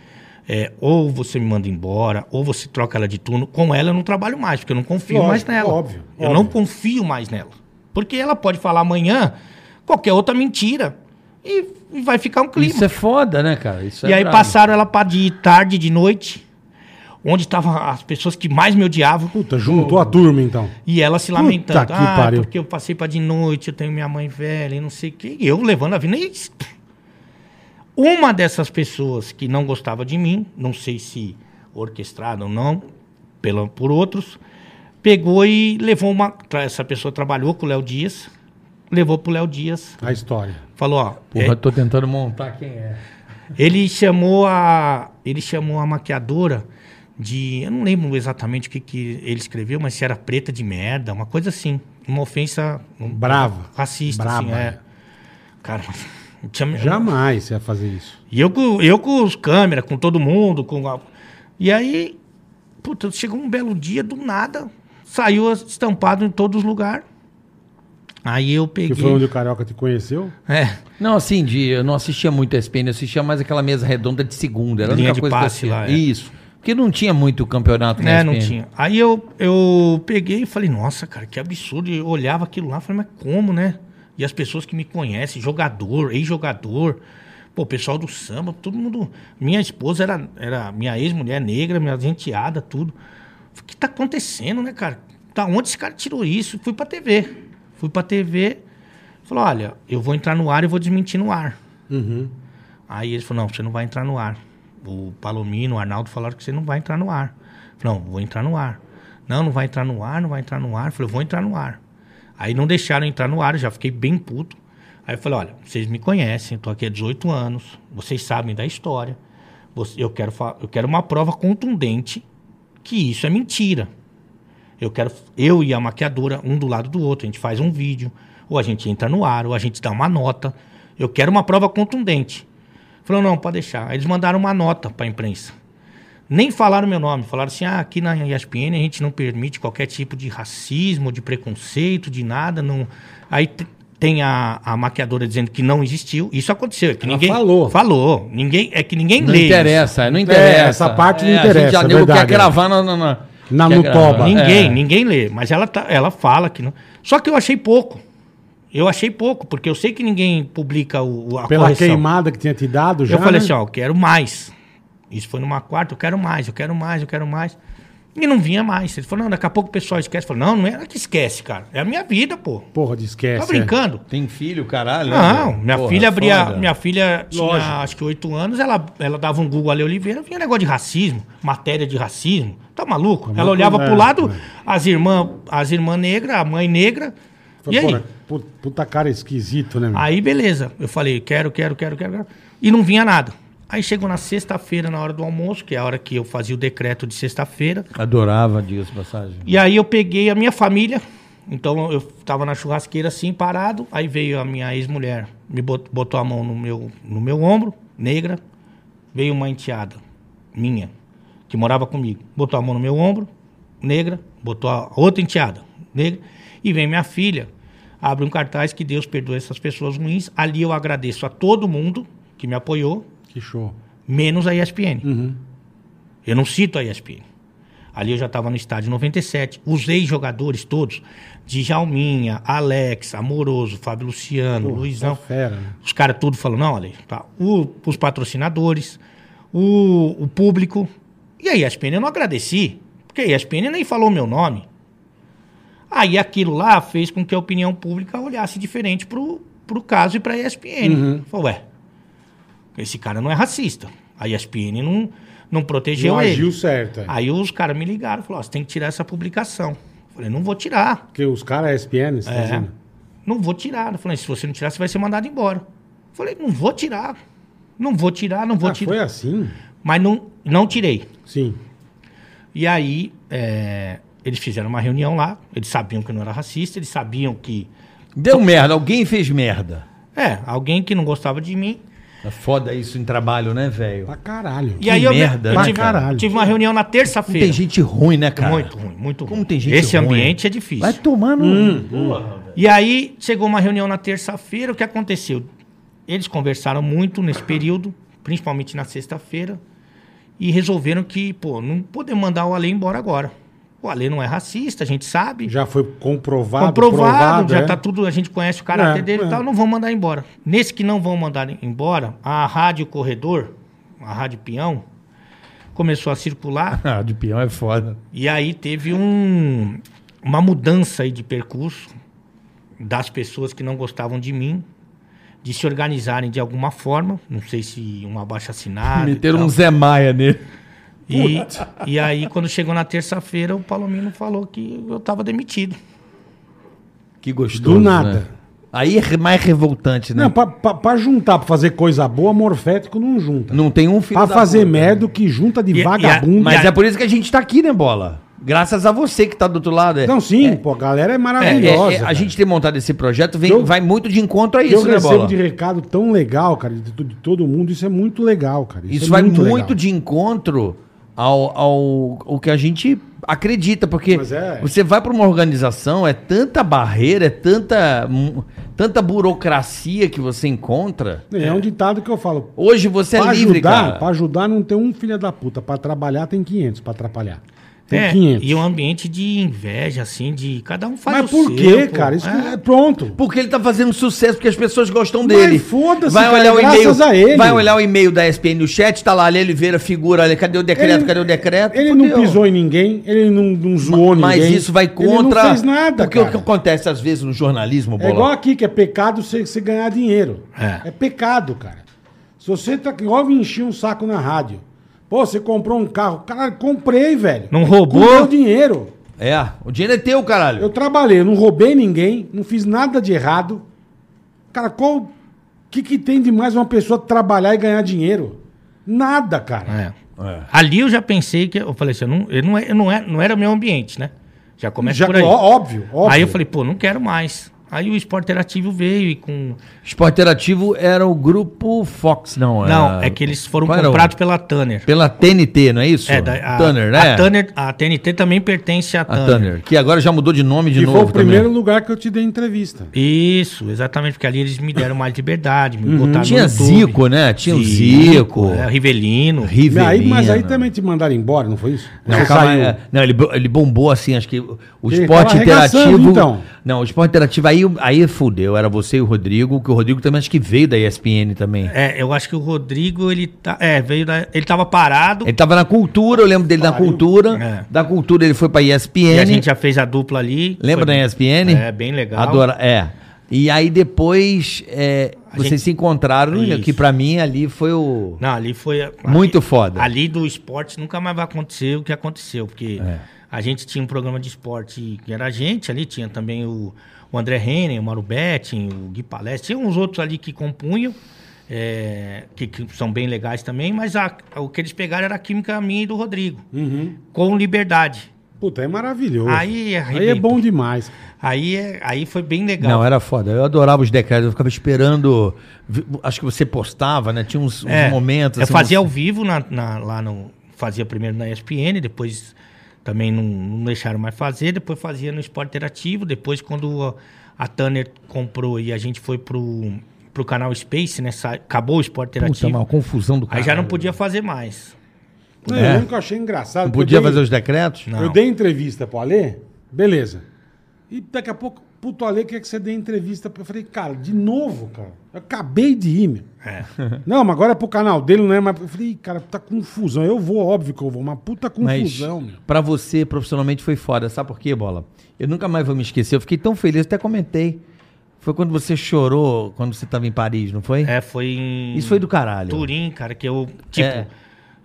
D: é, ou você me manda embora, ou você troca ela de turno. Com ela eu não trabalho mais, porque eu não confio
C: Lógico,
D: mais nela.
C: óbvio,
D: eu
C: óbvio.
D: não confio mais nela. Porque ela pode falar amanhã qualquer outra mentira e, e vai ficar um clima.
B: Isso é foda, né, cara? Isso
D: E
B: é
D: aí
B: brabo.
D: passaram ela para de tarde, de noite, onde estavam as pessoas que mais me odiavam.
C: Puta, juntou a turma então.
D: E ela se lamentando.
C: que
D: ah,
C: pariu."
D: porque eu passei pra de noite, eu tenho minha mãe velha, e não sei o quê. E eu levando a vida. E... Uma dessas pessoas que não gostava de mim, não sei se orquestrada ou não, pela, por outros, pegou e levou uma. tra- Essa pessoa trabalhou com o Léo Dias, levou pro Léo Dias,
C: A história.
D: falou: ó, é,
B: Porra, eu tô tentando montar quem é.
D: ele chamou a. Ele chamou a maquiadora de. Eu não lembro exatamente o que, que ele escreveu, mas se era preta de merda, uma coisa assim. Uma ofensa um,
C: Brava.
D: racista,
C: Braba.
D: assim, é. Cara, [laughs] tinha-
C: Jamais você ia fazer isso.
D: E eu, com- eu com os câmeras, com todo mundo, com. a- E aí, puta, chegou um belo dia, do nada, saiu estampado em todos os lugares. Aí eu
C: Que
D: peguei.
C: foi onde o Carioca te conheceu?
D: É.
B: Não, assim, de, eu não assistia muito a SPN, eu assistia mais aquela mesa redonda de segunda. Era a
D: Linha
B: única
D: de
B: coisa que eu
D: passe lá,
B: assistia.
D: é.
B: Isso. Porque não tinha muito campeonato na
D: É, não
B: SPN.
D: tinha. Aí eu, eu peguei e falei, nossa, cara, que absurdo. E Eu olhava aquilo lá e falei, mas como, né? E as pessoas que me conhecem, jogador, ex-jogador, pô, pessoal do samba, todo mundo. Minha esposa era, era minha ex-mulher negra, minha enteada, tudo. O que tá acontecendo, né, cara? Da onde esse cara tirou isso? Fui pra TV. Fui pra TV, falou, olha, eu vou entrar no ar e vou desmentir no ar. Aí ele falou, não, você não vai entrar no ar. O Palomino, o Arnaldo falaram que você não vai entrar no ar. Eu Falei, não, vou entrar no ar. Não, não vai entrar no ar, não vai entrar no ar. Eu Falei, vou entrar no ar. Aí não deixaram eu entrar no ar, eu já fiquei bem puto. Aí eu falei, olha, vocês me conhecem, eu tô aqui há 18 anos, vocês sabem da história. Você- Eu quero, fa- eu quero uma prova contundente que isso é mentira. Eu quero eu e a maquiadora um do lado do outro, a gente faz um vídeo, ou a gente entra no ar, ou a gente dá uma nota. Eu quero uma prova contundente. Falou, não, pode deixar. Aí eles mandaram uma nota para a imprensa. Nem falaram meu nome, falaram assim: "Ah, aqui na ESPN a gente não permite qualquer tipo de racismo, de preconceito, de nada, não". Aí te- tem a, a maquiadora dizendo que não existiu. Isso aconteceu, é que
C: Ela
D: ninguém
C: falou.
D: Falou. Ninguém é que ninguém
B: Não
D: lê. isso.
B: interessa, não interessa.
C: essa parte não
B: a gente
C: interessa,
B: já nego quer
C: verdade, é.
B: gravar na. Na, na,
C: Na
B: quer
C: Nutoba.
B: gravar.
D: Ninguém,
B: É.
D: ninguém lê. Mas ela, tá, ela fala que não. Só que eu achei pouco. Eu achei pouco, porque eu sei que ninguém publica o, o- a
C: Pela
D: correção.
C: queimada que tinha te dado já.
D: eu falei
C: né?
D: assim, ó, eu quero mais. Isso foi numa quarta, eu quero mais, eu quero mais, eu quero mais. E não vinha mais. Ele falou, não, daqui a pouco o pessoal esquece. Eu falei, não, não é que esquece, cara. É a minha vida, pô.
C: Porra, de
D: Tá
C: esquece. é."
D: brincando?
B: Tem filho, caralho.
D: Não, minha
B: é
D: filha abria.
B: minha
D: Minha filha tinha
C: Lógico.
D: acho que oito anos, ela, ela dava um Google ali Oliveira, vinha negócio de racismo, matéria de racismo. Tá maluco? ela
C: maluco,
D: olhava
C: né?
D: pro lado, as irmãs, as irmãs negras, a mãe negra.
C: Foi,
D: e aí?
C: porra, pu- Puta cara esquisito, né? meu?
D: Aí, beleza. Eu falei, quero, quero, quero, quero, quero. E não vinha nada. Aí chegou na sexta-feira, na hora do almoço, que é a hora que eu fazia o decreto de sexta-feira.
B: Adorava, diga-se de passagem.
D: E aí eu peguei a minha família. Então eu tava na churrasqueira assim, parado. Aí veio a minha ex-mulher, me bot- botou a mão no meu, no meu ombro, negra. Veio uma enteada minha, que morava comigo. Botou a mão no meu ombro, negra. Botou a outra enteada, negra. E vem minha filha, abre um cartaz que Deus perdoe essas pessoas ruins. Ali eu agradeço a todo mundo que me apoiou,
C: Que show.
D: menos a ESPN. Eu não cito a ESPN. Ali eu já estava no estádio 97. Os ex-jogadores todos, Djalminha, Alex, Amoroso, Fábio Luciano, Luizão.
C: Tá fera, né?
D: Os caras tudo falando, não, Ale, tá. O- os patrocinadores, o, o público. E a ESPN eu não agradeci, porque a ESPN nem falou meu nome. Aí aquilo lá fez com que a opinião pública olhasse diferente pro, pro caso e pra ESPN.
C: Uhum.
D: Falou, ué, esse cara não é racista. A ESPN não, não protegeu
C: Não
D: ele.
C: agiu certo. é.
D: Aí os caras me ligaram, falaram, ó, você tem que tirar essa publicação. Eu falei, não vou tirar.
C: Porque os caras ESPN, você tá
D: É.
C: dizendo?
D: Não vou tirar. Eu falei, se você não tirar, você vai ser mandado embora. Eu falei, não vou tirar. Não vou tirar, não vou
C: Ah,
D: tirar.
C: foi assim?
D: Mas não, não tirei.
C: Sim.
D: E aí, é, eles fizeram uma reunião lá. Eles sabiam que eu não era racista, eles sabiam que.
B: Deu merda, alguém fez merda.
D: É, alguém que não gostava de mim.
B: É foda isso em trabalho, né, velho?
C: Pra caralho.
D: E
B: Que
D: aí eu,
B: merda,
D: eu
B: né,
D: tive,
C: caralho?
D: tive uma reunião na
B: Como Tem
D: terça-feira.
B: gente ruim, né, cara?
D: Muito ruim, muito ruim.
B: Como tem gente
D: Esse
B: ruim.
D: ambiente é difícil.
B: Vai um- tomar no.
D: E aí chegou uma reunião na terça-feira, o que aconteceu? Eles conversaram muito nesse período, principalmente na sexta-feira, e resolveram que, pô, não podemos mandar o Ale embora agora. O Ale não é racista, a gente sabe.
C: Já foi comprovado.
D: comprovado, já
C: é.
D: tá tudo, a gente conhece o caráter
C: É,
D: dele
C: é.
D: e tal, não vão mandar embora. Nesse que não vão mandar embora, a Rádio Corredor, a Rádio Peão, começou a circular
B: Ah, de peão é foda.
D: e aí teve um, uma mudança aí de percurso das pessoas que não gostavam de mim, de se organizarem de alguma forma, não sei se um abaixo assinado. e
B: Meteram
D: tal.
B: um Zé Maia nele.
D: E, e aí, quando chegou na terça-feira, o Palomino falou que eu estava demitido.
B: Que gostoso.
C: Do nada.
B: né? Aí é mais revoltante, né?
C: Não, pra, pra- pra juntar, pra fazer coisa boa, morfético não junta.
B: Não tem um filho.
C: pra
B: da
C: fazer
B: puta.
C: merda, um o que junta de
D: E- e a-
C: vagabundo.
B: Mas é por isso que a gente tá aqui, né, bola? Graças a você que tá do outro lado. É,
C: Não, sim,
B: É,
C: pô, a galera é
B: é,
C: maravilhosa.
B: é, a
C: cara.
B: gente ter montado esse projeto vem,
C: Eu-
B: vai muito de encontro a
C: Que eu
B: isso, né,
C: recebo
B: bola?
C: de recado tão legal, cara, de, to- de todo mundo, isso é muito legal, cara.
B: Isso vai muito,
C: legal.
B: de encontro ao, ao, ao que a gente acredita, porque
C: Mas é.
B: você vai para uma organização, é tanta barreira, é tanta, mu- tanta burocracia que você encontra.
C: É, um ditado que eu falo.
B: Hoje você
C: pra
B: é livre,
C: ajudar,
B: cara.
C: pra ajudar não tem um filho da puta. Pra trabalhar tem 500, pra atrapalhar. Tem
D: É,
C: 500.
D: e um ambiente de inveja, assim, de cada um faz
C: Mas
D: o
C: por
D: seu,
C: quê,
D: pô.
C: cara? Isso
D: É.
C: que- é pronto.
B: Porque ele tá fazendo sucesso, porque as pessoas gostam
C: Mas
B: dele.
C: foda-se,
B: vai
C: cara,
B: olhar o
C: graças
B: e-mail,
C: a ele.
B: Vai olhar o e-mail da SPN no chat, tá lá, Ale Oliveira, figura, Ale, cadê o decreto, cadê o decreto?
C: Ele
B: Fudeu.
C: não pisou em ninguém, ele não, não zoou ninguém.
B: Mas isso vai contra...
C: Ele não fez nada,
B: Porque o
C: cara.
B: que acontece às vezes no jornalismo,
C: É
B: Bola?
C: igual aqui, que é pecado você, você ganhar dinheiro.
D: É.
C: É. pecado, cara. Se você tá. Igual eu enchi um saco na rádio. Pô, você comprou um carro. Caralho, comprei, velho.
D: Não roubou?
C: Com meu dinheiro.
B: É, o dinheiro é teu, caralho.
C: Eu trabalhei, eu não roubei ninguém, não fiz nada de errado. Cara, qual. O que, que tem de mais uma pessoa trabalhar e ganhar dinheiro? Nada, cara.
D: É. Ali eu já pensei que. Eu falei assim, eu não, eu não, é- eu não, é- não era meu ambiente, né? Já começa
C: Já,
D: por aí.
C: ó- óbvio, óbvio.
D: Aí eu falei, pô, não quero mais. Aí o Esporte Interativo veio e com.
B: Esporte Interativo era o grupo Fox, não?
D: Não,
B: era-
D: é que eles foram
B: Qual era o-
D: comprados pela Tanner.
B: Pela TNT, não é isso?
D: É, da- a,
B: Tanner, né?
D: a Tanner, a TNT também pertence à
B: A
D: Tanner.
B: Tanner, que agora já mudou de nome de
C: E
B: novo
C: foi o
B: também.
C: primeiro lugar que eu te dei entrevista.
D: Isso, exatamente, porque ali eles me deram mais liberdade, me botaram
B: Uhum, Tinha Zico, né? Tinha o Zico.
D: é, Rivelino.
B: Rivelino.
C: Aí, mas aí também te mandaram embora, não foi isso?
B: Não,
C: Você
B: calma,
C: saiu.
B: é, não ele, bo- ele bombou assim, acho que o o
C: Ele
B: esporte
C: tava arregaçando,
B: interativo.
C: então.
B: Não, o esporte interativo aí, aí fudeu. Era você e o Rodrigo, que o Rodrigo também acho que veio da ESPN também.
D: É, eu acho que o Rodrigo, ele tá. É, veio da. Ele tava parado.
B: Ele tava na cultura, eu lembro dele na cultura.
D: É.
B: Da cultura ele foi pra ESPN.
D: E a gente já fez a dupla ali.
B: Lembra
D: Foi-
B: da ESPN?
D: É, bem legal.
B: Adora, é. E aí depois é,
D: A
B: vocês
D: gente-
B: se encontraram,
D: Isso.
B: que pra mim ali foi o.
D: Não, ali foi. ali-
B: Muito foda.
D: Ali do esporte nunca mais vai acontecer o que aconteceu, porque
B: É.
D: a gente tinha um programa de esporte que era a gente, ali tinha também o, o André Henning, o Mauro Betting, o Gui Palestra, tinha uns outros ali que compunham, é, que, que são bem legais também, mas a- o que eles pegaram era a química minha e do Rodrigo,
C: Uhum.
D: com liberdade.
C: Puta, é maravilhoso.
D: Aí
C: Aí é
D: arrebentou.
C: bom demais.
D: Aí, é- aí foi bem legal.
B: Não, era foda. Eu adorava os decretos, eu ficava esperando. vi- Acho que você postava, né? Tinha uns, uns
D: É,
B: momentos.
D: Eu
B: assim,
D: fazia ao
B: uns-
D: vivo na- na- lá no. Fazia primeiro na ESPN, depois também não, não deixaram mais fazer, depois fazia no Esporte Interativo, depois quando a, a Tanner comprou e a gente foi pro, pro canal Space, né? Sa- Acabou o esporte
B: Puta,
D: interativo.
B: uma confusão do cara.
D: aí já não podia fazer mais.
C: Não,
B: É.
C: Eu nunca achei engraçado.
B: Não
C: porque
B: podia
C: eu dei-
B: fazer os decretos?
D: Não.
C: Eu dei entrevista pro Alê, beleza. E daqui a pouco, puto Alê quer que você dê entrevista. pra- Eu falei, cara, de novo, cara. Eu acabei de ir, meu.
D: É.
B: Uhum.
C: Não, mas agora é pro canal dele, não é mais. Eu falei, cara, tá confusão. Eu vou, óbvio que eu vou. Uma puta
B: Mas é
C: confusão, meu.
B: pra você, profissionalmente, foi foda. Sabe por quê, Bola? Eu nunca mais vou me esquecer. Eu fiquei tão feliz, até comentei. Foi quando você chorou, quando você tava em Paris, não foi?
D: É, foi
B: [laughs]
D: em.
B: Isso foi do caralho.
D: Turim, cara, que eu. Tipo,
B: É.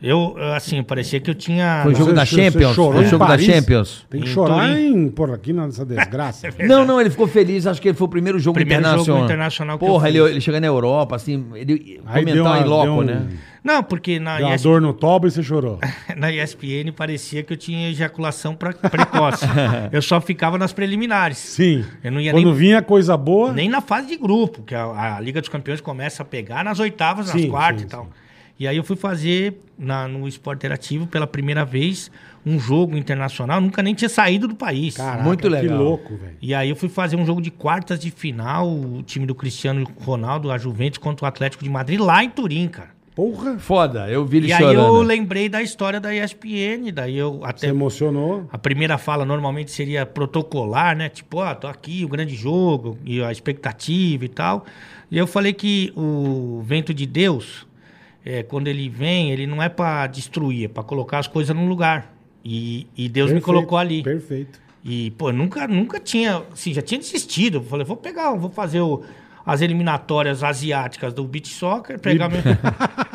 D: eu, assim, parecia que eu tinha.
B: Foi o jogo
C: Você-
B: da
C: você
B: Champions?
C: chorou
B: Foi o
C: em
B: jogo da
C: Paris?
B: Champions? Então,
C: Tem que
D: Em
C: chorar
D: Turim.
C: em. Porra, aqui nessa
B: [laughs]
C: desgraça.
B: Não, não, ele ficou feliz. Acho que ele foi o primeiro jogo
D: Primeiro jogo
B: internacional.
D: internacional que eu
B: Porra, ele,
D: fiz.
B: ele chega na Europa, assim, ele
C: Aí deu
B: comentar
C: uma-
B: em loco,
C: deu um-
B: né?
D: Não, porque na,
C: Deu uma
D: ESPN
C: dor no toba e você chorou.
D: [laughs] na ESPN parecia que eu tinha ejaculação pra-
C: [laughs]
D: precoce. eu só ficava nas preliminares.
C: Sim.
D: Eu não ia
C: Quando
D: nem-
C: vinha coisa boa.
D: Nem na fase de grupo, que a, a Liga dos Campeões começa a pegar nas oitavas, nas
C: Sim,
D: quartas
C: sim,
D: e tal. E aí eu fui fazer na- no Esporte Interativo pela primeira vez um jogo internacional, nunca nem tinha saído do país.
C: Caraca,
B: Muito
C: Que
B: legal.
C: louco, velho.
D: E aí eu fui fazer um jogo de quartas de final, o time do Cristiano Ronaldo, a Juventus contra o Atlético de Madrid lá em Turim, cara.
C: Porra.
B: Foda, eu vi ele
D: E aí
C: né,
B: chorando.
D: eu lembrei da história da ESPN, daí eu
C: Você
D: até
C: emocionou.
D: a primeira fala normalmente seria protocolar, né? Tipo, ó, tô aqui, o grande jogo, e a expectativa e tal. E eu falei que o vento de Deus, é, quando ele vem, ele não é pra destruir, é pra colocar as coisas no lugar. E, e Deus me
C: Perfeito,
D: colocou ali.
C: Perfeito.
D: E, pô, nunca, nunca tinha, assim, já tinha desistido. Eu falei, vou pegar, vou fazer o- as eliminatórias asiáticas do beach soccer, pegar meu... [laughs]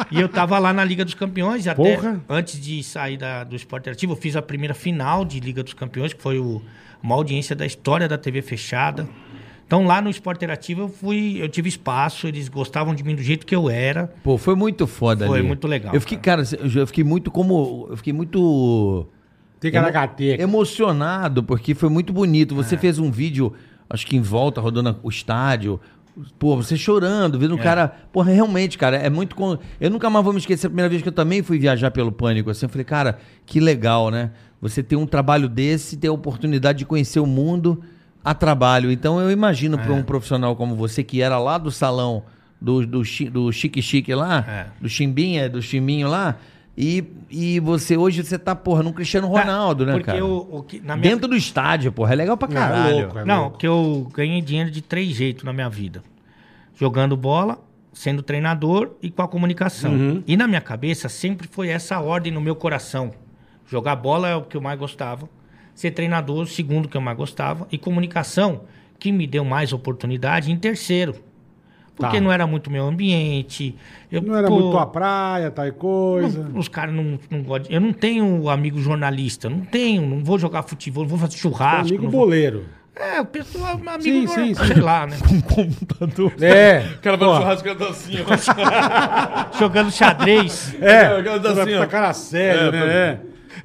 D: E eu tava lá na Liga dos Campeões, e até
C: Porra.
D: antes de sair da- do esporte ativo, eu fiz a primeira final de Liga dos Campeões, que foi o- uma audiência da história da TV fechada. Então lá no Esporte Interativo eu fui, eu tive espaço, eles gostavam de mim do jeito que eu era.
B: Pô, foi muito foda
D: Foi
B: ali.
D: muito legal,
B: Eu fiquei, cara, eu fiquei muito como... Eu fiquei muito...
C: Tem
B: Emo- Emocionado, porque foi muito bonito. Você fez um vídeo, acho que em volta, rodando o estádio. Pô, você chorando, vendo o cara. Porra, realmente, cara, é muito. con- Eu nunca mais vou me esquecer a primeira vez que eu também fui viajar pelo pânico. Assim, eu falei, cara, que legal, né? Você ter um trabalho desse, ter a oportunidade de conhecer o mundo a trabalho. Então eu imagino para um profissional como você, que era lá do salão do, do, chi- do Chique Chique lá,
D: É.
B: do Chimbinha, do Chiminho lá. E, e você hoje você tá, porra, num Cristiano Ronaldo, né,
D: Porque
B: cara?
D: o- o que- na minha
B: Dentro do estádio, porra, é legal pra caralho.
C: louco, é.
D: Não, que eu ganhei dinheiro de três jeitos na minha vida: jogando bola, sendo treinador e com a comunicação.
C: Uhum.
D: E na minha cabeça sempre foi essa ordem no meu coração: jogar bola é o que eu mais gostava, ser treinador, o segundo que eu mais gostava, e comunicação, que me deu mais oportunidade, em terceiro. Porque
C: Tá.
D: não era muito meu ambiente. Eu,
C: Não era
D: pô,
C: muito a praia, tal coisa.
D: os caras não, não gostam. de- Eu não tenho um amigo jornalista, não tenho, não vou jogar futebol, não vou fazer churrasco.
C: amigo
D: não vou-
C: boleiro.
D: é, o pessoal, um amigo,
C: Sim,
D: nor-
C: sim, sim.
D: sei
C: [laughs]
D: lá, né?
C: É.
E: cara
C: vai no
E: churrasco e dancinha.
D: Jogando xadrez.
C: É.
E: aquela dancinha.
C: Tá cara séria, né? É.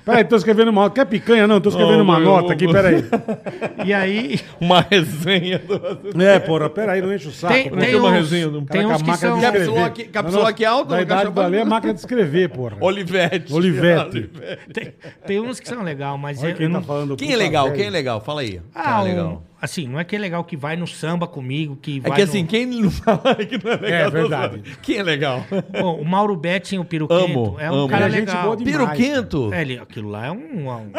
C: Peraí, tô escrevendo uma nota. Quer picanha? Não, tô escrevendo uma nota aqui, peraí.
D: E aí,
E: Uma resenha.
C: É, porra, peraí, não enche o saco. né?
D: tem, tem
E: tem uma
D: uns,
E: resenha, não.
D: tem
C: Caraca,
D: uns
C: a
D: que
C: máquina
D: são...
C: de escrever.
E: Capsula aqui- capsula
C: Na nossa-
E: aqui alta,
C: Na
E: no
C: idade
E: caixa
C: do Alê é
E: baixo.
C: máquina de escrever, porra.
E: Olivete.
C: Olivete.
D: [laughs] Tem, tem uns que são legal, mas
C: Olha
D: eu,
C: quem
D: eu
C: tá
D: não...
C: falando.
B: Quem é
C: puta
B: legal?
C: velho.
B: Quem é legal? Fala aí. Quem
D: Ah,
B: é
D: um-
B: legal.
D: assim, não é que é legal que vai no samba comigo, que vai
B: É que assim,
D: no...
B: quem não fala [laughs] que não é legal.
C: É verdade.
B: Quem é legal?
D: Pô, o Mauro Betting, o Piruquento,
B: Amo,
D: é um
B: amo.
D: cara
C: Ele é gente
D: legal.
C: boa demais.
B: Piro Quinto?
D: É, ele- aquilo lá é um...
C: [laughs]
D: um-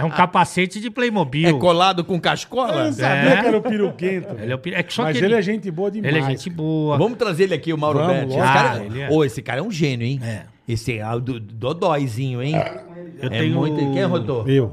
D: é um capacete de Playmobil.
B: É colado com cascola?
C: Eu não sabia
D: É.
C: que era o piruquento.
D: Ele é o pi- é que só
C: Mas
D: que
C: ele... é gente boa demais.
D: Ele é gente boa.
B: Vamos trazer ele aqui, o Mauro
C: Vamos,
B: Betti. Esse,
C: lógico.
B: cara,
D: Ah, ele é.
B: Ô, esse cara é um gênio, hein?
D: É.
B: Esse é o do, Dodóizinho, hein?
D: Eu
B: é
D: tenho-
B: muito. Quem rodou?
C: Eu.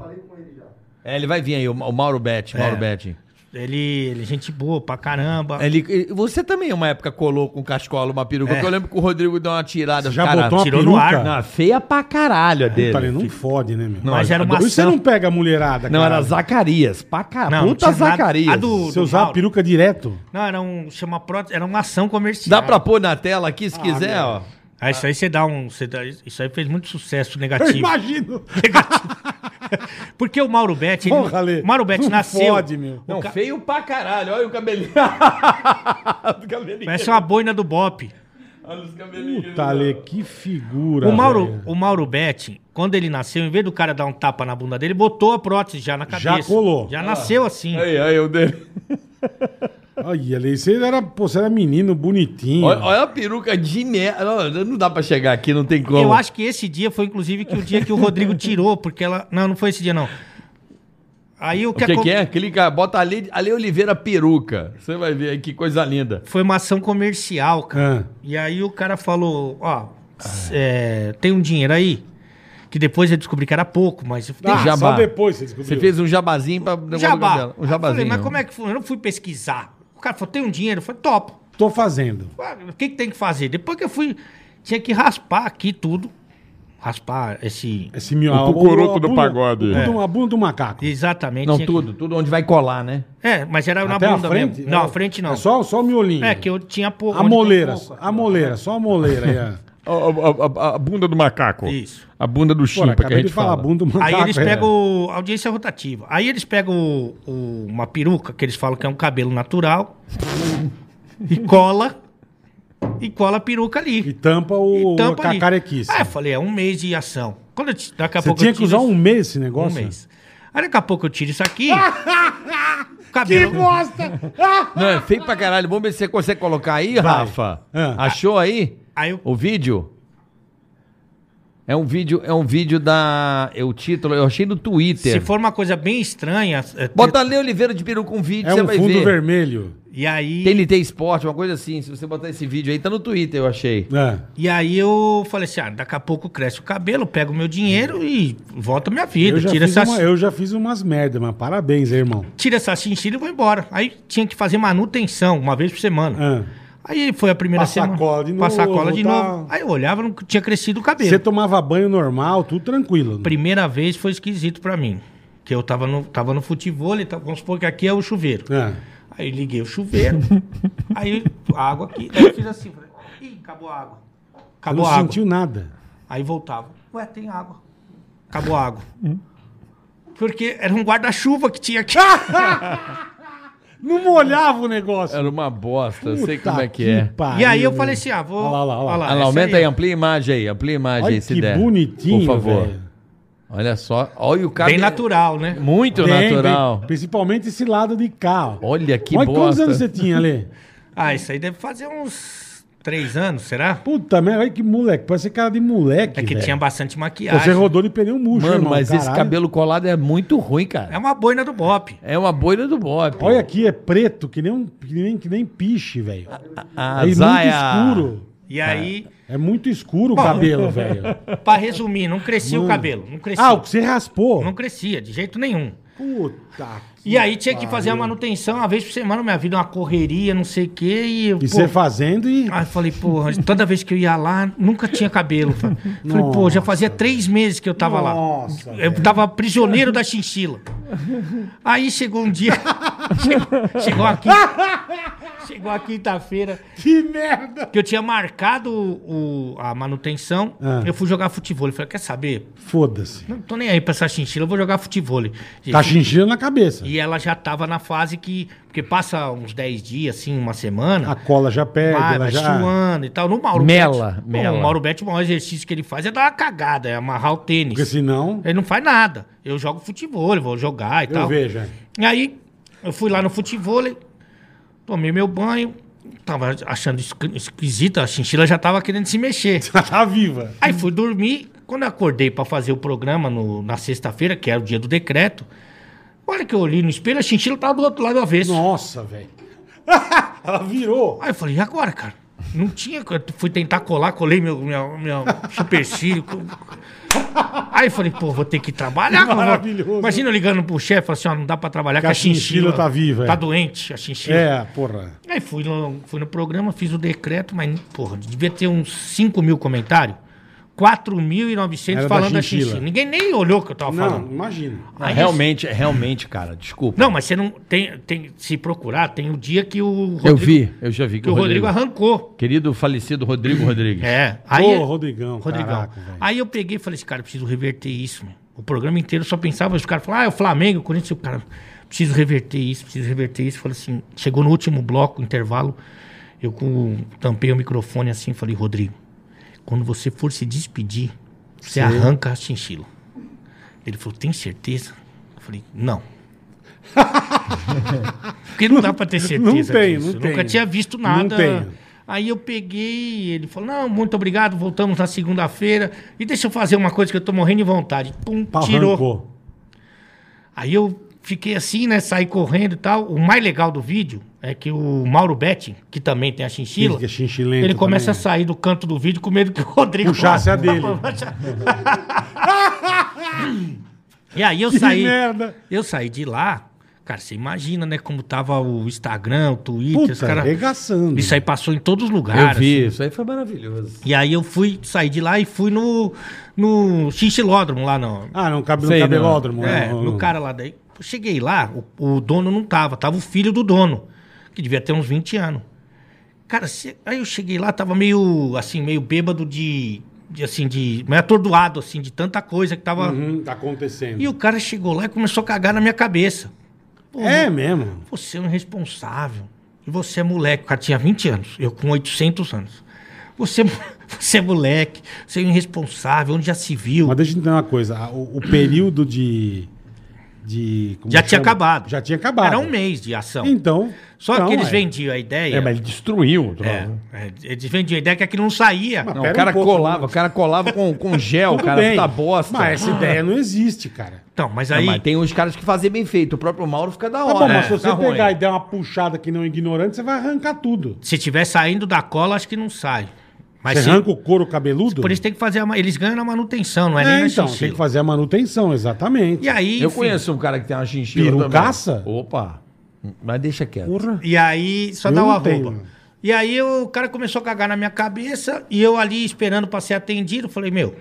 B: É, ele vai vir aí, o Ma- o Mauro Betti.
D: É.
B: Mauro Betti.
D: Ele, ele é gente boa pra caramba.
C: É,
B: Ele, ele- você também, uma época, colou com cascola uma peruca.
D: É.
B: que Eu lembro que o Rodrigo deu uma tirada.
C: Já
B: cara,
C: botou uma
D: tirou
C: peruca?
D: no ar,
C: Não,
B: Não, feia pra caralho a dele.
D: Tá
C: Falei, não fode, né, meu?
B: Não,
D: Mas era uma
C: Por isso você
D: ação.
C: não pega a mulherada,
B: Não, era
C: caralho.
B: Zacarias. Pra caralho.
D: Não, não
B: Puta
D: tinha nada.
B: Zacarias.
D: A do-
C: Se eu usar a
D: Mauro.
C: peruca direto.
D: Não, era um chama prótese, era uma ação comercial.
B: Dá pra pôr na tela aqui, se quiser, ó.
D: Ah, isso aí você dá um, você dá- isso aí fez muito sucesso
C: Eu
D: negativo.
C: imagino.
D: Porque o Mauro Betti, ele-
C: Porra, Ale,
D: o Mauro Betti
C: não
D: nasceu.
C: fode, meu.
D: Não,
B: Não,
D: ca...
B: feio pra caralho. Olha o cabelinho. [laughs] Olha o cabelinho.
D: Parece uma boina do Bop.
B: Olha os cabelinhos.
C: Puta, Ale, que figura.
D: O Mauro,
C: velho.
D: o Mauro Betti, quando ele nasceu, em vez do cara dar um tapa na bunda dele, botou a prótese já na cabeça.
C: Já colou. Ah.
D: Já nasceu assim.
B: Aí, aí, o dele.
C: Olha Olha, ali, você era, pô, você era menino bonitinho.
B: Olha, olha a peruca de merda. Não, não dá pra chegar aqui, não tem como.
D: Eu acho que esse dia foi, inclusive, que o dia que o
C: [laughs]
D: Rodrigo tirou, porque ela. Não, não foi esse dia, não. Aí o
B: O que,
D: que,
B: que,
D: acon-
B: é? Clica, bota Ale, Ale Oliveira peruca. Você vai ver aí que coisa linda.
D: Foi uma ação comercial, cara.
C: Ah,
D: E aí o cara falou, ó, é, tem um dinheiro aí, que depois eu descobri que era pouco, mas eu falei,
C: Ah,
B: jabá.
C: só depois você descobriu.
B: Você fez um jabazinho pra
D: "Tem um
B: negócio
D: jabá.
B: do Gabriela.
D: Aí
B: Um
D: eu
B: jabazinho.
D: falei, mas como é que foi? Eu não fui pesquisar. O cara falou, tem um dinheiro? Eu falei, top.
C: Tô fazendo.
D: O que, que tem que fazer? Depois que eu fui, tinha que raspar aqui tudo. Raspar esse...
C: Esse meu,
E: O
C: a-
E: cucuruto
C: a- a
E: do
C: bunda-
E: pagode.
C: o
D: É.
C: bunda- A bunda do macaco.
D: Exatamente.
B: Não,
D: tinha que-
B: tudo, tudo onde vai colar, né?
D: É, mas era na
C: Até a
D: bunda
C: frente?
D: mesmo. Não,
C: É,
D: a frente não.
C: É só, só o miolinho.
D: É, que eu tinha pouco.
C: A
D: onde tem
C: moleira,
D: pouco.
C: a moleira, só a
D: [laughs]
C: moleira. é. aí, ó.
E: A, a- a- a bunda do macaco.
D: Isso.
E: A bunda do
C: Pô,
E: chimpa que a
C: acabei
E: gente
C: de falar, a
E: fala.
C: bunda do macaco.
D: Aí eles
C: é.
D: pegam o- audiência rotativa. Aí eles pegam o- o- uma peruca, que eles falam que é um cabelo
C: [laughs]
D: natural, e cola, e cola a peruca
C: E
D: ali.
C: tampa o
D: E tampa
C: a
D: ali.
C: carequice.
D: Aí eu falei, é um mês de ação. Quando eu, ti- daqui a
C: Você
D: pouco
C: tinha
D: eu
C: que usar
D: isso-
C: um mês esse
D: um
C: negócio?
D: mês. Aí daqui a pouco eu tiro
C: [laughs]
D: isso aqui. o cabelo.
B: Não, é feio pra caralho. Vamos ver se você consegue colocar aí, Rafa.
C: Ah.
B: Achou aí?
D: Aí eu-
B: O vídeo? É um vídeo, é um vídeo da. é o título, eu achei no Twitter.
D: se for uma coisa bem estranha. é,
B: Bota Ale Oliveira de peruca um vídeo,
C: É
B: você
C: um
B: vai
C: fundo
B: ver.
C: vermelho.
D: E aí.
B: TNT Esporte, uma coisa assim. Se você botar esse vídeo aí, tá no Twitter, eu achei.
C: É.
D: E aí eu falei assim, ah, daqui a pouco cresce o cabelo, pego o meu dinheiro e volto à minha vida.
C: Eu, já
D: Tira
C: fiz
D: essa,
C: uma- eu já fiz umas merdas, mas parabéns, hein, irmão.
D: tira essa chinchila e vou embora. Aí tinha que fazer manutenção uma vez por semana.
C: Ah.
D: Aí foi a primeira
C: Passar
D: semana.
C: cola de
D: Passar
C: novo,
D: cola de
C: tá.
D: novo. Aí eu olhava, não tinha crescido o cabelo.
C: Você tomava banho normal, tudo tranquilo. né?
D: Primeira vez foi esquisito pra mim. Que eu tava no, tava no futebol, e tá- vamos supor que aqui é o chuveiro.
C: É.
D: Aí liguei o chuveiro, [laughs] aí a água aqui. Aí eu fiz assim, falei, ih, acabou a água.
C: Eu
D: Acabou
C: não
D: a água.
C: sentiu nada.
D: Aí voltava. Ué, tem água. Acabou a água. Porque era um guarda-chuva
C: [laughs]
D: que tinha aqui.
C: Não molhava o negócio.
B: Era uma bosta, eu sei
C: Puta
B: como é que é.
C: pariu, né?
D: e aí eu
C: meu.
D: falei assim, ah, vou...
C: Olha lá, olha lá, olha lá.
B: Ah, lá,
D: essa
B: aumenta
D: aí.
B: aí, amplia a imagem aí, amplia a imagem
C: Olha
B: aí, se
C: que
B: der.
C: bonitinho,
B: Por favor.
C: velho.
B: Olha só, olha o cara.
D: Bem natural, né?
B: Muito
C: Bem, bem,
B: natural.
C: principalmente esse lado de cá. ó.
B: Olha que
C: Olha quantos
B: bosta.
C: anos você tinha, Lê?
D: Ah, isso aí deve fazer uns três anos, será?
C: Puta merda, olha que moleque. Parece cara de moleque,
D: É que
C: velho.
D: tinha bastante maquiagem.
C: Você rodou de pneu murcho,
B: Mano,
C: irmão,
B: mas esse
C: caralho.
B: cabelo colado é muito ruim, cara.
D: É uma boina do Bop.
B: É uma bolha do Bop.
C: Olha aqui, é preto, que nem, um, que nem, que nem piche, velho.
B: a
C: É muito
B: zaia.
C: escuro.
D: E aí,
C: É muito escuro o cabelo, velho.
D: pra resumir, não crescia o cabelo. Não crescia.
C: Hum. Ah, o que você raspou.
D: Não crescia, de jeito nenhum.
C: Puta. que-
D: E aí tinha que fazer a manutenção uma vez por semana. Minha vida é uma correria, não sei o quê. E, eu,
C: E
D: pô,
C: você fazendo e.
D: Aí eu falei, porra, toda vez que eu ia lá, nunca tinha cabelo.
C: [laughs]
D: Falei, pô, já fazia três meses que eu tava
C: Nossa,
D: lá. Eu
C: velho.
D: tava prisioneiro da chinchila. Aí chegou um dia. [laughs] chegou, chegou aqui. Chegou a quinta-feira,
C: Que merda!
D: que eu tinha marcado o, o- a manutenção.
C: Ah.
D: Eu fui jogar futebol. Eu falei, quer saber?
C: Foda-se.
D: Não tô nem aí pra essa chinchila, eu vou jogar futebol.
C: Tá xingindo na cabeça.
D: E ela já tava na fase que. Porque passa uns 10 dias, assim, uma semana.
C: A cola já pega,
D: Vai,
C: ela
D: vai
C: já.
D: suando e tal. No Mauro
B: Mela,
D: Betti,
B: mela.
D: O Mauro Betti, o maior exercício que ele faz é dar uma cagada, é amarrar o tênis.
C: Porque senão.
D: Ele não faz nada. Eu jogo futebol, eu vou jogar e
C: Eu
D: tal.
C: vejo. é.
D: E aí, eu fui lá no futebol, tomei meu banho, tava achando esqui- esquisito, a chinchila já tava querendo se mexer.
C: [laughs] Ela tá viva.
D: Aí fui dormir. Quando eu acordei pra fazer o programa no- na sexta-feira, que era o dia do decreto, olha que eu olhei no espelho, a chinchila tava do outro lado do avesso.
C: Nossa, velho. [laughs] ela virou.
D: Aí eu falei, e agora, cara? Não tinha. Eu fui tentar colar, colei meu,
C: [laughs]
D: meu, meu supercílio. co- Aí eu falei, pô, vou ter que trabalhar. cara.
C: Maravilhoso.
D: Imagina eu ligando pro chefe, falando assim, ó, não dá pra trabalhar
C: Que
D: que,
C: a
D: a chinchila,
C: chinchila tá viva, é.
D: Tá doente, a chinchila.
C: É, porra.
D: Aí fui no, fui no programa, fiz o decreto, mas, porra, devia ter uns 5 mil comentários. 4.900
C: Era da
D: falando da
C: chinchila.
D: chinchila. Ninguém nem olhou o que eu tava
C: Não,
D: Tá falando.
C: imagina.
D: Aí
B: Ah, realmente, realmente, cara, desculpa.
D: Não, mas você não tem, tem. Se procurar, tem o dia que o Rodrigo,
B: eu vi, eu já vi que,
D: que o Rodrigo arrancou.
B: Querido falecido Rodrigo Rodrigues.
D: É.
C: Ô,
D: Aí,
C: Rodrigão.
D: Rodrigão.
C: Caraca, velho.
D: aí eu peguei e falei assim, cara, eu preciso reverter isso, meu. O programa inteiro eu só pensava, os caras falavam, ah, é o Flamengo, o Corinthians, o cara, preciso reverter isso, preciso reverter isso. Falei assim, chegou no último bloco, intervalo, eu com, tampei o microfone assim, falei, Rodrigo, quando você for se despedir, você arranca a chinchila.
C: [laughs]
D: Ele falou, tem certeza? Eu falei, não. Porque não dá pra ter certeza
C: não tenho,
D: disso.
C: não
D: Nunca
C: tenho.
D: tinha visto nada.
C: Não tenho.
D: Aí eu peguei, ele falou, não, muito obrigado, voltamos na segunda-feira. E deixa eu fazer uma coisa que eu tô morrendo de vontade. Pum,
C: Pá,
D: tirou.
C: arrancou.
D: Aí eu fiquei assim, né? Saí correndo e tal. O mais legal do vídeo é que o Mauro Betting, que também tem a chinchila,
C: Ele que é chinchilento
D: ele começa
C: também,
D: a sair do canto do vídeo com medo que o [laughs] Rodrigo
C: Puxasse a dele.
D: e aí eu
C: Que
D: saí.
C: merda.
D: Eu saí de lá. Cara, você imagina, né? Como tava o Instagram, o Twitter,
C: Puta,
D: os caras.
C: arregaçando.
D: Isso aí passou em todos os
B: Eu
D: lugares.
B: vi, isso aí foi maravilhoso.
D: E aí eu fui, saí de lá e fui no, no chinchilódromo lá, não.
C: Ah, não cabe
B: Sei,
C: no
B: não.
C: cabelódromo.
D: É,
C: não,
D: no
C: não.
D: cara lá daí. Eu Cheguei lá, o, o dono não tava, tava o filho do dono, que devia ter uns 20 anos. Cara, cê- aí eu cheguei lá, tava meio, assim, meio bêbado de, de assim, de, meio atordoado, assim, de tanta coisa que tava...
C: Uhum, tá acontecendo.
D: E o cara chegou lá e começou a cagar na minha cabeça. Pô,
C: É mesmo.
D: você é um irresponsável. E você é moleque. O cara tinha 20 anos, eu com 800 anos. Você, é mo- [laughs] você é moleque, você é um irresponsável, onde já se viu.
C: Mas deixa eu entender uma coisa. a- O, o período de. de como
D: já
C: chama?
D: tinha acabado.
C: Já tinha acabado.
D: Era um mês de ação.
C: Então.
D: Só
C: então,
D: que eles
C: é.
D: vendiam a ideia.
E: É, mas ele destruiu.
D: É, é, eles vendiam a ideia que aquilo não saía.
C: Mas
B: Não,
C: pera
B: o
C: um
B: cara
C: pouco,
B: colava, o cara colava com, com gel,
C: Tudo
B: o cara
C: bem.
B: puta bosta. Ah,
C: Mas essa ideia não existe, cara.
D: Então, mas
B: Não,
D: aí.
B: mas tem uns caras que fazem bem feito. O próprio Mauro fica da
C: Tá
B: hora.
C: bom,
B: né?
D: é,
C: mas se você
B: Tá ruim.
C: pegar e der uma puxada que não é ignorante, você vai arrancar tudo.
D: Se tiver saindo da cola, acho que não sai. Mas
C: você
D: se-
C: arranca o couro cabeludo?
D: por isso tem que fazer. A, ma- eles ganham na manutenção, não é, nem
C: é,
D: na
C: então,
D: chinchila.
C: tem que fazer a manutenção, exatamente.
D: E aí.
B: Eu
D: enfim,
B: conheço um cara que tem uma chinchila
C: Perucaça?
B: também. Opa. Mas deixa quieto.
C: Porra.
D: E aí, só
C: Eu
D: dá uma
C: não tenho.
D: roupa. E aí o cara começou a cagar na minha cabeça e eu ali esperando pra ser atendido, falei, meu,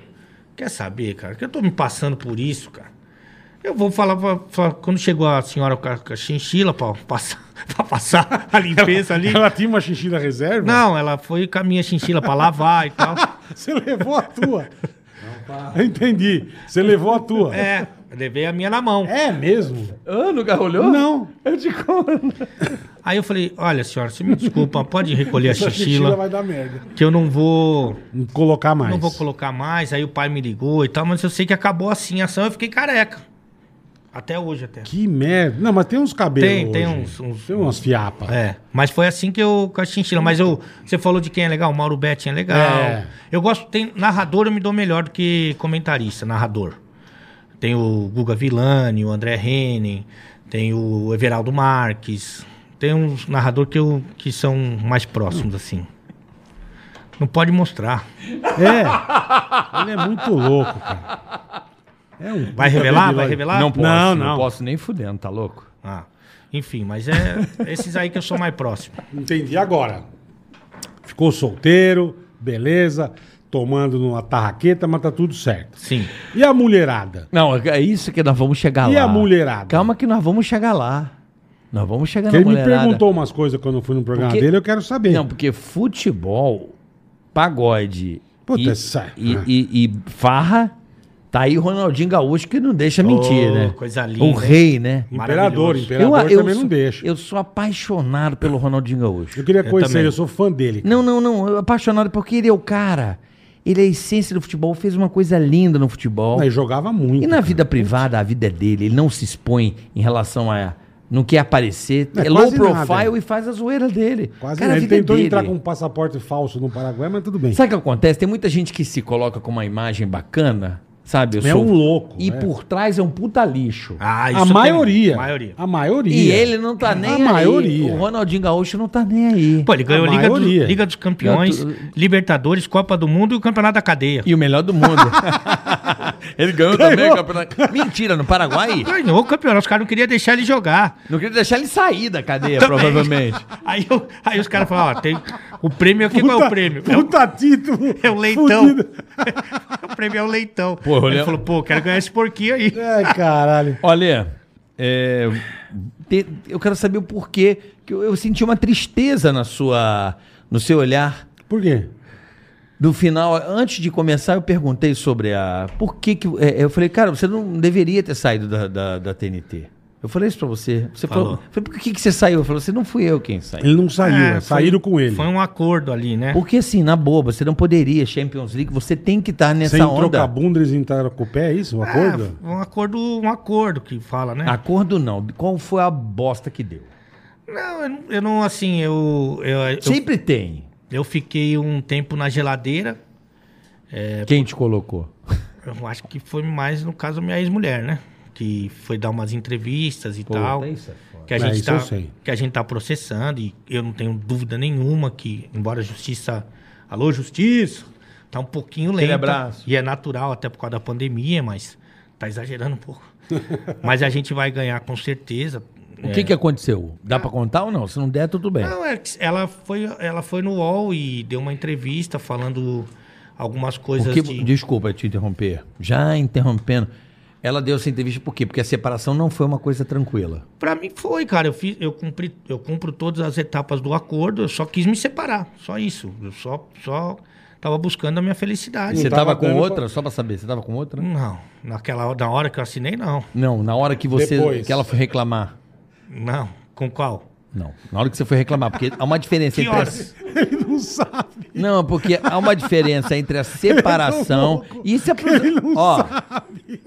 D: quer saber, cara, que eu tô me passando por isso, cara. Eu vou falar pra, pra- quando chegou a senhora com a, com a chinchila pra passar, [laughs] pra passar a limpeza ali.
C: Ela tinha uma xixi da reserva?
D: Não, ela foi com a minha chinchila pra lavar e
C: [laughs]
D: tal.
C: Você levou a tua. Entendi. Você levou a tua.
D: É, eu levei a minha na mão.
C: É mesmo?
B: Ah, nunca rolou?
C: Não.
B: Eu te conto.
D: Aí eu falei, olha senhora, você me desculpa, pode recolher a
C: Essa xixila
D: chinchila,
C: vai dar merda.
D: que eu não vou
C: Não colocar mais.
D: não vou colocar mais. Aí o pai me ligou e tal, mas eu sei que acabou assim a ação, eu fiquei careca. Até hoje, até.
C: Que merda. Não, mas tem uns cabelos.
D: Tem- tem
C: hoje.
D: uns- uns-
C: Tem umas fiapas.
D: É, mas foi assim que eu com a chinchila. Mas eu, você falou de quem é legal, Mauro Betting é legal.
C: É.
D: Eu gosto, tem narrador, eu me dou melhor do que comentarista, narrador. Tem o Guga Villani, o André Henning, tem o Everaldo Marques. Tem uns narrador que, eu, que são mais próximos, assim. Não pode mostrar.
C: É. Ele é muito louco, cara. É um
D: Vai revelar? Vai revelar?
B: Não posso,
C: Ah, Não,
B: não,
C: não.
B: posso nem fudendo, tá louco?
D: Ah, enfim,
C: [laughs]
D: mas é esses aí que eu sou mais próximo.
C: Entendi agora. Ficou solteiro, beleza, tomando numa tarraqueta, mas tá tudo certo.
D: Sim.
C: E a mulherada?
B: Não, é isso que nós vamos chegar
C: E
B: lá.
C: a mulherada?
B: Calma que nós vamos chegar lá. Nós vamos chegar
C: Porque
B: na
C: ele me
B: mulherada.
C: perguntou umas coisas quando eu fui no programa
B: Porque-
C: dele, eu quero saber.
B: Não, porque futebol, pagode
C: Puta,
B: e,
C: essa-
B: e,
C: ah.
B: e- e farra, tá aí o Ronaldinho Gaúcho que não deixa mentir,
D: Oh,
B: né?
D: coisa
B: O
D: linda, hein?
B: rei, né?
C: imperador,
D: Maravilhoso.
C: imperador também
B: sou-
C: não deixa. Ah. Eu,
B: Eu sou apaixonado pelo Ronaldinho Gaúcho.
C: queria
D: Eu
C: conhecer
D: também.
C: ele, eu sou fã dele.
B: Não, não, não. eu Apaixonado porque ele é o cara. Ele é a essência do futebol, fez uma coisa linda no futebol.
C: Mas jogava muito.
B: E na
C: cara.
B: vida privada, a vida é dele. Ele não se expõe em relação a. Não quer aparecer.
C: É
B: É, low
C: quase nada.
B: profile e faz a zoeira dele.
C: Quase
B: Cara, a
C: ele
B: vida é
C: tentou
B: dele.
C: entrar com um passaporte falso no Paraguai, mas tudo bem.
B: Sabe o que acontece? Tem muita gente que se coloca com uma imagem bacana, sabe? Eu
C: É um louco,
B: E
C: é.
B: por trás é um puta lixo.
D: Ah,
C: a
D: tem-
C: maioria,
D: maioria.
C: A maioria.
B: e ele não tá nem
C: a
B: aí.
C: maioria.
B: O Ronaldinho Gaúcho não tá nem aí.
D: Pô, ele ganhou
C: A
D: Liga, do-
C: maioria.
D: Liga dos Campeões,
B: Ganhou
D: Libertadores, Copa do Mundo e o Campeonato da Cadeia.
B: E o melhor do mundo. [laughs] ele ganhou, também o campeonato. Mentira, no Paraguai?
D: Ganhou o campeonato, os caras não queriam deixar ele jogar.
B: Não queria deixar ele sair da
C: É,
B: cadeia,
D: Também.
B: provavelmente.
D: [laughs] Aí, eu- aí os caras falaram, ó, tem o prêmio aqui, qual é o prêmio? É o-
C: Puta título.
D: [laughs] É o leitão.
C: Fudido.
D: [laughs] o prêmio é o leitão.
B: Pô,
D: ele
B: olha-
D: falou, pô, quero ganhar esse porquinho aí. [laughs]
C: Ai, É, caralho.
B: Olha, é, te- eu quero saber o porquê que eu, eu senti uma tristeza na sua, no seu olhar.
C: Por quê?
B: No final, antes de começar, eu perguntei sobre a por que que é, eu falei, cara, você não deveria ter saído da, da, da TNT. Eu falei isso pra você. Você falou,
D: Falou.
B: eu falei, por que, que você saiu? Eu falei, você não fui eu quem saiu.
C: Ele não saiu,
D: É,
C: é,
D: foi-
C: saíram com ele.
D: Foi um acordo ali, né?
B: Porque assim, na boba, você não poderia Champions League, você tem que estar nessa
C: Sem
B: onda.
C: trocar-bunda, eles entraram com o pé, é isso?
D: Ah,
C: O
D: [laughs]
C: acordo?
D: É, um acordo, um acordo que fala, né?
B: Acordo não. Qual foi a bosta que deu?
D: Não, eu não, eu não, assim, eu, eu, eu-
B: Sempre tem.
D: eu fiquei um tempo na geladeira.
B: Quem te colocou?
D: Eu acho que foi mais no caso minha ex-mulher, né? Que foi dar umas entrevistas e tal.
B: isso é foda.
D: que a
C: É,
D: gente
C: isso
D: tá,
C: eu sei.
D: que a gente tá processando e eu não tenho dúvida nenhuma que embora a justiça, alô justiça, tá um pouquinho lenta
B: abraço.
D: e é natural até por causa da pandemia, mas tá exagerando um pouco.
B: [laughs]
D: mas a gente vai ganhar com certeza.
B: O que, que aconteceu? Dá pra contar ou não? Se não der, tudo bem.
D: Não, é que ela foi ela foi no UOL e deu uma entrevista falando algumas coisas
B: Porque,
C: assim-
D: de...
B: Desculpa te interromper. Já interrompendo. Ela deu essa entrevista por quê? Porque a separação não foi uma coisa tranquila.
D: Pra mim foi, cara. Eu, fiz, eu, cumpri, eu cumpro todas as etapas do acordo, eu só quis me separar. Só isso. Eu só, só tava buscando a minha felicidade.
B: você
C: tava
B: tava, com
C: dando
B: outra? Só pra saber, você tava com outra?
D: Não. Naquela hora- na hora que eu assinei, não.
B: Não, na hora que você.
C: Depois.
B: Que ela foi reclamar.
D: Não. Com qual?
B: Não, na hora que você foi reclamar, porque há uma diferença
D: Que
C: tá-
B: entre. a-
D: horas?
C: Ele não sabe.
B: Não, porque há uma diferença entre
C: [laughs]
B: a separação. Isso é. pro-
C: Ele não
B: Ó,
C: sabe.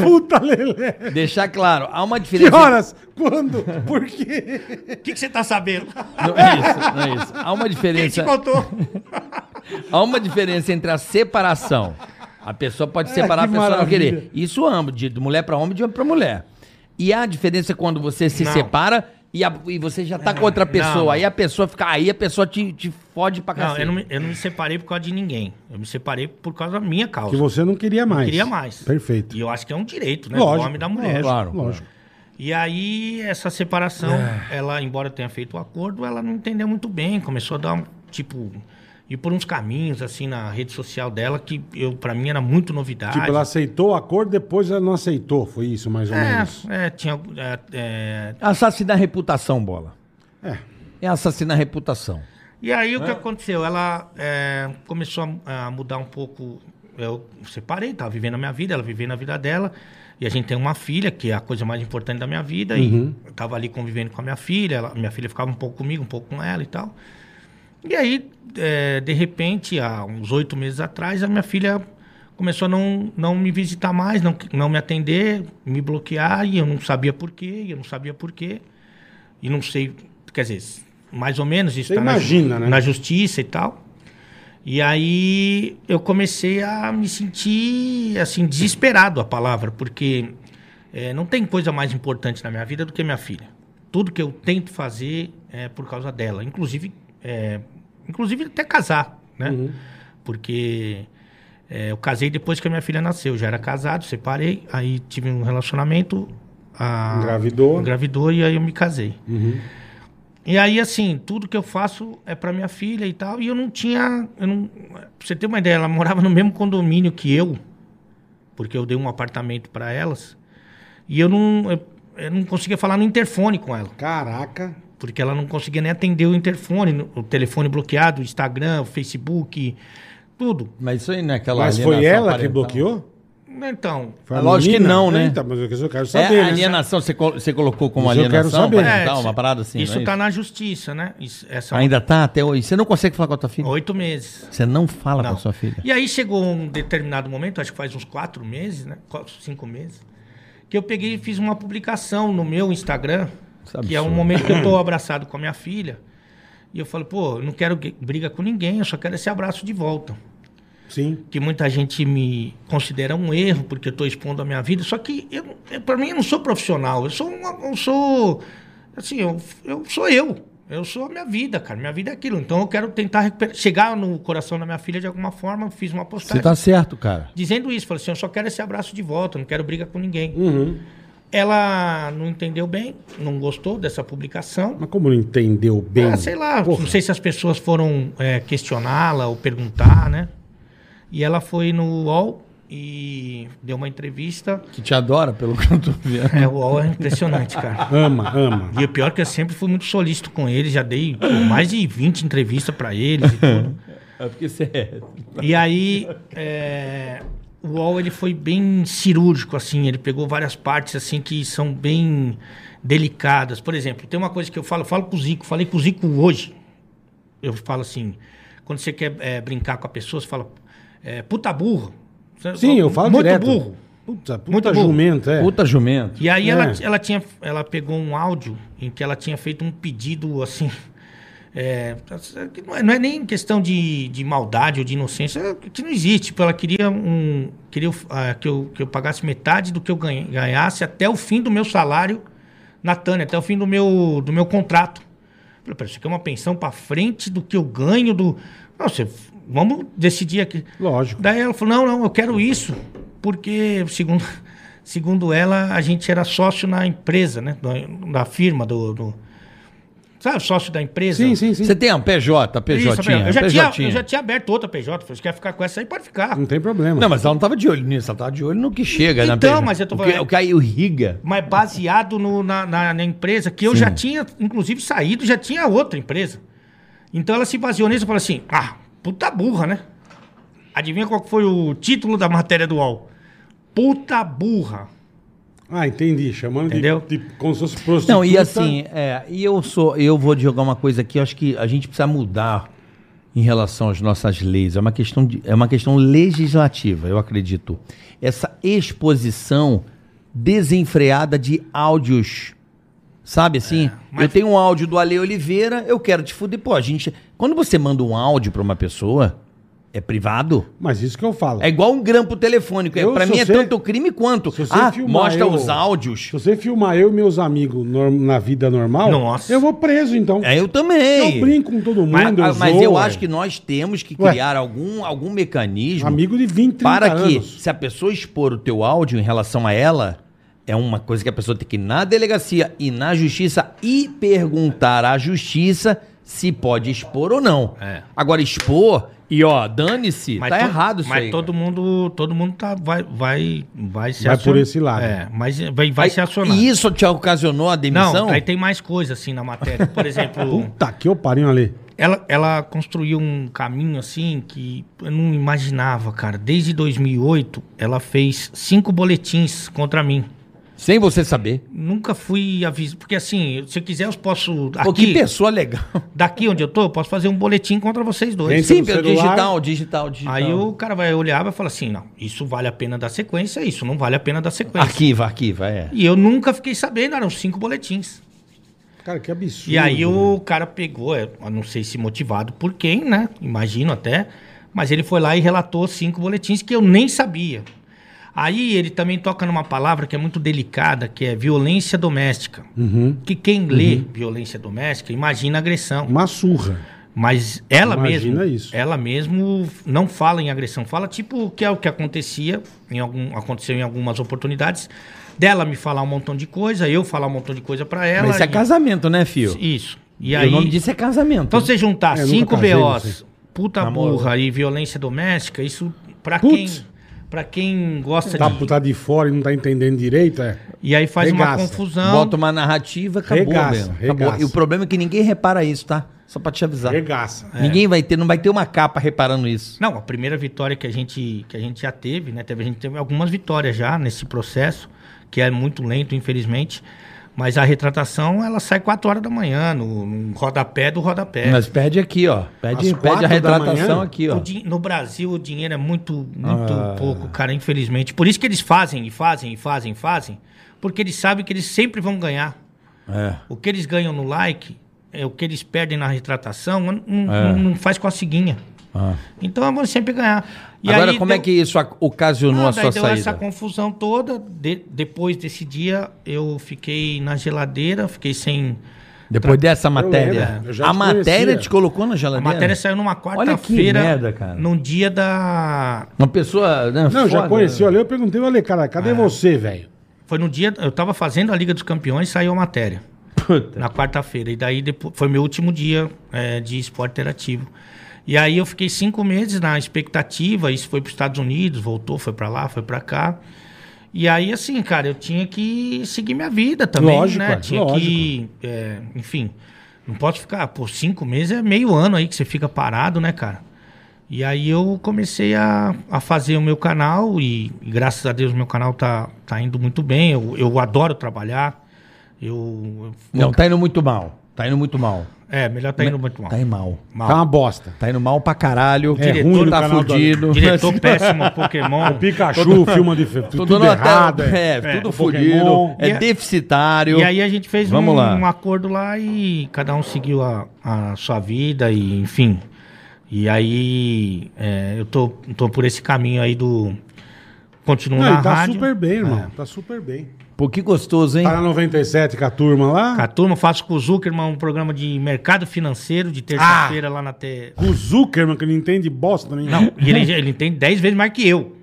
C: Puta lelé.
B: deixar claro, há uma
C: Que
B: diferença.
C: horas? Quando? Por quê?
D: O que, que você tá sabendo?
B: Não é isso, não é isso. Há uma
D: Quem te
B: diferença.
C: tá-
D: contou?
C: [laughs]
B: Há uma diferença entre a separação. A pessoa pode separar,
C: É, que
B: a pessoa não
C: maravilha.
B: querer. Isso ambos, de de mulher pra homem, de homem pra mulher. E há a diferença quando você se
D: Não.
B: separa e, a- e você já tá com outra pessoa.
D: não.
B: Aí a pessoa fica. Aí a pessoa te, te fode pra
D: Não,
B: cacete.
D: eu não, me, eu não me separei por causa de ninguém. Eu me separei por causa da minha causa.
C: Que você não queria mais.
D: Eu queria mais.
C: Perfeito.
D: E eu acho que é um direito, né?
C: Lógico,
D: do homem e da mulher.
B: Claro.
C: Lógico.
D: E aí, essa separação, ela, embora tenha feito o acordo, ela não entendeu muito bem. Começou a dar, um, tipo, ir por uns caminhos, assim, na rede social dela, que eu para mim era muito novidade.
C: Tipo, ela aceitou o acordo, depois ela não aceitou. Foi isso, mais ou menos.
D: É, é, tinha. é, é.
B: Assassinar a reputação, bola.
C: É.
B: É assassinar a reputação.
D: E aí, o que aconteceu? Ela é, começou a, a mudar um pouco. Eu separei, tava vivendo a minha vida, ela vivendo a vida dela. E a gente tem uma filha, que é a coisa mais importante da minha vida. E eu tava ali convivendo com a minha filha. Ela, minha filha ficava um pouco comigo, um pouco com ela e tal. E aí, é, de repente, há uns oito meses atrás, a minha filha começou a não, não me visitar mais, não, não me atender, me bloquear, e eu não sabia porquê, e eu não sabia porquê. E não sei, quer dizer, mais ou menos isso
C: Você
D: tá na ju-
C: imagina, né?
D: na justiça e tal. E aí eu comecei a me sentir, assim, desesperado a palavra, porque eh, não tem coisa mais importante na minha vida do que minha filha. Tudo que eu tento fazer é por causa dela, inclusive, eh, inclusive até casar, né? Porque eh, eu casei depois que a minha filha nasceu, já era casado, separei, aí tive um relacionamento... a-
C: Engravidou.
D: Engravidou e aí eu me casei.
B: Uhum.
D: E aí, assim, tudo que eu faço é pra minha filha e tal. E eu não tinha. Eu não, pra você ter uma ideia, ela morava no mesmo condomínio que eu, porque eu dei um apartamento pra elas. E eu não, eu, eu não conseguia falar no interfone com ela,
C: Caraca.
D: porque ela não conseguia nem atender o interfone, o telefone bloqueado, o Instagram, o Facebook, tudo.
B: Mas isso aí não é aquela.
C: Mas
B: alienação
C: foi ela que
B: parental?
C: bloqueou?
D: Então,
C: Foi
B: Ah, lógico que não, né?
C: Eita, mas eu- eu quero
B: É
C: saber, né?
B: alienação, você, col- você colocou como
C: Isso eu quero
B: alienação
C: saber.
B: parental,
D: É,
B: uma parada assim,
D: isso
B: não é
D: tá na justiça, né? Isso- essa
B: Ainda assim? tá até hoje. Você não consegue falar com a tua filha?
D: oito meses.
B: Você não fala
D: Não.
B: com a sua filha.
D: E aí chegou um determinado momento, acho que faz uns quatro meses, né? Quatro, cinco meses, que eu peguei e fiz uma publicação no meu Instagram,
B: Isso é
D: que é um
B: absurdo.
D: momento que eu
B: [clears throat]
D: tô abraçado com a minha filha. E eu falo, pô, eu não quero gue- briga com ninguém, eu só quero esse abraço de volta.
C: Sim.
D: Que muita gente me considera um erro, porque eu tô expondo a minha vida. Só que, eu, eu, para mim, eu não sou profissional. Eu sou. uma- eu sou. Assim, eu, eu sou eu. Eu sou a minha vida, cara. Minha vida é aquilo. Então eu quero tentar recuperar- chegar no coração da minha filha de alguma forma. Fiz uma
B: Você
D: postagem
B: tá certo, cara.
D: dizendo isso. Falei assim, eu só quero esse abraço de volta, eu não quero briga com ninguém.
B: Uhum.
D: Ela não entendeu bem, não gostou dessa publicação.
C: Mas como não entendeu bem?
D: Ah, sei lá,
C: Porra.
D: não sei se as pessoas foram é, questioná-la ou perguntar, né? E ela foi no UOL e deu uma entrevista.
B: Que te adora, pelo [laughs] que eu tô vendo.
D: É, o UOL é impressionante,
C: [laughs]
D: cara.
C: Ama, ama.
D: E o pior é que eu sempre fui muito solícito com eles, já dei pô, mais de 20 entrevistas pra eles e tudo.
B: É porque você é.
D: E aí, é, o UOL ele foi bem cirúrgico, assim. Ele pegou várias partes, assim, que são bem delicadas. Por exemplo, tem uma coisa que eu falo, eu falo com o Zico. Falei com o Zico hoje. Eu falo assim, quando você quer é, brincar com a pessoa, você fala, é, puta burro. Você-
C: Sim, eu falo
D: Muito
C: direto.
D: burro.
C: Puta, puta
D: Muito bom.
C: jumento, é.
B: Puta jumento.
D: E aí
C: É.
D: ela, ela, tinha, ela pegou um áudio em que ela tinha feito um pedido assim. [laughs] é, que não, é, não é nem questão de, de maldade ou de inocência, é que não existe. Tipo, ela queria, um, queria ah, que, eu, que eu pagasse metade do que eu ganha- ganhasse até o fim do meu salário na Tânia, até o fim do meu, do meu contrato. Eu Falei, "Pera, isso aqui é uma pensão pra frente do que eu ganho do. Não, você, vamos decidir aqui.
C: Lógico.
D: Daí ela falou: não, não, eu quero isso, porque, segundo, segundo ela, a gente era sócio na empresa, né? Da, da firma, do, do- Sabe, sócio da empresa?
C: Sim, sim, sim.
B: Você tem um PJ, PJ.
D: Isso, eu, já tinha, eu já tinha aberto outra PJ. Falei, você quer ficar com essa aí? Pode ficar.
C: Não tem problema.
B: Não, mas ela não tava de olho nisso, ela tava de olho no que chega na
D: Então,
B: PJ.
D: mas eu tô
B: O que, é,
D: falando-
B: o que aí o Riga.
D: Mas baseado no- na, na- na empresa, que eu já tinha, inclusive, saído, já tinha outra empresa. Então ela se baseou nisso e falou assim: ah, puta burra, né? Adivinha qual que foi o título da matéria do UOL? Puta burra.
C: Ah, entendi. Chamando de-
D: Entendeu?
C: De, como se fosse prostituta.
B: Não, e assim, é, e eu sou, eu vou jogar uma coisa aqui, eu acho que a gente precisa mudar em relação às nossas leis. É uma questão, de, é uma questão legislativa, eu acredito. Essa exposição desenfreada de áudios. Sabe
C: É,
B: assim?
D: mas-
B: Eu tenho um áudio do Ale Oliveira, eu quero te fuder. Pô, a gente. Quando você manda um áudio pra uma pessoa, é privado?
C: Mas isso que eu falo.
B: É igual um grampo telefônico. É,
C: Eu,
B: pra
C: se
B: mim é
C: você-
B: tanto crime quanto.
C: se você
B: Ah,
C: filmar
B: mostra
C: eu-
B: os áudios.
C: Se você filmar eu e meus amigos norm- na vida normal,
D: Nossa.
C: eu vou preso, então.
B: É, eu também.
C: Eu brinco com todo mundo,
B: Mas, ah,
C: eu
B: mas
C: zoo,
B: eu
C: é.
B: acho que nós temos que
C: Ué.
B: criar algum, algum mecanismo
C: Amigo de 20, 30
B: para que,
C: anos.
B: se a pessoa expor o teu áudio em relação a ela, é uma coisa que a pessoa tem que ir na delegacia e na justiça e perguntar à justiça se pode expor ou não.
D: É.
B: Agora, expor e ó, dane-se, tá
D: to-
B: errado isso
D: mas
B: aí.
D: todo mundo, todo mundo tá, vai, vai, vai se
C: Vai
D: acion-
C: por esse lado.
D: É, mas vai, vai
B: Aí-
D: se acionar.
B: E isso te ocasionou a demissão?
D: Não, aí tem mais coisa assim na matéria.
B: [laughs]
D: Por exemplo,
C: Puta que eu pariu ali.
D: ela, ela construiu um caminho assim que eu não imaginava, cara. Desde 2008, ela fez cinco boletins contra mim.
B: Sem você saber.
D: Nunca fui avisado. Porque assim, se eu quiser, eu posso.
B: Pô, que
D: Aqui,
B: pessoa legal.
D: daqui onde eu tô, eu posso fazer um boletim contra vocês dois.
C: Gente, Entra
B: Sim,
C: no
B: pelo
C: celular.
B: digital, digital, digital.
D: Aí o cara vai olhar e vai falar assim: não, isso vale a pena da sequência, isso não vale a pena da sequência.
B: Arquiva, arquiva, é.
D: E eu nunca fiquei sabendo, eram cinco boletins.
C: Cara, que absurdo.
D: E aí o cara pegou, é, eu não sei se motivado por quem, né? Imagino até. Mas ele foi lá e relatou cinco boletins que eu nem sabia. Aí ele também toca numa palavra que é muito delicada, que é violência doméstica.
B: Uhum.
D: Que quem lê violência doméstica imagina agressão.
C: Uma surra.
D: Mas ela
C: Imagina
D: mesma,
C: isso.
D: ela mesmo não fala em agressão, fala tipo o que é o que acontecia em algum aconteceu em algumas oportunidades dela me falar um montão de coisa, eu falar um montão de coisa pra ela.
B: Mas isso é
D: e-
B: casamento, né, fio?
D: Isso. E,
B: E
D: aí
B: o nome disso é casamento.
D: então você juntar
C: É, eu nunca
D: cinco
C: casei, não
D: BOs,
C: sei.
D: puta
B: Namoro.
D: burra e violência doméstica, isso pra quem
C: Putz.
D: para quem gosta
C: Tá,
D: de
C: tá de fora e não tá entendendo direito, é.
D: e aí faz uma
C: Regaça.
D: confusão.
B: Bota uma narrativa, acabou
C: Regaça,
B: mesmo. Acabou.
C: regaça.
B: E o problema é que ninguém repara isso, tá? Só pra te avisar.
C: Regaça.
D: É.
B: Ninguém vai ter, não vai ter uma capa reparando isso.
D: Não, a primeira vitória que a gente, que a gente já teve, né? Teve, a gente teve algumas vitórias já nesse processo, que é muito lento, infelizmente. Mas a retratação, ela sai 4 horas da manhã, no, no rodapé do rodapé.
B: Mas pede aqui, ó. Pede,
C: Às
B: pede
C: quatro
B: a
C: da
B: retratação
C: manhã?
B: aqui,
D: É. O
B: ó. Ah.
D: din- no Brasil, o dinheiro é muito, muito pouco, cara, infelizmente. Por isso que eles fazem, e fazem, e fazem, e fazem. Porque eles sabem que eles sempre vão ganhar.
B: É.
D: O que eles ganham no like, é o que eles perdem na retratação, não, não- não faz costiguinha.
B: É. Ah.
D: Então, vão sempre ganhar. E
B: Agora,
D: aí
B: como é
D: deu-
B: que isso ac- ocasionou
D: Ah,
B: a
D: daí
B: sua
D: deu
B: saída?
D: essa confusão toda. De- depois desse dia, eu fiquei na geladeira, fiquei sem.
B: Depois dessa matéria.
C: lembro, eu já
B: a
C: te
B: matéria
C: conhecia.
B: te colocou na
D: A
B: geladeira?
D: matéria saiu numa
B: Tá Olha que merda,
D: quarta-feira,
B: cara.
D: num dia da.
B: Uma pessoa. Né,
C: Não, já
B: foda.
C: conheci o Ale, eu perguntei, olha, cara, cadê
D: É.
C: você, velho?
D: Foi no dia. Eu tava fazendo a Liga dos Campeões, saiu a matéria.
B: Puta.
D: Na quarta-feira. E daí depois, foi meu último dia é, de esporte interativo. E aí eu fiquei cinco meses na expectativa. Isso foi para os Estados Unidos, voltou, foi para lá, foi para cá. E aí, assim, cara, eu tinha que seguir minha vida também,
C: Lógico,
D: né?
C: é,
D: Tinha que, é, enfim, não posso ficar, pô, cinco meses é meio ano aí que você fica parado, né, cara? E aí eu comecei a, a fazer o meu canal e, e graças a Deus meu canal tá, tá indo muito bem. Eu, eu adoro trabalhar. Eu, eu-
B: Não, tá indo muito mal. Tá indo muito mal.
D: É, melhor tá indo muito mal.
B: Tá indo mal.
D: Mal.
C: Tá uma bosta.
B: Tá indo mal pra caralho.
C: É
B: Diretor
C: ruim no
B: tá
C: canal do-
B: fudido.
D: Diretor péssimo,
B: [laughs]
D: Pokémon.
C: O Pikachu filma de fe-
B: Tô
C: tudo,
B: dando até-
C: errado. é.
B: É,
D: [laughs] É,
B: tudo
C: o
B: fudido.
C: Pokémon.
B: É
D: E a-
B: deficitário.
D: E aí a gente fez
B: Vamos
D: um,
B: lá.
D: um acordo lá e cada um seguiu a, a sua vida e enfim. E aí é, eu tô, tô por esse caminho aí do... Continuo
C: Não,
D: na
C: ele tá
D: rádio. É.
C: super bem, irmão. Tá super bem.
B: Pô, que gostoso, hein?
C: Tá na 97 com a turma lá.
D: Com a turma, faço com o Zuckerman um programa de mercado financeiro de
B: Ah!
D: terça-feira lá na T.
C: Com o Zuckerman, que não entende bosta nenhuma.
D: Não, e ele, ele tem 10 vezes mais que eu.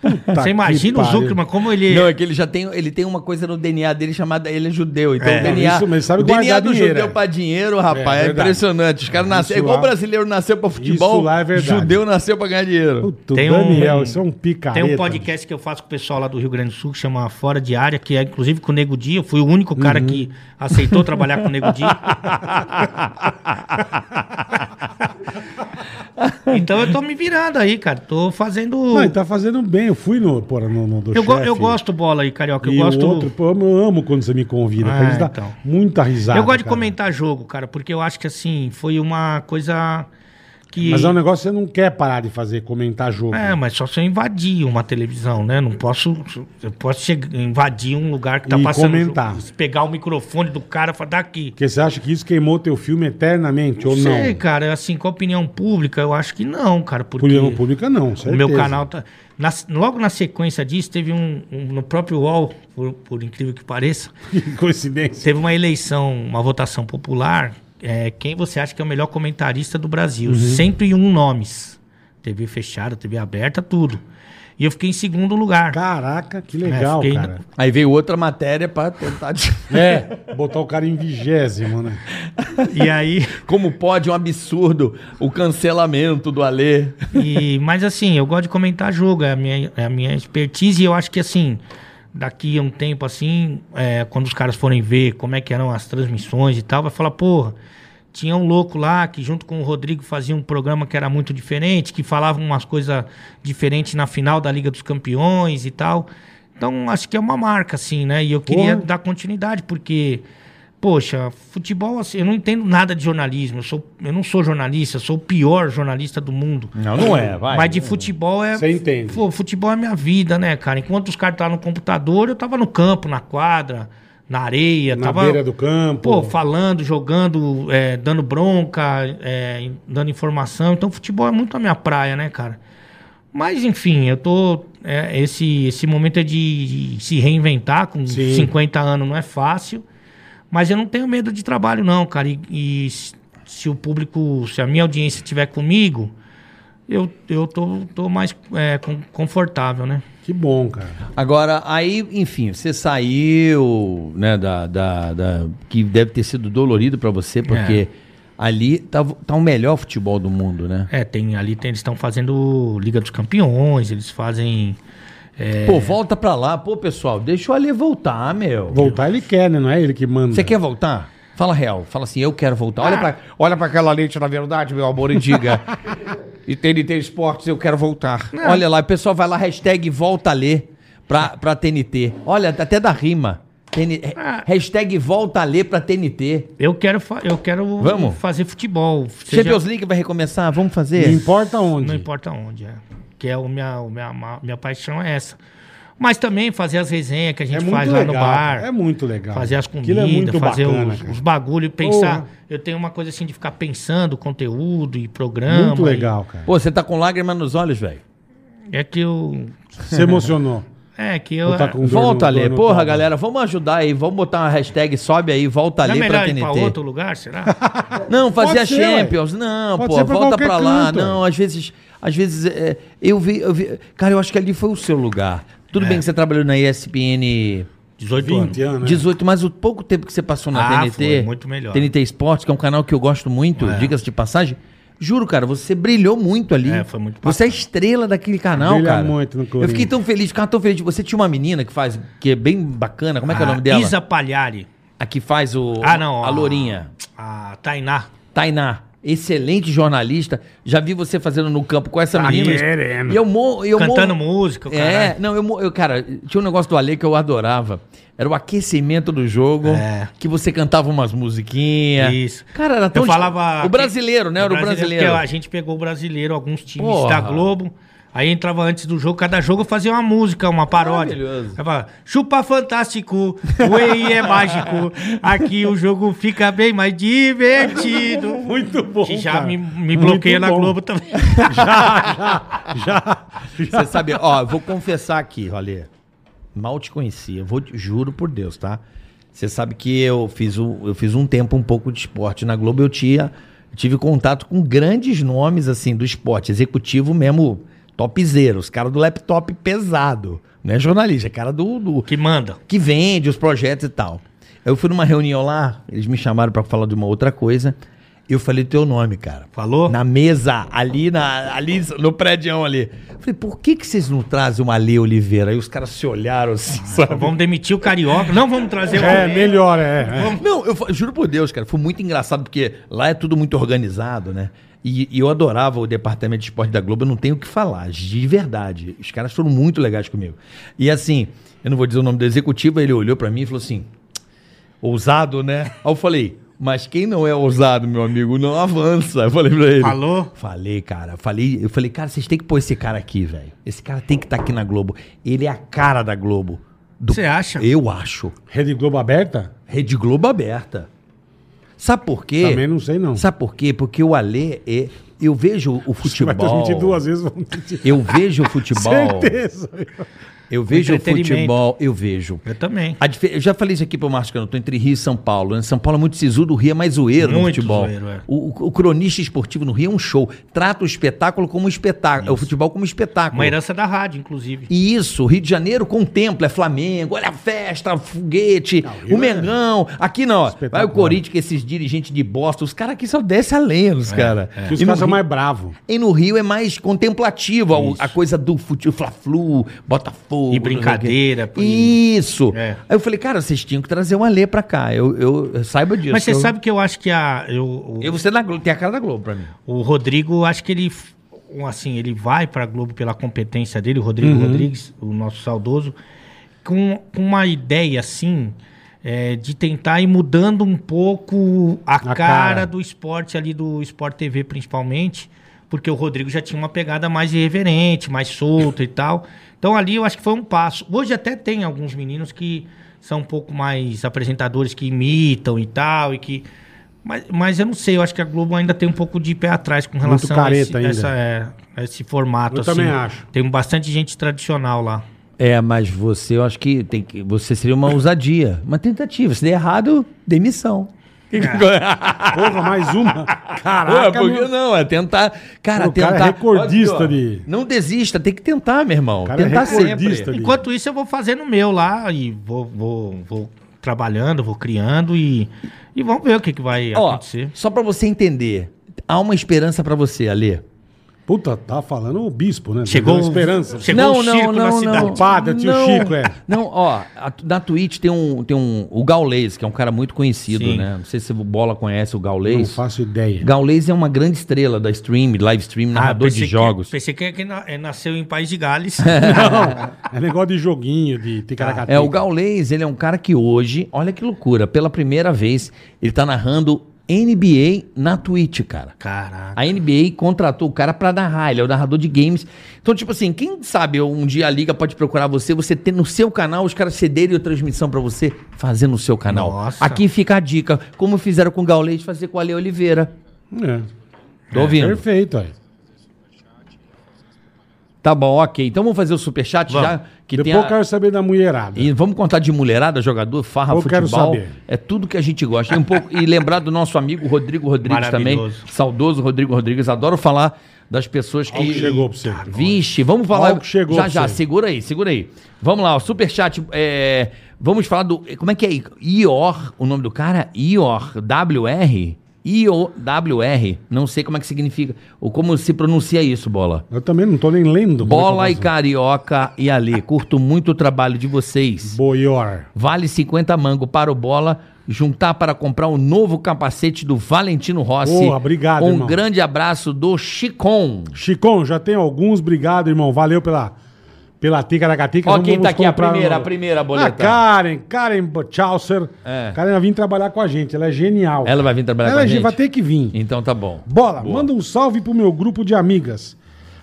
C: Puta
D: Você
C: que
D: imagina o
C: pariu.
D: Zuckerman, como ele.
B: Não, é que ele já tem, ele tem uma coisa no DNA dele chamada ele é judeu. Então
D: É,
B: o DNA,
C: isso, mas ele sabe
B: o DNA
C: guardar
B: do
C: dinheiro,
B: judeu
C: é.
B: pra dinheiro, rapaz,
C: É,
B: é,
C: verdade.
B: impressionante. Os caras nasceram,
C: Isso
B: igual o
C: lá-
B: brasileiro nasceu pra futebol,
C: Isso lá é verdade.
B: judeu nasceu pra ganhar dinheiro.
C: Puta, o
D: Tem um-
C: Daniel, isso é um picareta.
D: Tem um podcast que eu faço com o pessoal lá do Rio Grande do Sul que chama Fora de Área, que é inclusive com o Nego Dia. Eu fui o único
C: Uhum.
D: cara que aceitou trabalhar com o Nego Dia. então eu tô me virando aí, cara. Tô fazendo.
C: [laughs] Não, ele tá fazendo bem. Eu fui no, porra, no, no do
D: eu, go-
C: chefe.
D: eu gosto bola aí, carioca. Eu
C: E o
D: gosto.
C: outro, pô, eu amo quando você me convida.
D: Ah,
C: porque eles dá
D: então.
C: muita risada.
D: eu gosto de
C: cara.
D: comentar jogo, cara, porque eu acho que assim, foi uma coisa que.
C: Mas é um negócio que você não quer parar de fazer, comentar jogo.
D: É, mas só se eu invadir uma televisão, né? Não posso. Eu posso chegar- invadir um lugar que tá
C: E
D: passando.
C: comentar.
D: jogo, Pegar o microfone do cara e falar, daqui.
C: Porque você acha que isso queimou teu filme eternamente ou não?
D: sei, cara, assim, com a opinião pública, eu acho que não, cara. Porque
C: Opinião pública não,
D: o
C: certeza.
D: meu canal tá. na- logo na sequência disso, teve um. um- no próprio UOL, por, por incrível que pareça,
C: [laughs] Que coincidência.
D: teve uma eleição, uma votação popular. é, quem você acha que é o melhor comentarista do
C: Uhum.
D: Brasil? 101 nomes. TV fechada, TV aberta, tudo. E eu fiquei em segundo lugar.
C: Caraca, que legal,
D: É, fiquei-
C: cara.
B: Aí veio outra matéria pra tentar. de-
C: [laughs] É, botar o cara em vigésimo, né?
D: E aí.
B: [laughs] Como pode um absurdo o cancelamento do Alê?
D: E, mas assim, eu gosto de comentar jogo, é a minha, é a minha expertise, e eu acho que assim, daqui a um tempo assim, é, quando os caras forem ver como é que eram as transmissões e tal, vai falar, porra, tinha um louco lá que junto com o Rodrigo fazia um programa que era muito diferente, que falava umas coisas diferentes na final da Liga dos Campeões e tal. Então, acho que é uma marca, assim, né? E eu queria
C: Porra.
D: dar continuidade, porque, poxa, futebol, assim, eu não entendo nada de jornalismo. Eu, sou, eu não sou jornalista, eu sou o pior jornalista do mundo.
B: Não, não é, vai.
D: Mas de futebol é.
C: Você entende.
D: Pô, futebol é minha vida, né, cara? Enquanto os caras estavam no computador, eu tava no campo, na quadra, na areia.
C: Na
D: tava,
C: beira do campo.
D: Pô, falando, jogando, é, dando bronca, é, dando informação. Então, futebol é muito a minha praia, né, cara? Mas, enfim, eu tô. é, esse, esse momento é de, de se reinventar. Com
C: Sim.
D: 50 anos não é fácil. Mas eu não tenho medo de trabalho, não, cara. E, e s- se o público, se a minha audiência estiver comigo, eu, eu tô, tô mais é, com- confortável, né?
C: Que bom, cara.
B: Agora, aí, enfim, você saiu, né, da. da, da- que deve ter sido dolorido pra você, porque
F: É.
B: ali tá, tá o melhor futebol do mundo, né?
D: É, tem ali, tem, eles estão fazendo Liga dos Campeões, eles fazem. é,
B: Pô, volta pra lá. Pô, pessoal, deixa o Alê voltar, meu.
C: Voltar ele quer, né? Não é ele que manda.
B: Você quer voltar? Fala real. Fala assim, eu quero voltar. Olha pra.
F: Ah. Olha pra aquela leite na verdade, meu amor, e
B: [laughs]
F: diga. e TNT Esportes, eu quero voltar.
B: Olha lá, o pessoal vai lá, hashtag volta Alê pra, pra TNT. Olha, até da rima. TN
D: Ah.
B: Hashtag volta Alê pra TNT.
D: Eu quero, fa- eu quero
B: Vamos?
D: fazer futebol. seja-
B: Champions League vai recomeçar?
C: Não
B: Vamos fazer?
C: importa onde.
D: Não importa onde, é. Que é o minha, o minha, ma- minha paixão é essa. Mas também fazer as resenhas que a gente faz lá no bar.
C: É muito legal.
D: Fazer as
C: Aquilo é
D: comidas, fazer
C: bacana,
D: os,
C: cara.
D: os bagulho, pensar.
C: Porra.
D: Eu tenho uma coisa assim de ficar pensando conteúdo e programa.
C: Muito
D: e-
C: legal, cara.
B: Pô, você tá com lágrima nos olhos, velho.
D: é que eu.
C: Você
D: [laughs]
C: emocionou.
D: É que eu.
C: Ou tá com dor
B: Volta
C: no- dor
B: Alê.
C: no
B: Porra,
C: pau.
B: galera, vamos ajudar aí. Vamos botar uma hashtag, sobe aí, volta
D: não é
B: Alê pra
D: melhor ir
B: TNT.
D: pra outro lugar, será?
C: [laughs]
B: Não, fazer
C: Pode
B: a
C: ser, ué.
B: Champions. Não,
C: Pode
B: pô,
C: ser pra
B: volta
C: qualquer
B: pra lá.
C: canto.
B: Não, às vezes. Às vezes. é, eu, vi, eu vi- Cara, eu acho que ali foi o seu lugar. Tudo
C: É.
B: bem que você trabalhou na ESPN
D: 18
C: 20
D: anos.
C: anos. né?
B: 18, mas o pouco tempo que você passou na
D: Ah,
B: TNT.
D: foi muito melhor.
B: TNT Esportes, que é um canal que eu gosto muito, diga-se de passagem. Juro, cara, você brilhou muito ali.
D: É, foi muito
B: Você é a estrela daquele canal,
C: Brilha
B: cara.
C: muito no
B: Eu fiquei
C: Corinthians.
B: tão feliz, ficava tão feliz. Você tinha uma menina que faz, que é bem bacana, como é que é o
D: A
B: nome dela?
D: Ah, Isa Palhari.
B: A que faz o.
D: Ah, não.
B: A Lourinha.
D: A Tainá.
B: Tainá. excelente jornalista. Já vi você fazendo no campo com essa
D: Tá
B: menina.
D: querendo.
B: E eu mo- eu mo-
D: Cantando música, o
B: É,
D: caralho.
B: não, eu, mo- eu, cara, tinha um negócio do Ale que eu adorava. Era o aquecimento do jogo,
D: É.
B: que você cantava umas musiquinhas.
D: Isso.
B: É. Cara, era tão...
D: Eu falava.
B: O brasileiro, né? Era o brasileiro.
D: porque A gente pegou o brasileiro, alguns times
B: Porra.
D: da Globo. Aí entrava antes do jogo, cada jogo eu fazia uma música, uma paródia.
B: Maravilhoso.
D: Eu falava, chupa fantástico, o EI é mágico. Aqui o jogo fica bem mais divertido.
C: Muito bom.
D: Que já
C: cara.
D: me, me
C: Muito
D: bloqueia na
C: bom. [laughs]
D: Globo também.
C: Já, já, já. já.
B: [laughs] Você sabe, ó, eu vou confessar aqui, olha. Mal te conhecia, vou, te- juro por Deus, tá? Você sabe que eu fiz, o, eu fiz um tempo um pouco de esporte na Globo, eu tinha, tive contato com grandes nomes, assim, do esporte, executivo mesmo, topzeiros, os caras do laptop pesado, não é jornalista, é cara do- do,
D: Que manda.
B: que vende os projetos e tal. Eu fui numa reunião lá, eles me chamaram pra falar de uma outra coisa. Eu falei teu nome, cara.
D: Falou?
B: Na mesa, ali, na, ali no prédio ali. Eu Falei, por que, que vocês não trazem uma Lê Oliveira? Aí os caras se olharam assim, sabe?
D: Vamos demitir o carioca. Não vamos trazer o.
C: É, melhor, é. é.
B: Não, eu fa- juro por Deus, cara, foi muito engraçado, porque lá é tudo muito organizado, né? E, e eu adorava o departamento de esporte da Globo, eu não tenho o que falar, de verdade. Os caras foram muito legais comigo. E assim, eu não vou dizer o nome do executivo, ele olhou pra mim e falou assim: ousado, né? Aí eu falei. Mas quem não é ousado, meu amigo, não avança. Eu falei pra ele.
D: Falou?
B: Falei, cara. Falei, eu falei, cara, vocês têm que pôr esse cara aqui, velho. Esse cara tem que estar aqui na Globo. Ele é a cara da Globo. Do-
D: Você acha?
B: Eu acho.
C: Rede Globo aberta?
B: Rede Globo aberta. Sabe por quê?
C: Também não sei, não.
B: Sabe por quê? Porque o Alê é. Eu vejo o
C: Vai
B: futebol.
C: transmitir duas vezes. Vamos transmitir.
B: Eu vejo o futebol.
C: [laughs] Certeza.
D: É.
B: eu vejo o
D: Entretenimento.
B: futebol. Eu vejo.
D: Eu também.
B: A dife- Eu já falei isso aqui pro Márcio Canuto, entre Rio e São Paulo. né? São Paulo é muito sisudo, o Rio é mais zoeiro no
D: Muito
B: futebol.
D: zoeiro, é.
B: o, o- o cronista esportivo no Rio é um show. Trata o espetáculo como um espetáculo. É o futebol como um espetáculo.
D: Uma herança da rádio, inclusive.
B: E isso, Rio de Janeiro contempla, é Flamengo, olha a festa, foguete, o Mengão. Aqui não, ó. vai o
C: Espetacular.
B: Corinthians, que esses dirigentes de bosta, os caras aqui só descem a lenha, os caras.
C: Que os
B: E, no
C: caras são
B: Rio-
C: mais bravos.
B: e no Rio é mais contemplativo a- a, coisa do futebol, Fla-Flu, Botafogo.
D: E brincadeira,
B: não sei o quê. Isso.
D: É.
B: Aí eu falei, cara, vocês tinham que trazer um Alê pra cá, eu, eu, eu saiba disso.
D: Mas você
B: eu,
D: sabe que eu acho que a. Eu, o,
B: Eu, você na Globo, tem a cara da Globo pra mim.
D: o Rodrigo, acho que ele. f- um, Assim, ele vai pra Globo pela competência dele, o Rodrigo Rodrigues, o nosso saudoso, com, com uma ideia assim. é, de tentar ir mudando um pouco a, cara,
C: A cara.
D: do esporte ali, do Sport TV principalmente, porque o Rodrigo já tinha uma pegada mais irreverente, mais solta e tal. Então ali eu acho que foi um passo. Hoje até tem alguns meninos que são um pouco mais apresentadores que imitam e tal, e que. Mas, mas eu não sei, eu acho que a Globo ainda tem um pouco de pé atrás com relação
C: careta
D: esse,
C: ainda.
D: essa- é, a esse formato. assim.
C: Eu também acho.
D: Tem bastante gente tradicional lá.
B: É, mas você, eu acho que, tem que você seria [laughs] uma ousadia, uma tentativa. Se der errado, demissão. É. [laughs]
C: Porra, mais uma.
B: Ué,
C: Caraca,
B: por que
C: meu.
B: não? É tentar. Cara,
C: O
B: tentar.
C: cara é recordista
B: Olha, ó,
C: de-
B: Não desista, tem que tentar, meu irmão.
C: cara é
B: tentar
C: recordista
B: sempre.
C: de-
D: Enquanto isso, eu vou fazendo o meu lá e vou, vou, vou trabalhando, vou criando e, e vamos ver o que, que vai
B: Ó,
D: acontecer.
B: só pra você entender, há uma esperança pra você, Alê.
C: Puta, tá falando o bispo, né?
D: Chegou
C: Deu
D: um-
C: esperança.
D: Chegou um circo na cidade.
C: O padre, o tio Chico, é.
B: Não, ó, a- na Twitch tem um, tem um, o Gaulês, que é um cara muito conhecido,
D: Sim.
B: né? Não sei se o Bola conhece o Gaulês.
C: Não faço ideia. Ah,
B: Gaulês é uma grande estrela da stream, live stream, narrador
D: pensei
B: de jogos.
D: Que, pensei que, é que na- é, nasceu em País de Gales. Ah,
C: Não, é negócio de joguinho, de ticaracateca.
B: É, o Gaulês, ele é um cara que hoje, olha que loucura, pela primeira vez, ele tá narrando NBA na Twitch, cara.
D: Caraca.
B: A NBA contratou o cara pra narrar, ele é o narrador de games. Então, tipo assim, quem sabe um dia a liga pode procurar você, você ter no seu canal, os caras cederem a transmissão pra você fazer no seu canal.
D: Nossa.
B: Aqui fica a dica, como fizeram com o Gaulês, fazer com a Ale Oliveira.
C: É,
B: Tô ouvindo?
C: perfeito, aí.
B: Tá bom, ok. Então vamos fazer o superchat
D: Vamos.
B: já, que
C: Depois
B: tem a...
C: eu quero saber da mulherada.
B: E vamos contar de mulherada, jogador, farra,
C: Eu quero
B: futebol.
C: saber.
B: É tudo que a gente gosta. E, um pouco- e lembrar do nosso amigo Rodrigo Rodrigues também.
D: Maravilhoso.
B: Saudoso Rodrigo Rodrigues. Adoro falar das pessoas que.
C: Olha o que chegou pra você.
B: Vixe, vamos falar.
C: Olha o Ah, que chegou
B: já,
C: pra
B: já,
C: você.
B: segura aí, segura aí. Vamos lá, o superchat. é, vamos falar do. Como é que é? Ior, o nome do cara? Ior, WR? IOWR, não sei como é que significa, ou como se pronuncia isso, bola.
C: Eu também não tô nem lendo. como é que eu
B: Bola e
C: faço.
B: Carioca e Ali, curto muito o trabalho de vocês.
C: Boior.
B: Vale 50 mango para o bola, juntar para comprar o novo capacete do Valentino Rossi.
C: Porra, obrigado,
B: Um
C: irmão.
B: grande abraço do Chicon.
C: Chicon, já tem alguns. Obrigado, irmão. Valeu pela, pela ticaracatica.
B: Ó
C: Vamos-
B: quem tá
C: vamos
B: aqui, a
C: comprar
B: primeira,
C: no-
B: a primeira,
C: A
B: Boleta.
C: Karen, Karen Bochauser.
B: É.
C: Karen vai vir trabalhar com a gente. Ela é genial.
B: Ela vai vir trabalhar
C: Ela
B: com a
C: é gen-
B: gente?
C: vai ter que vir.
B: Então tá bom.
C: Bola, manda um salve pro meu grupo de amigas.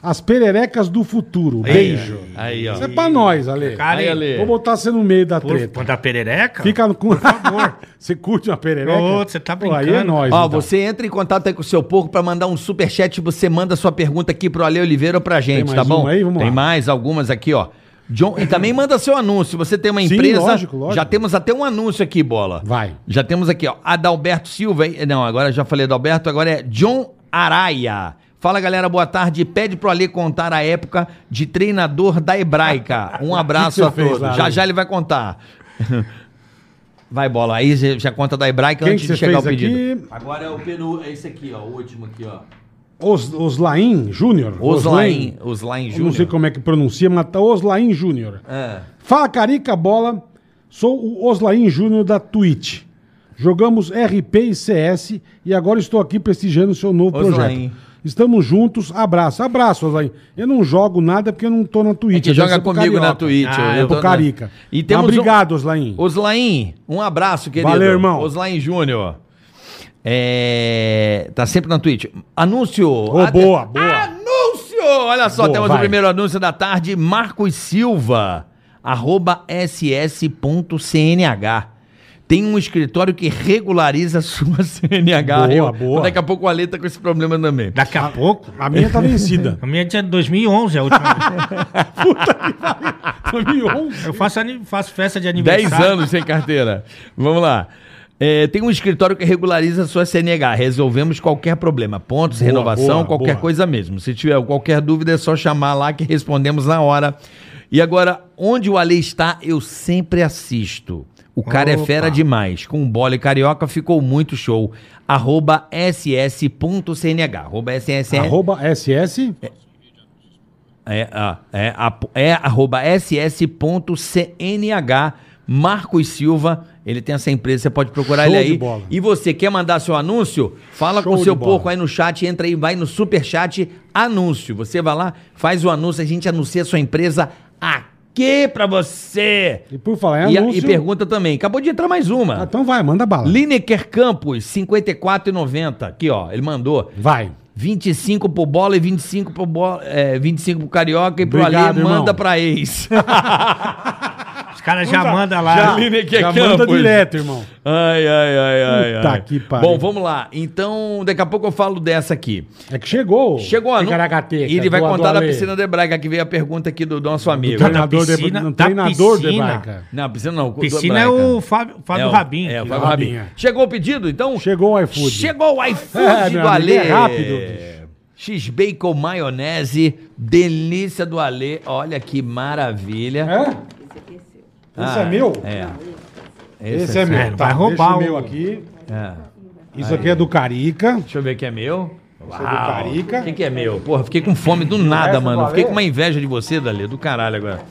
C: As pererecas do futuro. Beijo.
B: Aí, ó.
C: Isso é pra nós, Ale.
D: Cara,
B: Aí, Ale.
C: Vou botar você no meio da
D: Por
C: treta.
D: conta da perereca?
C: Fica no... Por favor. você curte uma perereca?
D: Ô, você tá
C: Pô, Aí é
D: brincando.
C: nóis.
B: Ó,
C: então.
B: você entra em contato aí com o seu porco pra mandar um superchat. Você manda sua pergunta aqui pro Ale Oliveira ou pra gente,
C: mais
B: tá bom?
C: uma aí? Vamos
B: tem
C: lá.
B: mais algumas aqui, ó. John,
C: [clears throat]
B: e também manda seu anúncio. Se Você tem uma
C: Sim,
B: empresa.
C: lógico, lógico.
B: Já temos até um anúncio aqui, bola.
C: Vai.
B: Já temos aqui, ó. Adalberto Silva. hein? Não, agora já falei Adalberto, agora é John Araia. Fala galera, boa tarde. Pede pro Ale contar a época de treinador
C: [laughs]
B: da hebraica. Um abraço
C: você
B: a
C: fez
B: todos.
C: lá,
B: já
C: Ale?
B: já ele vai contar. Vai bola, aí já já conta da hebraica
C: Quem
B: antes
C: que
B: de
C: você
B: chegar o
C: fez
B: pedido.
C: aqui?
B: Agora é o Peru, é esse aqui, ó, o último aqui, ó.
C: Os, Oslain Júnior.
B: Oslain, Oslain
C: Eu Não sei
B: Júnior.
C: como é que pronuncia, mas tá Oslain Júnior.
B: É.
C: Fala, Carica Bola. Sou o Oslain Júnior da Twitch. Jogamos RP e CS e agora estou aqui prestigiando o seu novo
B: Oslain.
C: projeto. Estamos juntos. Abraço. Abraço, Oslain. Eu não jogo nada porque eu não tô na Twitch.
B: É que
C: eu
B: joga
C: sou pro
B: comigo na
C: Carioca.
B: Twitch.
D: Ah,
C: Eu
B: tô
C: tô Carica.
B: E temos
C: Mas Obrigado, Oslain.
B: Um... Oslain, um abraço, querido.
C: Valeu, irmão.
B: Oslain Júnior. É... Tá sempre na Twitch. Anúncio.
C: Ô,
B: Ate-
C: boa, boa.
B: Anúncio! Olha só,
C: Boa,
B: temos o
C: vai.
B: primeiro anúncio da tarde. Marcos Silva, arroba ss.cnh. Tem um escritório que regulariza a sua [laughs] CNH.
C: Boa,
B: Eu-
C: boa.
B: Daqui a pouco o Ale tá com esse problema também.
D: Daqui a pouco?
C: A minha tá
B: [laughs]
C: vencida.
D: A minha é de 2011, é a última
C: [laughs]
D: vez.
C: 2011.
D: Eu faço, ani- faço festa de
B: 10
D: aniversário.
B: anos sem carteira. Vamos lá. É, tem um escritório que regulariza a sua CNH. Resolvemos qualquer problema. Pontos,
C: Boa,
B: renovação,
C: boa,
B: qualquer
C: boa.
B: coisa mesmo. Se tiver qualquer dúvida, é só chamar lá que respondemos na hora. E agora, onde o Ale está, eu sempre assisto. O cara é
D: Opa.
B: fera demais. Com bola e carioca ficou muito show. Arroba ss.cnh. Arroba ss.
C: Arroba SS.
B: É, ah, é, apo- é arroba ss.cnh Marcos Silva. Ele tem essa empresa, você pode procurar
C: Show
B: ele
C: de
B: aí.
C: bola.
B: E você quer mandar seu anúncio? Fala
C: Show
B: com o seu
C: de bola.
B: porco aí no chat, entra aí, vai no superchat, anúncio. Você vai lá, faz o anúncio, a gente anuncia a sua empresa aqui pra você.
C: E por falar em
B: E, a-
C: anúncio...
B: e pergunta também. Acabou de entrar mais
C: Ah,
B: uma.
C: então vai, manda bala.
B: Lineker Campos, 54,90. Aqui, ó, ele mandou.
C: Vai.
B: 25 pro bola e 25 pro, bola, é, 25 pro carioca e pro
C: Obrigado,
B: Ale
C: irmão.
B: manda
C: [laughs]
B: pra ex.
D: Os caras já mandam lá. é
C: Já,
B: Lineker
C: já manda
B: Campos.
C: direto, irmão.
B: ai, ai, ai, ai.
C: Puta
B: ai.
C: que pariu.
B: Bom, vamos lá. Então, daqui a pouco eu falo dessa aqui.
C: É que chegou.
B: Chegou a.
C: no...
B: E ele vai contar da piscina de Braga, que veio a pergunta aqui do nosso amigo.
C: Treinador de
D: piscina,
C: Tá não,
D: da
C: treinador de
D: piscina.
C: Braga.
B: Não, piscina não. do
D: Piscina é
B: Braga.
D: o Fábio, Fábio
B: É o-
D: Rabin.
B: É, o
D: que-
B: Fábio Rabin.
C: Rabin.
B: Chegou o pedido, então?
C: Chegou o iFood.
B: Chegou o iFood
C: É, meu amigo,
B: do Alê.
C: é rápido, bicho.
B: X-Bacon Maionese, delícia do Alê. Olha que maravilha.
C: É? Esse
B: Ah,
C: é meu?
B: É. assim,
C: Esse, é, meu.
D: É, vai
C: deixa
D: roubar
C: o
D: o-
C: meu aqui.
B: É.
C: Isso aqui é do Carica.
B: Deixa eu ver que é meu.
C: é do Carica.
B: O que, que é meu? Porra, fiquei com fome do nada,
C: Essa é? do
B: mano.
C: Alê?
B: Fiquei com uma inveja de você, Dalê, do caralho agora.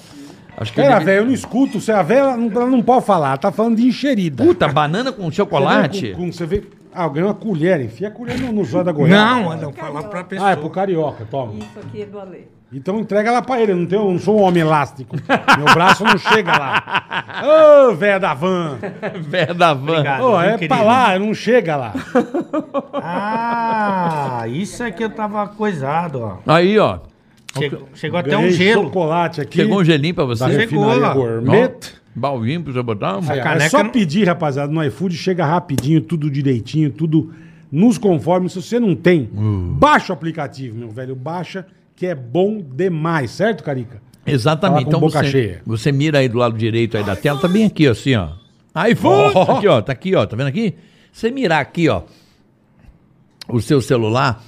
B: Acho que eu
C: Cara,
B: devia-
C: velho, eu não escuto. Você, a velha ela não, ela não pode falar. ela Tá falando de enxerida.
B: Puta, banana com chocolate?
C: Você vê, com- com- você vê... Ah, eu ganhei uma colher. Enfia a colher no, no zóio da goiaba.
D: Não, não, fala pra pessoa.
C: Ah, é pro Carioca, toma.
G: Isso aqui é do Ale.
C: Então entrega ela pra ele, eu não, tenho, eu não sou um homem elástico. Meu braço não chega lá. Ô, velha da van!
B: Vé da van.
D: Obrigado.
C: Ô,
D: viu,
C: é
D: querido?
C: pra lá, não chega lá.
D: Ah, isso é que eu tava coisado, ó.
B: Aí, ó.
D: Chegou, chegou até
C: Ganhei
D: um gelo.
C: chocolate aqui.
B: Chegou um gelinho pra
C: da
B: você.
D: Chegou,
C: refinaria
D: lá.
C: gourmet.
B: Balvinho pra você botar?
C: Aí, ó,
D: caneca
C: é só
D: não-
C: pedir, rapaziada, no iFood, chega rapidinho, tudo direitinho, tudo nos conformes. Se você não tem,
D: Uh.
C: baixa o aplicativo, meu velho, baixa, que é bom demais, certo, Carica? Fala
B: Exatamente.
C: com
B: Então
C: boca
B: você,
C: cheia.
B: você mira aí do lado direito aí da tela, tá bem aqui, ó, assim, ó. iPhone!
C: Ó.
B: Aqui, ó, tá aqui, ó, tá vendo aqui? Você mirar aqui, ó, o seu celular,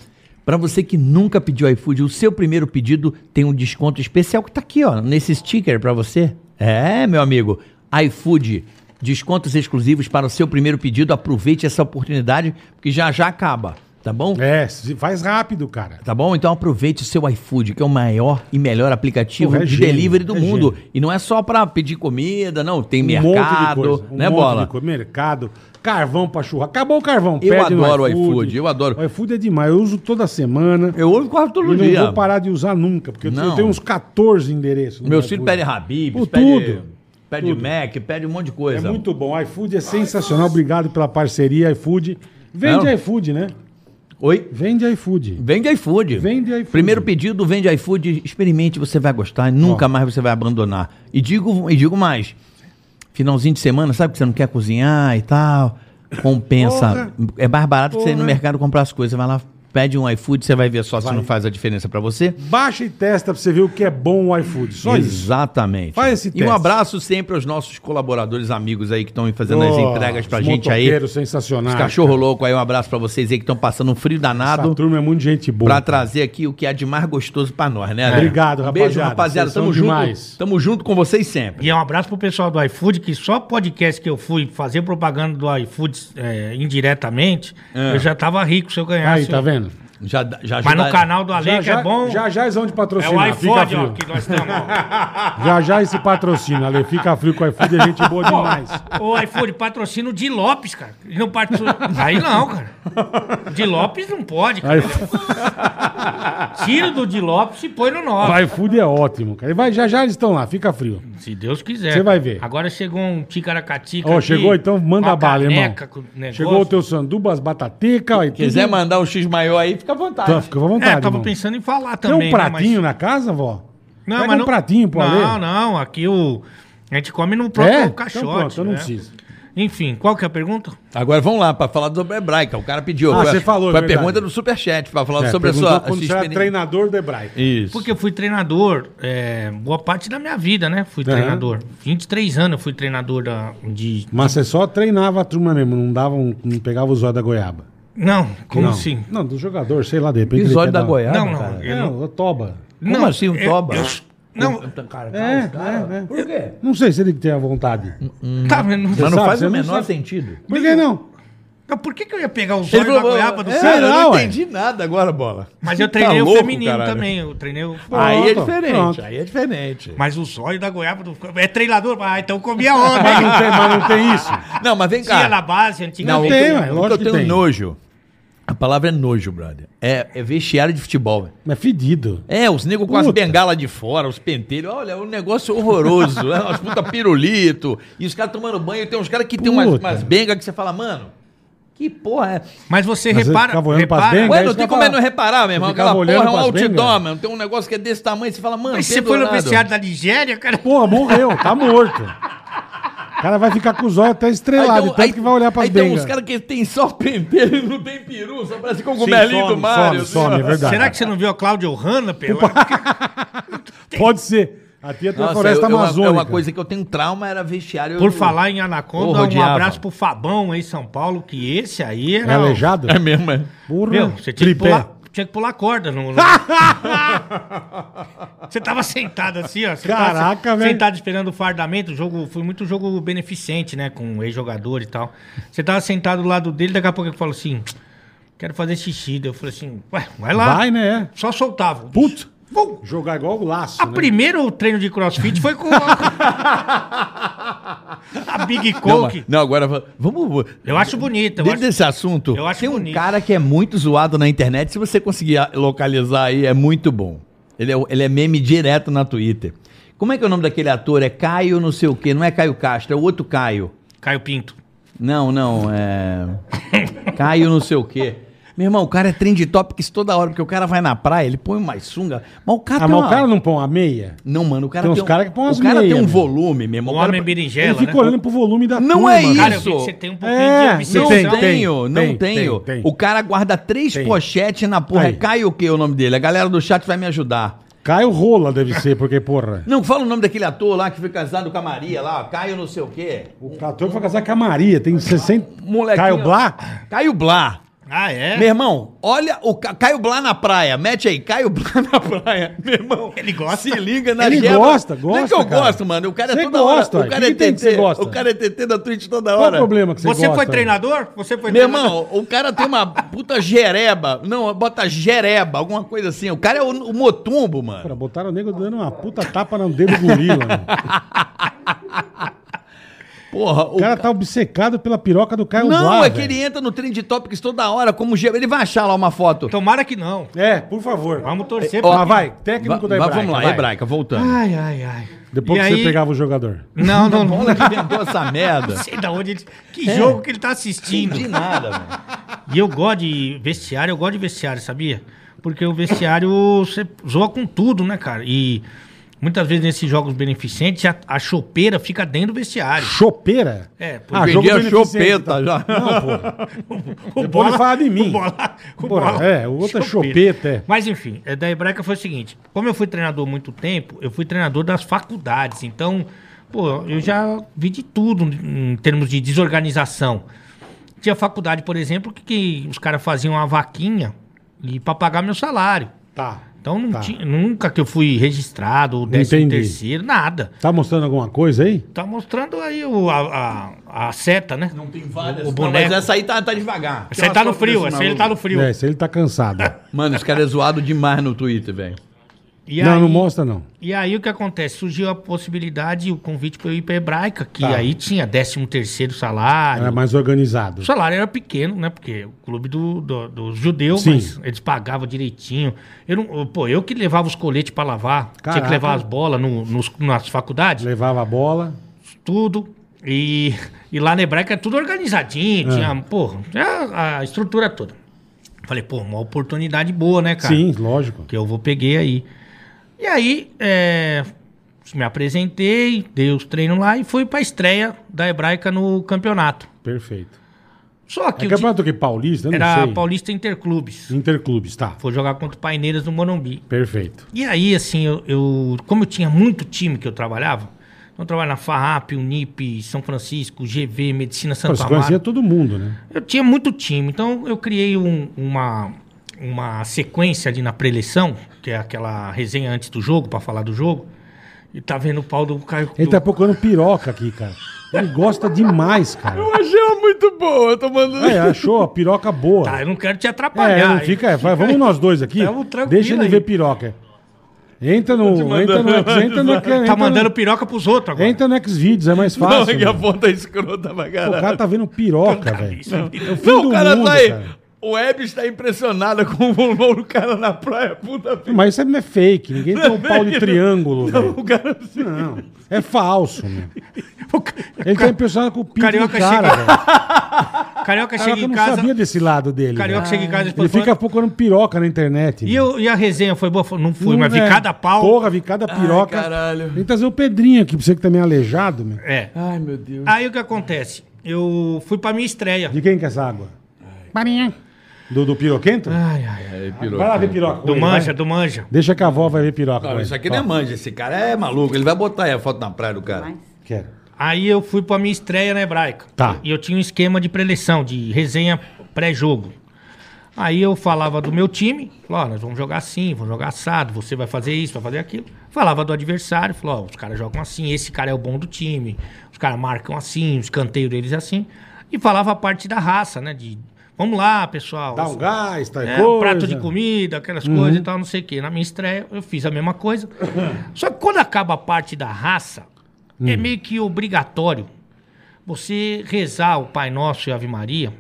B: pra você que nunca pediu iFood, o seu primeiro pedido tem um desconto especial que tá aqui, ó, nesse sticker pra você. É, meu amigo, iFood, descontos exclusivos para o seu primeiro pedido. Aproveite essa oportunidade, porque já já acaba. Tá bom?
C: É, se- faz rápido, cara.
B: Tá bom? Então aproveite o seu iFood, que é o maior e melhor aplicativo
C: Porra, é
B: de
C: gênio,
B: delivery do
C: é
B: mundo.
C: gênio.
B: E não é só pra pedir comida, não. Tem
C: mercado,
B: mercado, né, Bola?
C: Um coisa. um Mercado, carvão pra churrasco. Acabou o carvão.
B: Eu
C: pede no
B: adoro o iFood, eu adoro.
C: O iFood é demais, eu uso toda semana.
B: Eu uso quase todo
C: e
B: dia.
C: não vou parar de usar nunca, porque eu tenho-
B: Não.
C: eu tenho uns 14 endereços. no
B: Meu filho
C: iFood.
B: pede Habib,
C: Por
B: pede,
C: tudo.
B: pede Mac, pede um monte de
C: É
B: coisa.
C: muito bom. iFood é sensacional. Obrigado pela parceria, iFood. Vende
B: Não.
C: iFood, né?
B: Oi?
C: Vende iFood.
B: Vende iFood.
C: Vende iFood.
B: Primeiro pedido, vende iFood, experimente, você vai gostar e nunca mais você vai abandonar. E digo, e digo mais, finalzinho de semana, sabe que você não quer cozinhar e tal, compensa. É mais barato que você ir no
C: Porra.
B: mercado comprar as coisas, você vai lá, pede um iFood, você vai ver só se não faz a diferença pra você.
C: Baixa e testa pra você ver o que é bom o iFood. Só isso.
B: Exatamente.
C: Faz esse
B: E
C: teste.
B: um abraço sempre aos nossos colaboradores, amigos aí que estão fazendo né? as
C: Ó,
B: entregas pra
C: os
B: gente aí.
C: motoqueiros sensacionais.
B: Os cachorro louco aí, um abraço pra vocês aí que estão passando um frio
C: cara.
B: danado
C: Essa turma é muito gente boa.
B: pra
C: cara.
B: trazer aqui o que há de mais gostoso pra nós, né? Adriano?
C: Obrigado,
B: Um Beijo,
C: rapaziada.
B: rapaziada.
C: Vocês são
B: Tamo junto,
C: demais.
B: tamo junto com vocês sempre.
D: E é um abraço pro pessoal do iFood, que só podcast que eu fui fazer propaganda do iFood é, indiretamente, eu já tava rico se eu ganhasse.
C: É. Aí,
D: um.
C: tá vendo?
B: Já, dá- já
D: Mas no
B: ajuda-
D: canal do Ale,
C: já,
D: que
C: já,
D: é bom,
C: já já eles vão te
D: é
C: patrocinar.
D: o
C: fica
D: iFood, ó,
C: frio.
D: que nós temos. ó.
C: [laughs] Já já esse patrocina, Ale. Fica frio com o iFood, é gente
D: [laughs]
C: boa demais.
D: O iFood patrocina o Di Lopes, cara. Ele não patrocina. Aí não, cara. O Di Lopes não pode, cara.
C: Aí,
D: Tira do Di Lopes e põe no nosso.
C: o iFood é ótimo, cara. E Vai, já já eles estão lá, fica frio.
D: Se Deus quiser.
C: Você vai ver.
D: Agora chegou um ticaracatica.
C: Ó,
D: aqui,
C: chegou então,
D: com
C: manda
D: a
C: bala, irmão.
D: caneca, com negócio.
C: Chegou o teu sanduba, as batateca. Ó, e
B: Quiser
C: tudo.
B: mandar um X maior aí, fica à vontade.
C: Tá, fica à vontade.
D: É, tava
C: irmão.
D: pensando em falar
C: Tem
D: também.
C: um
D: né,
C: pratinho
D: mas-
C: na casa, vó?
D: Não,
C: Pega
D: mas
C: um
D: não,
C: pratinho pro Ale.
D: Não, é não. Aqui o. A gente come no próprio
C: É?
D: um caixote.
C: Então pronto, eu não
D: né?
C: preciso.
D: Enfim, qual que é a pergunta?
B: Agora vamos lá, pra falar do Hebraica. O cara pediu.
C: Ah,
B: foi a-
C: você falou, é
B: Foi a
C: verdade.
B: pergunta do Superchat, pra falar
C: É,
B: sobre a
C: perguntou
B: sua, a sua
C: Quando você era
B: experiência.
C: treinador do hebraico.
B: Isso.
D: Porque eu fui treinador, é, boa parte da minha vida, né? Fui
C: Aham.
D: treinador. 23 anos eu fui treinador da, de.
C: Mas você só treinava a turma mesmo, não, dava um, não pegava o zóio da goiaba.
D: Não, como
C: não.
D: assim?
C: Não, do jogador, sei lá, de repente. ele
B: Episódio
C: quer
B: da
C: dar-
B: Goiás.
D: Não, não.
B: Cara.
D: Eu
C: Não, o toba.
B: Como
D: Não,
B: assim, um
D: eu-
B: toba?
D: eu- não,
B: Cara,
C: É,
B: os caras-
C: é, é.
B: Por quê?
C: Não sei se ele tem a vontade.
D: tá vendo?
B: Mas não
C: sabe,
B: faz
C: você
B: o
C: não
B: menor
C: sabe.
B: sentido.
C: Por que
B: [laughs]
C: não?
D: Não, por que, que eu ia pegar o zóio da
B: falou,
D: goiaba do
B: é,
D: céu?
C: Sei
B: eu
C: lá,
B: não
C: ué.
B: entendi nada agora, bola.
D: Mas eu
B: Tá
D: treinei o
B: louco,
D: feminino
B: caralho.
D: também. Eu treinei o.
B: Aí é
C: Pronto,
B: diferente,
C: pronto.
B: aí é diferente.
D: Mas o zóio da goiaba do. É treinador? Ah, então comia
C: [laughs]
D: homem.
C: Mas
B: Ah.
C: não tem, mas não tem isso.
B: Não, mas vem cá.
D: Tinha na base,
B: Não,
D: antigamente.
B: eu
C: tem,
B: tenho-
C: ué,
B: eu
C: lógico que
B: tenho
C: tem.
B: nojo. A palavra é nojo, brother. É, é vestiário de futebol. velho.
C: Mas fedido.
B: É, os negros com as
C: Puta.
B: bengalas de fora, os pentelhos. Olha, um negócio horroroso. né? Umas puta pirulito. E os caras tomando banho. Tem uns caras que tem umas,
C: Puta.
B: umas bengas que você fala, mano, que porra é?
D: Mas você
C: Mas eu
D: repara.
C: ficava olhando pras
D: repara-
C: bengas.
B: Ué,
C: isso
B: não
C: que eu
B: tem
C: ia
B: como é não
C: falar.
B: reparar, meu irmão.
C: Você
B: Aquela
C: ficava
B: porra é
C: olhando
B: um
C: pras
B: outdoor,
C: bengas?
B: mano. Tem um negócio que é desse tamanho. Você fala, mano,
D: Mas você foi no
B: pendurado.
C: tá
D: vestiário da Nigéria, cara.
C: Porra, morreu, tá morto. O cara vai ficar com o zóio até
B: Aí
C: estrelado,
B: tem um-
C: de tanto
B: aí-
C: que vai olhar pras
B: aí tem
C: bengas.
B: uns caras que tem só [laughs] pentelho, não tem peru, só parece cogumelinho
C: some,
B: do Mario.
C: some, some,
B: ó.
C: é verdade.
D: Será que você não viu a Cláudia Hanna, pelo?
C: Pode ser. Aqui é a
B: Nossa,
C: floresta
B: eu- eu-
C: amazônica.
B: É uma coisa que eu tenho trauma, era vestiário.
D: Por falar em Anaconda,
B: Porra,
D: um
B: odiava.
D: abraço pro Fabão aí, São Paulo, que esse aí
C: É
D: era.
C: aleijado?
B: [laughs] É mesmo, é.
C: Porra,
D: Meu, você tinha que,
C: tripé.
D: pular, tinha que pular corda no. [laughs] no- você tava sentado assim, ó. você tava
C: Caraca,
D: se-
C: velho.
D: Sentado esperando o fardamento. O jogo foi muito jogo beneficente, né? Com ex-jogador e tal. Você tava sentado do lado dele, daqui a pouco ele falou assim: quero fazer xixi. Daí Eu falei assim, ué, vai lá.
C: Vai, né?
D: Só soltava.
C: Puto.
D: Vum.
C: Jogar igual o laço,
D: A
C: né?
D: primeiro treino de crossfit
C: [laughs]
D: foi com a, a Big
B: Não, mas-
D: Coke.
B: não, agora va- vamos. vamos-
D: Eu acho bonita. Eu
B: Dentro
D: acho...
B: desse assunto,
D: eu acho
B: tem um
D: bonito.
B: cara que é muito zoado na internet. Se você conseguir a- localizar aí, é muito bom. Ele é, o- ele é meme direto na Twitter. Como é que é o nome daquele ator? É Caio não sei o quê. Não é Caio Castro, é o outro Caio.
D: Caio Pinto.
B: Não, não,
D: [laughs]
B: é. Caio não sei o quê. Meu irmão, o cara é trend topics toda hora, porque o cara vai na praia, ele põe uma sunga. Mas o cara
C: Ah,
B: tem
C: mas o
B: uma-
C: cara não põe a meia?
B: Não, mano, o cara
C: Tem uns
B: um-
C: cara que põe umas
B: O cara
C: meia,
B: tem um
C: mano.
B: volume, meu irmão.
D: O
B: O cara-
D: homem
C: Ele
D: berinjela,
C: fica
D: né?
C: olhando pro volume da
B: Não
C: turma.
B: é
C: cara.
B: isso.
D: Cara, eu vi que você tem um pouquinho
C: É,
D: de
B: Não
D: obsessão.
C: Tem, tem,
B: tenho, não
C: tem,
B: tenho.
C: tem, tem.
B: O cara guarda três
C: Tem.
B: pochetes na porra.
C: Aí.
B: É Caio o que o nome dele? A galera do chat vai me ajudar.
C: Caio Rola deve ser, porque, porra.
B: Não, fala o nome daquele ator lá que foi casado com a Maria lá, ó, Caio não sei o quê.
C: O Cator foi casar com a Maria, tem 60.
B: Molequinho.
C: Caio Blá?
B: Caio Blá.
D: Ah, é?
B: Meu irmão, olha o Ca- Caio Blá na praia. Mete aí, Caio Blá [laughs] na praia. Meu irmão,
D: Ele gosta.
B: Se liga na
C: Ele
B: jeba.
C: gosta,
B: Não é que
C: gosta,
B: eu
C: cara.
B: gosto, mano. O cara é
C: Você
B: toda
C: gosta,
B: hora. O
C: o
B: cara
C: que
B: é
C: que tem que você
B: TT.
C: gosta?
B: O cara é TT da Twitch toda
C: Qual
B: hora.
C: o problema que você,
D: Você
C: gosta? né?
D: foi treinador? Você foi
B: Meu
D: treinador?
B: irmão, o cara tem uma puta jereba. Não, bota jereba, alguma coisa assim. O cara é o, o motumbo, mano.
C: Cara, botaram o nego dando uma puta tapa no dedo do gorila.
D: [laughs]
C: mano.
B: Porra, o
C: O cara tá obcecado pela piroca do Caio
B: Não,
C: Blá,
B: é que
C: velho.
B: ele entra no Trend Topics toda hora como jereba. Ele vai achar lá uma foto.
C: Então,
D: Tomara que não.
C: É, por favor.
D: Vamos torcer
B: Ó,
D: pra-
C: Mas vai, técnico da
B: Va- va-
C: Hebraica.
B: Vamos lá, é
C: vai.
B: hebraica, voltando.
D: Ai, ai, ai.
C: Depois
D: E
C: que
D: aí-
C: você pegava o jogador.
D: Não, não, não.
B: Bola que inventou essa merda.
D: Não sei da onde ele... Que jogo que ele tá assistindo.
B: É. Entendi nada, mano.
D: E eu gosto de vestiário, eu gosto de vestiário, sabia? Porque o vestiário você zoa com tudo, né, cara? E muitas vezes nesses jogos beneficentes a, a chopeira fica dentro do vestiário.
C: Chopeira?
D: É,
C: [laughs]
D: pô,
C: Ah, jogo
B: Vendi a
C: beneficente, então. tá
B: chopeta já.
D: o
C: Depois ele fala de mim.
D: O bola, o
C: Porra,
D: bola-
C: é, o outro é chopeta, é.
D: Mas enfim, é, da Hebraica foi o seguinte: como eu fui treinador há muito tempo, eu fui treinador das faculdades. Então, pô, eu já vi de tudo em termos de desorganização. Tinha faculdade, por exemplo, que, que os caras faziam uma vaquinha e para pagar meu salário.
C: Tá.
D: Então não
C: Tá.
D: tinha- nunca que eu fui registrado, ou décimo
C: Entendi.
D: terceiro, nada.
C: Tá mostrando alguma coisa aí?
D: Tá mostrando aí o, a, a- a seta, né? Não tem várias. O boneco.
B: Mas essa aí tá, tá devagar.
D: Essa aí tá no frio, essa aí ele tá no frio.
C: É, se ele tá cansado.
B: Mano, os caras é zoado demais no Twitter, velho.
D: [laughs] E
C: não,
D: aí-
C: não mostra, não.
D: E aí o que acontece? Surgiu a possibilidade, o convite para eu ir para Hebraica, que
C: Tá.
D: aí tinha 13 terceiro salário.
C: Era mais organizado.
D: O salário era pequeno, né? Porque o clube do, do, dos judeus,
C: Sim.
D: mas eles pagavam direitinho. Eu não, eu- pô, eu que levava os coletes para lavar, tinha
C: Caraca.
D: que levar as bolas no, nos- nas faculdades,
C: Levava a bola.
D: tudo. E, e lá na Hebraica é tudo organizadinho, tinha, pô, tinha a, a estrutura toda. Falei, pô, uma oportunidade boa, né, cara?
C: Sim, lógico.
D: que eu vou peguei aí. E aí, é, me apresentei, dei os treinos lá e fui pra estreia da Hebraica no campeonato.
C: Perfeito.
D: Só que
C: É
D: o time
C: campeonato que paulista? Eu não
D: era
C: sei.
D: Paulista Interclubes.
C: Interclubes, tá.
D: Foi jogar contra o Paineiras no Morumbi.
C: Perfeito.
D: E aí, assim, eu, eu- como eu tinha muito time que eu trabalhava, então eu trabalhava na FARAP, Unip, São Francisco, GV, Medicina
C: Pô,
D: Santo
C: Você
D: Amaro.
C: conhecia todo mundo, né?
D: Eu tinha muito time, então eu criei um- uma, uma sequência ali na preleção, que é aquela resenha antes do jogo, pra falar do jogo. E tá vendo o pau do Caio.
C: Ele
D: do-
C: tá procurando piroca aqui, cara. Ele gosta demais, cara.
B: Achei ela é muito boa, eu tô mandando.
C: É, achou a piroca boa.
D: Tá, eu não quero te
C: É,
D: atrapalhar.
C: não fica, é, vai, vamos nós dois aqui.
D: Tamo tranquilo
C: Deixa ele
D: aí.
C: ver piroca. Entra no. Entra no, X- entra no, entra
D: Tá
C: no,
D: mandando piroca pros outros agora.
C: entra no Xvideos, é mais
B: Não,
C: fácil.
B: é que a
C: mano.
B: foto é escrota pra
C: Pô, o
B: caralho.
C: cara tá vendo piroca, velho. É o fim
B: Não,
C: do
B: o cara
C: mundo,
B: tá aí.
C: cara.
B: O Web está impressionada com o volume do cara na praia, puta vida.
C: Mas isso é fake. Ninguém tem um
D: [laughs]
C: pau de triângulo,
B: Não,
C: velho.
B: o cara. assim.
C: Não, é falso, meu.
D: O ca-
C: Ele tá impressionado com o pinto do
D: Carioca
C: cara,
D: chega-
C: velho.
D: Carioca chega
C: Caraca, eu
D: em
C: não
D: casa.
C: sabia desse lado dele.
D: Carioca
C: velho.
D: chega em casa e
C: Ele
D: depois
C: fica
D: fala-
C: procurando piroca na internet.
D: E,
C: meu.
D: eu- e a resenha foi boa? Não fui,
C: Não,
D: mas vi
C: velho.
D: cada pau.
C: Porra, vi cada piroca.
B: caralho.
C: Tem que trazer o Pedrinho aqui pra você que também é aleijado, meu.
D: É.
B: Ai, meu Deus.
D: Aí o que acontece? Eu fui pra minha estreia.
C: De quem que é essa água? Do, do piroquento?
D: Ai, ai, ai.
C: vai lá ver piroca. com
D: Ah. Do
C: ele,
D: manja,
C: vai.
D: do manja.
C: Deixa que a avó vai ver piroca.
B: Não,
C: com
B: isso
C: ele.
B: aqui não é manja, esse cara é maluco. Ele vai botar aí a foto na praia do cara.
C: Ó, Quero.
D: Aí eu fui pra minha estreia na Hebraica.
C: Tá.
D: E eu tinha um esquema de preleção, de resenha pré-jogo. Aí eu falava do meu time, falava, ó, nós vamos jogar assim, vamos jogar assado, você vai fazer isso, vai fazer aquilo. Falava do adversário, falava, ó, os caras jogam assim, esse cara é o bom do time, os caras marcam assim, os canteiros deles é assim. E falava a parte da raça, né? De vamos lá, pessoal.
C: Dá um gás, tá
D: É, um prato de comida, aquelas
C: Uhum.
D: coisas e tal, não sei o quê. Na minha estreia, eu fiz a
C: [laughs]
D: mesma coisa. Só que quando acaba a parte da raça,
C: Hum.
D: é meio que obrigatório você rezar o Pai Nosso e Ave Maria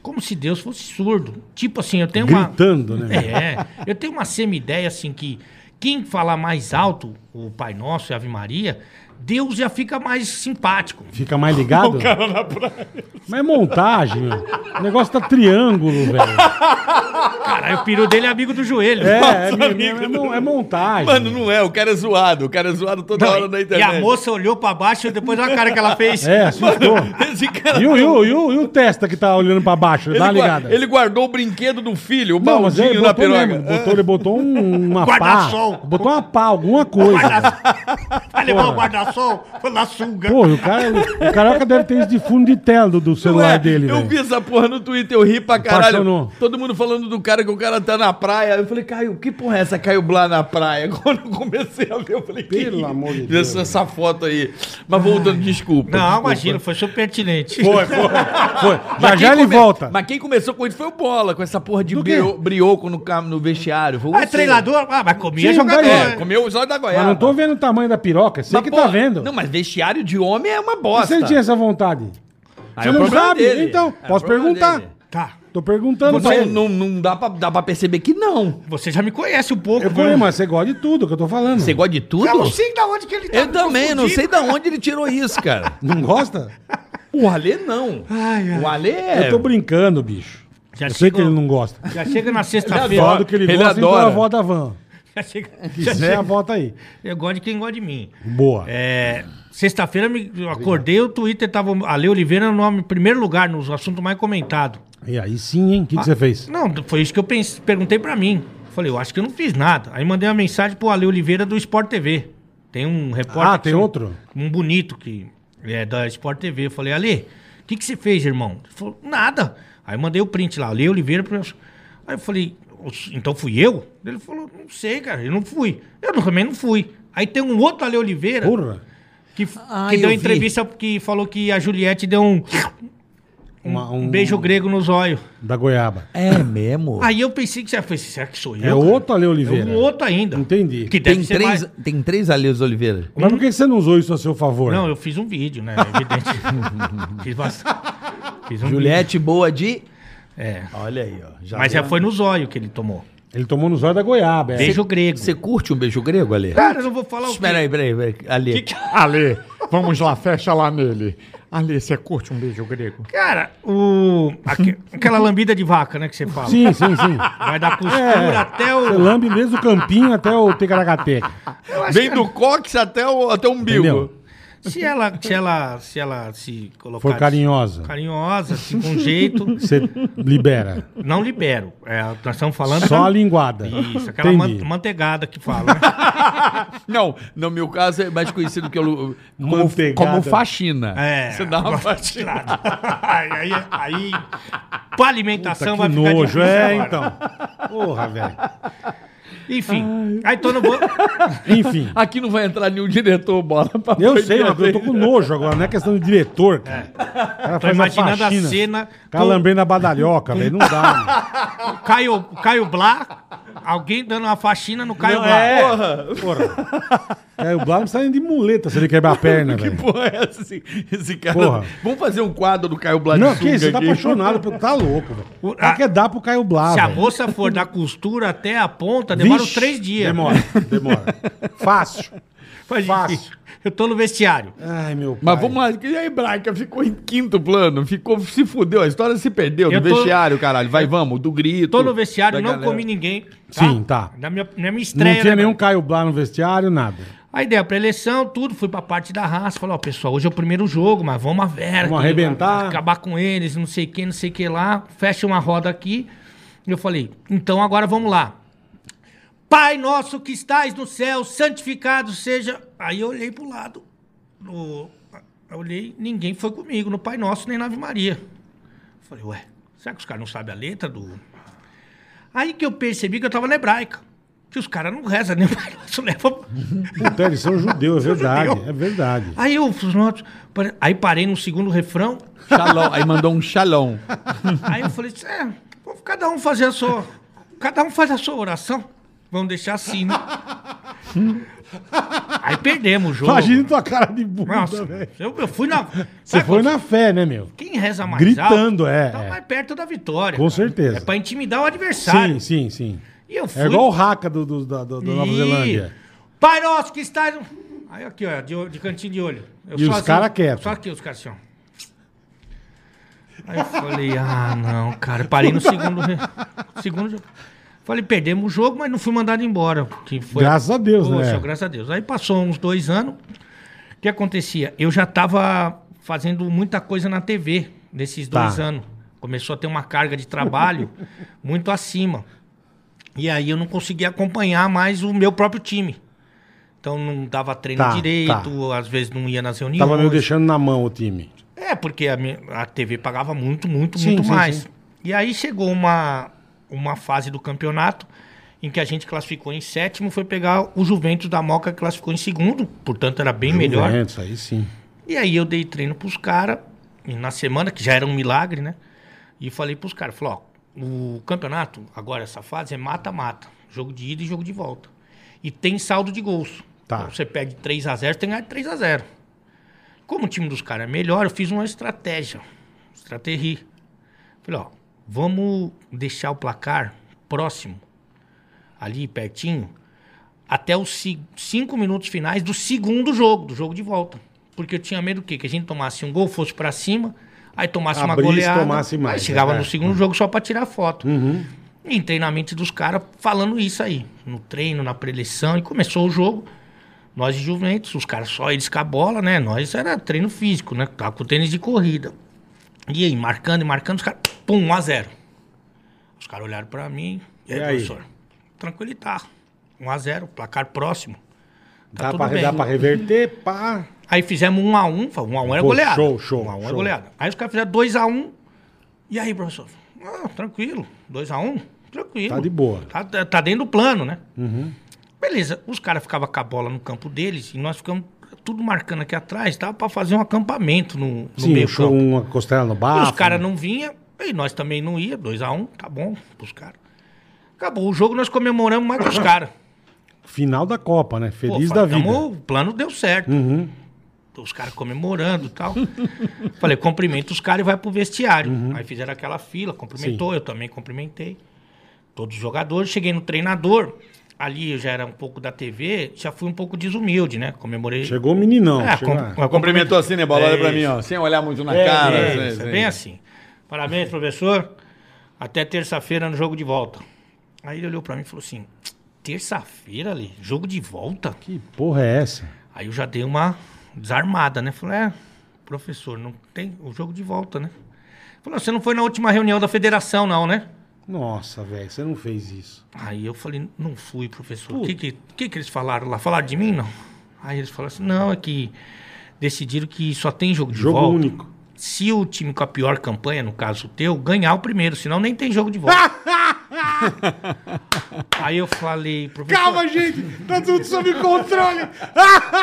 D: como se Deus fosse surdo. Tipo assim, eu tenho uma.
C: Gritando, né? velho?
D: É, eu tenho uma semi-ideia assim que quem falar mais alto o Pai Nosso e Ave Maria, Deus já fica mais simpático.
C: Fica mais
D: [laughs]
C: ligado? Mas é montagem, meu. O negócio tá triângulo,
D: [laughs]
C: velho.
D: Caralho, o peru dele é amigo do joelho.
C: É, é, é, mon- é montagem.
B: Mano, não é, o cara é zoado, o cara é zoado toda hora na
D: e
B: internet.
D: a moça olhou pra baixo e depois olha a cara que ela fez.
C: É, assustou.
B: Esse cara.
C: E o,
D: tá
C: e, o, e, o, e o testa que tá olhando pra baixo?
B: ele,
C: dá uma
B: gua-
C: ligada.
B: ele guardou o brinquedo do filho, o
C: Não, mas ele
B: baldinho um na
C: botou,
B: piroca. [laughs]
C: mesmo, botou, ele botou um- uma pá.
D: Guarda-sol.
C: Botou uma pá, alguma coisa. velho.
D: Vai
B: um
D: levar o guarda-sol? Foi na sunga.
C: Pô, o, cara, o Carioca deve ter isso de fundo de tela do, do celular
B: Ué,
C: é dele,
B: eu
C: velho.
B: vi essa porra no Twitter, eu ri pra caralho.
C: Apaixonou.
B: Todo mundo falando do cara que o cara tá na praia. Eu falei, Caio, que porra é essa Caio Blá na praia? [laughs] Quando eu comecei a ver, eu falei,
C: Pelo
B: que
C: amor de
B: essa-
C: Deus,
B: Essa, foto aí. Mas voltando, desculpa.
D: Não,
B: desculpa.
D: imagina, foi super pertinente.
C: Foi, foi, foi.
B: Mas
C: Já
B: quem
C: já ele
B: come-
C: volta.
B: Mas quem começou com isso foi o Bola, com essa porra de
C: Do quê?
B: brio- brioco no, cam- no vestiário. Foi
D: [laughs] Ah, é
B: você.
D: treinador? Ah, mas comia
C: Sim,
D: jogador.
C: daí-
B: É, comeu os olhos da goiaba.
C: Mas não tô vendo o tamanho da piroca. Sei
B: Mas,
C: que
B: porra,
C: tá vendo.
B: Não, mas vestiário de homem é uma
C: Mas
B: bosta.
C: Você tinha essa vontade.
B: Aí
C: Você
B: é o
C: não
B: problema
C: sabe?
B: dele.
C: Então,
B: É o
C: posso
B: problema
C: perguntar.
B: dele.
D: Tá.
C: Tô perguntando pra
B: Você
C: ele.
B: não, não dá, pra, dá pra perceber que não.
D: Você já me conhece um pouco,
C: Eu falei, mas você gosta de tudo que eu tô falando.
B: Você gosta de tudo?
D: Eu não sei da onde que ele tá.
B: Eu também, não sei da onde ele tirou isso, cara.
C: Não gosta?
B: O Alê não.
D: Ai, ai.
B: O Alê é...
C: Eu tô brincando, bicho.
D: Já
C: eu sei
D: chegou.
C: que ele não gosta.
D: Já chega na
C: Fala
D: sexta-feira.
C: do que ele,
B: Ele
C: gosta,
B: adora.
C: então a volta da van. [laughs]
D: Já chega- já
C: Quiser, a
D: chega-
C: volta aí.
D: Eu gosto de quem gosta de mim.
C: Boa.
D: É, Sexta-feira me- eu acordei, o Twitter tava. Ale Oliveira no nome- primeiro lugar, nos assuntos mais comentados.
C: E aí sim, hein? O que, que você fez?
D: Não, foi isso que eu pense- perguntei pra mim. Falei, eu acho que eu não fiz nada. Aí mandei uma mensagem pro Ale Oliveira do Sport TV. Tem um repórter.
C: Ah,
D: que
C: tem
D: chama-
C: outro?
D: Um bonito que é da Sport TV. Eu falei, Ale, o que, que você fez, irmão? Ele falou, nada. Aí eu mandei o print lá, Ale Oliveira. pro- Aí eu falei, "Oxe, então fui eu? Ele falou, não sei, cara, eu não fui. Eu não- também não fui. Aí tem um outro Ale Oliveira
C: Porra.
D: que, f-
B: Ah,
D: que
B: eu
D: deu
B: vi.
D: entrevista que falou que a Juliette deu um,
C: Uma-
D: um beijo grego nos olhos.
C: Da goiaba.
B: É mesmo.
D: Aí eu pensei que você foi, será que sou eu?
C: É
D: cara?
C: outro Ale Oliveira.
D: É um outro ainda.
C: Entendi.
D: Que deve
B: Tem
D: ser
B: três,
D: mais-
B: tem três Alês Oliveira.
C: Mas por que você não usou isso a seu favor?
D: Um Não, eu fiz um vídeo, né?
C: [laughs]
D: Evidente. fiz, bastante. Fiz um
B: Juliette Boa de...
D: vídeo. É.
B: Olha aí, ó.
C: Tá
B: Já
D: Mas já foi no zóio que ele tomou.
C: Ele tomou nos olhos da goiaba. É.
D: Beijo grego.
B: Você curte um beijo grego, Alê?
D: Cara, eu não vou falar o
B: Espera aí, peraí, peraí. é? Alê.
G: Ale, vamos lá, fecha lá nele. Ale, você curte um beijo grego?
D: Cara, o... aque- aquela lambida de vaca, né, que você fala.
C: Sim, sim, sim.
D: [laughs] Vai da costura
C: É.
D: até
C: Você
D: o...
C: lambe desde o campinho até o
D: [laughs]
C: Tecaracateca.
B: Vem do cóccix até o, até o umbigo.
C: Entendeu?
D: Se ela, se ela, se ela se colocar...
C: For carinhosa.
D: Carinhosa, se com jeito,
C: Você libera.
D: não libero. É, nós estamos falando...
C: Só a linguada.
D: Isso, aquela man- manteigada que fala, né?
C: [laughs]
B: Não, no meu caso é mais conhecido que eu, como,
C: Manteigada.
B: como faxina.
D: É.
B: Você dá uma faxina.
D: aí, aí, aí pra alimentação
C: Que
D: vai ficar
C: nojo,
D: difícil
C: é,
D: agora.
C: então. Porra, velho.
D: Enfim, aí tô no bo...
C: Enfim,
B: Aqui não vai entrar nenhum diretor bola pra
C: eu
B: proibir
C: sei,
B: a
C: mas eu tô
B: vez.
C: com nojo agora, não é questão de diretor, cara. O cara faz uma
D: É. imaginando a
C: faxina.
D: cena
C: O cara
D: com-
C: lambrando a badalhoca, velho. Não dá, mano.
D: [laughs] Caio, Caio Blá, alguém dando uma faxina no Caio Blá.
C: é. Porra. É, o Blas sai de muleta se ele quebrar a perna, velho.
B: Porra, é essa, esse, esse cara.
C: Porra.
B: Vamos fazer um quadro do Caio Blá de
C: Não, que
B: sunga
C: você tá
B: aqui.
C: apaixonado, pelo- tá louco, velho. O
D: Ah.
C: cara quer dar pro Caio Blá,
D: Se a
C: Ah, velho.
D: moça for da costura até a ponta, demora
C: Vixe,
D: uns três dias.
C: Demora,
D: [laughs]
C: demora. Fácil.
D: Mas,
C: Fácil.
D: enfim, Eu tô no vestiário.
C: Ai, meu pai.
B: Mas vamos lá, e a Hebraica ficou em quinto plano, ficou, se fudeu, a história se perdeu,
D: Eu
B: do
D: tô-
B: vestiário, caralho, vai, vamos, do grito.
D: Tô no vestiário,
B: da
D: não
B: galera.
D: comi ninguém.
C: Sim, tá.
D: Na minha, na minha estreia.
C: Não tinha
D: né,
C: nenhum
D: mano?
C: Caio Blá no vestiário, nada.
D: Aí dei a pré-eleição, tudo, fui pra parte da raça. Falei, ó, pessoal, hoje é o primeiro jogo, mas vamos a vera.
C: Vamos
D: que
C: arrebentar.
D: Acabar com eles, não sei quem, não sei o que lá. Fecha uma roda aqui. E eu falei, então agora vamos lá. Pai nosso que estás no céu, santificado seja. Aí eu olhei pro lado. no- Eu olhei, ninguém foi comigo, no Pai Nosso nem na Ave Maria. Eu falei, ué, será que os caras não sabem a letra do. Aí que eu percebi que eu tava na hebraica. Que os caras não rezam nem o Pai Nosso, [laughs] leva.
C: Puta, eles são judeus, é verdade.
D: judeu.
C: É verdade.
D: Aí eu os notos, pare- aí parei no
C: [laughs]
D: segundo refrão,
B: Shalom, aí mandou um shalom.
D: aí eu falei, assim, é, vamos cada um fazer a sua, cada um faz a sua oração, vamos deixar assim,
C: [laughs]
D: né? aí perdemos o jogo.
C: Imagina tua cara de bunda,
D: Nossa,
C: velho.
D: eu, eu fui na...
C: Você
D: Sabe
C: foi
D: quando-
C: na fé, né, meu?
D: Quem reza mais
C: Gritando,
D: alto,
C: é,
D: tá
C: é.
D: mais perto da vitória.
C: Com certeza.
D: É pra intimidar o adversário.
C: Sim, sim, sim.
D: E eu fui...
C: É igual o Raca do, do- da, do- da Nova
D: Ih,
C: Zelândia.
D: Pai nosso que está... no- Aí aqui, ó, de, o- de cantinho de olho. Eu
C: E os
D: assim,
C: cara quieto.
D: Só aqui os caras assim, ó. Aí eu falei, [laughs] ah, não, cara. Parei no segundo... re- segundo jogo. Falei, perdemos o jogo, mas não fui mandado embora. Que foi...
C: Graças a Deus, né?
D: Poxa, graças a Deus. Aí passou uns dois anos. O que acontecia? Eu já estava fazendo muita coisa na TV nesses dois
C: Tá.
D: anos. Começou a ter uma carga
C: [laughs]
D: de trabalho muito acima. E aí eu não conseguia acompanhar mais o meu próprio time. Então não dava treino
C: Tá,
D: direito, às vezes não ia nas reuniões.
C: Tava meio deixando na mão o time.
D: É, porque a, minha- a TV pagava muito, muito,
C: Sim,
D: muito
C: sim,
D: mais.
C: sim.
D: E aí chegou uma, uma fase do campeonato em que a gente classificou em sétimo, foi pegar o Juventus da Moca, que classificou em segundo, portanto era bem melhor.
C: Juventus, aí sim.
D: E aí eu dei treino pros caras, e na semana, que já era um milagre, né? E falei pros caras, falei, ó, o campeonato, agora essa fase é mata-mata. Jogo de ida e jogo de volta. E tem saldo de gols.
C: Tá.
D: Então você perde 3x0, tem que ganhar 3x0. Como o time dos caras é melhor, eu fiz uma estratégia. Estratégia. Falei, ó, vamos deixar o placar próximo, ali pertinho, até os ci- cinco minutos finais do segundo jogo, do jogo de volta. Porque eu tinha medo do quê? Que a gente tomasse um gol, fosse pra cima, aí tomasse uma
C: Abrisse,
D: goleada.
C: tomasse
D: aí
C: mais,
D: chegava
C: é. Uhum.
D: no segundo jogo só pra tirar foto. E entrei na mente dos caras falando isso aí. No treino, na preleção, e começou o jogo. Nós de Juventus, os caras só eles com a bola, né? Nós era treino físico, né? Tava com tênis de corrida. E aí, marcando e marcando, os caras, pum, 1 a 0 Os caras olharam pra mim, e aí,
C: E aí?
D: professor? Tranquilitar. 1 a 0 placar próximo. Tá
C: Dá
D: tudo
C: pra,
D: bem.
C: dá pra reverter, pá.
D: Aí fizemos 1 a 1 falou, 1 a 1 era
C: Pô,
D: goleada.
C: show, show,
D: 1 a 1 era
C: show.
D: goleada. Aí os caras fizeram 2 a 1 E aí, professor? Ah, tranquilo. 2 a 1 Tranquilo.
C: Tá de boa.
D: Tá, tá- tá dentro do plano, né?
C: Uhum.
D: Beleza, os caras ficavam com a bola no campo deles e nós ficamos tudo marcando aqui atrás. Dava pra fazer um acampamento no, no
C: Sim,
D: meio
C: um show, um né?
D: campo.
C: uma costela no
D: E
C: bar.
D: os caras não vinham, e nós também não ia, 2x1, tá bom pros caras. Acabou o jogo, nós comemoramos mais que os caras.
C: Final da Copa, né?
D: Pô, é um
C: Feliz da
D: falei,
C: vida. Uhum.
D: "Tamo- o plano deu certo. Os caras comemorando e tal. [laughs] Falei, cumprimenta os caras e vai pro vestiário.
C: Uhum.
D: Aí fizeram aquela fila, cumprimentou, eu também cumprimentei. Todos os jogadores, cheguei no treinador. Ali eu já era um pouco da TV, já fui um pouco desumilde, né? Comemorei.
C: Chegou o meninão.
D: É,
C: chegou-
D: com-
F: [laughs]
D: com-
F: Cumprimentou assim, né, Bola? Olha pra
D: É
F: mim,
D: isso.
F: ó. Sem olhar muito na
C: É,
F: cara.
D: É,
B: né?
F: assim,
D: isso, é
F: assim.
D: bem assim. Parabéns, professor. Até terça-feira no jogo de volta. Aí ele olhou pra mim e falou assim: terça-feira ali, jogo de volta?
C: Que porra é essa?
D: Aí eu já dei uma desarmada, né? Falei, é, professor, não tem o jogo de volta, né? Falou, você não foi na última reunião da federação, não, né?
C: Nossa, velho, você não fez isso.
D: Aí eu falei, não fui, professor. O que que, que que eles falaram lá? Falaram de mim, não? Aí eles falaram assim, não, é que decidiram que só tem jogo de
C: Jogo
D: volta.
C: único.
D: Se o time com a pior campanha, no caso o teu, ganhar o primeiro, senão nem tem jogo
C: [laughs]
D: de volta. Aí eu falei, professor.
G: Calma, gente! Tá tudo sob controle!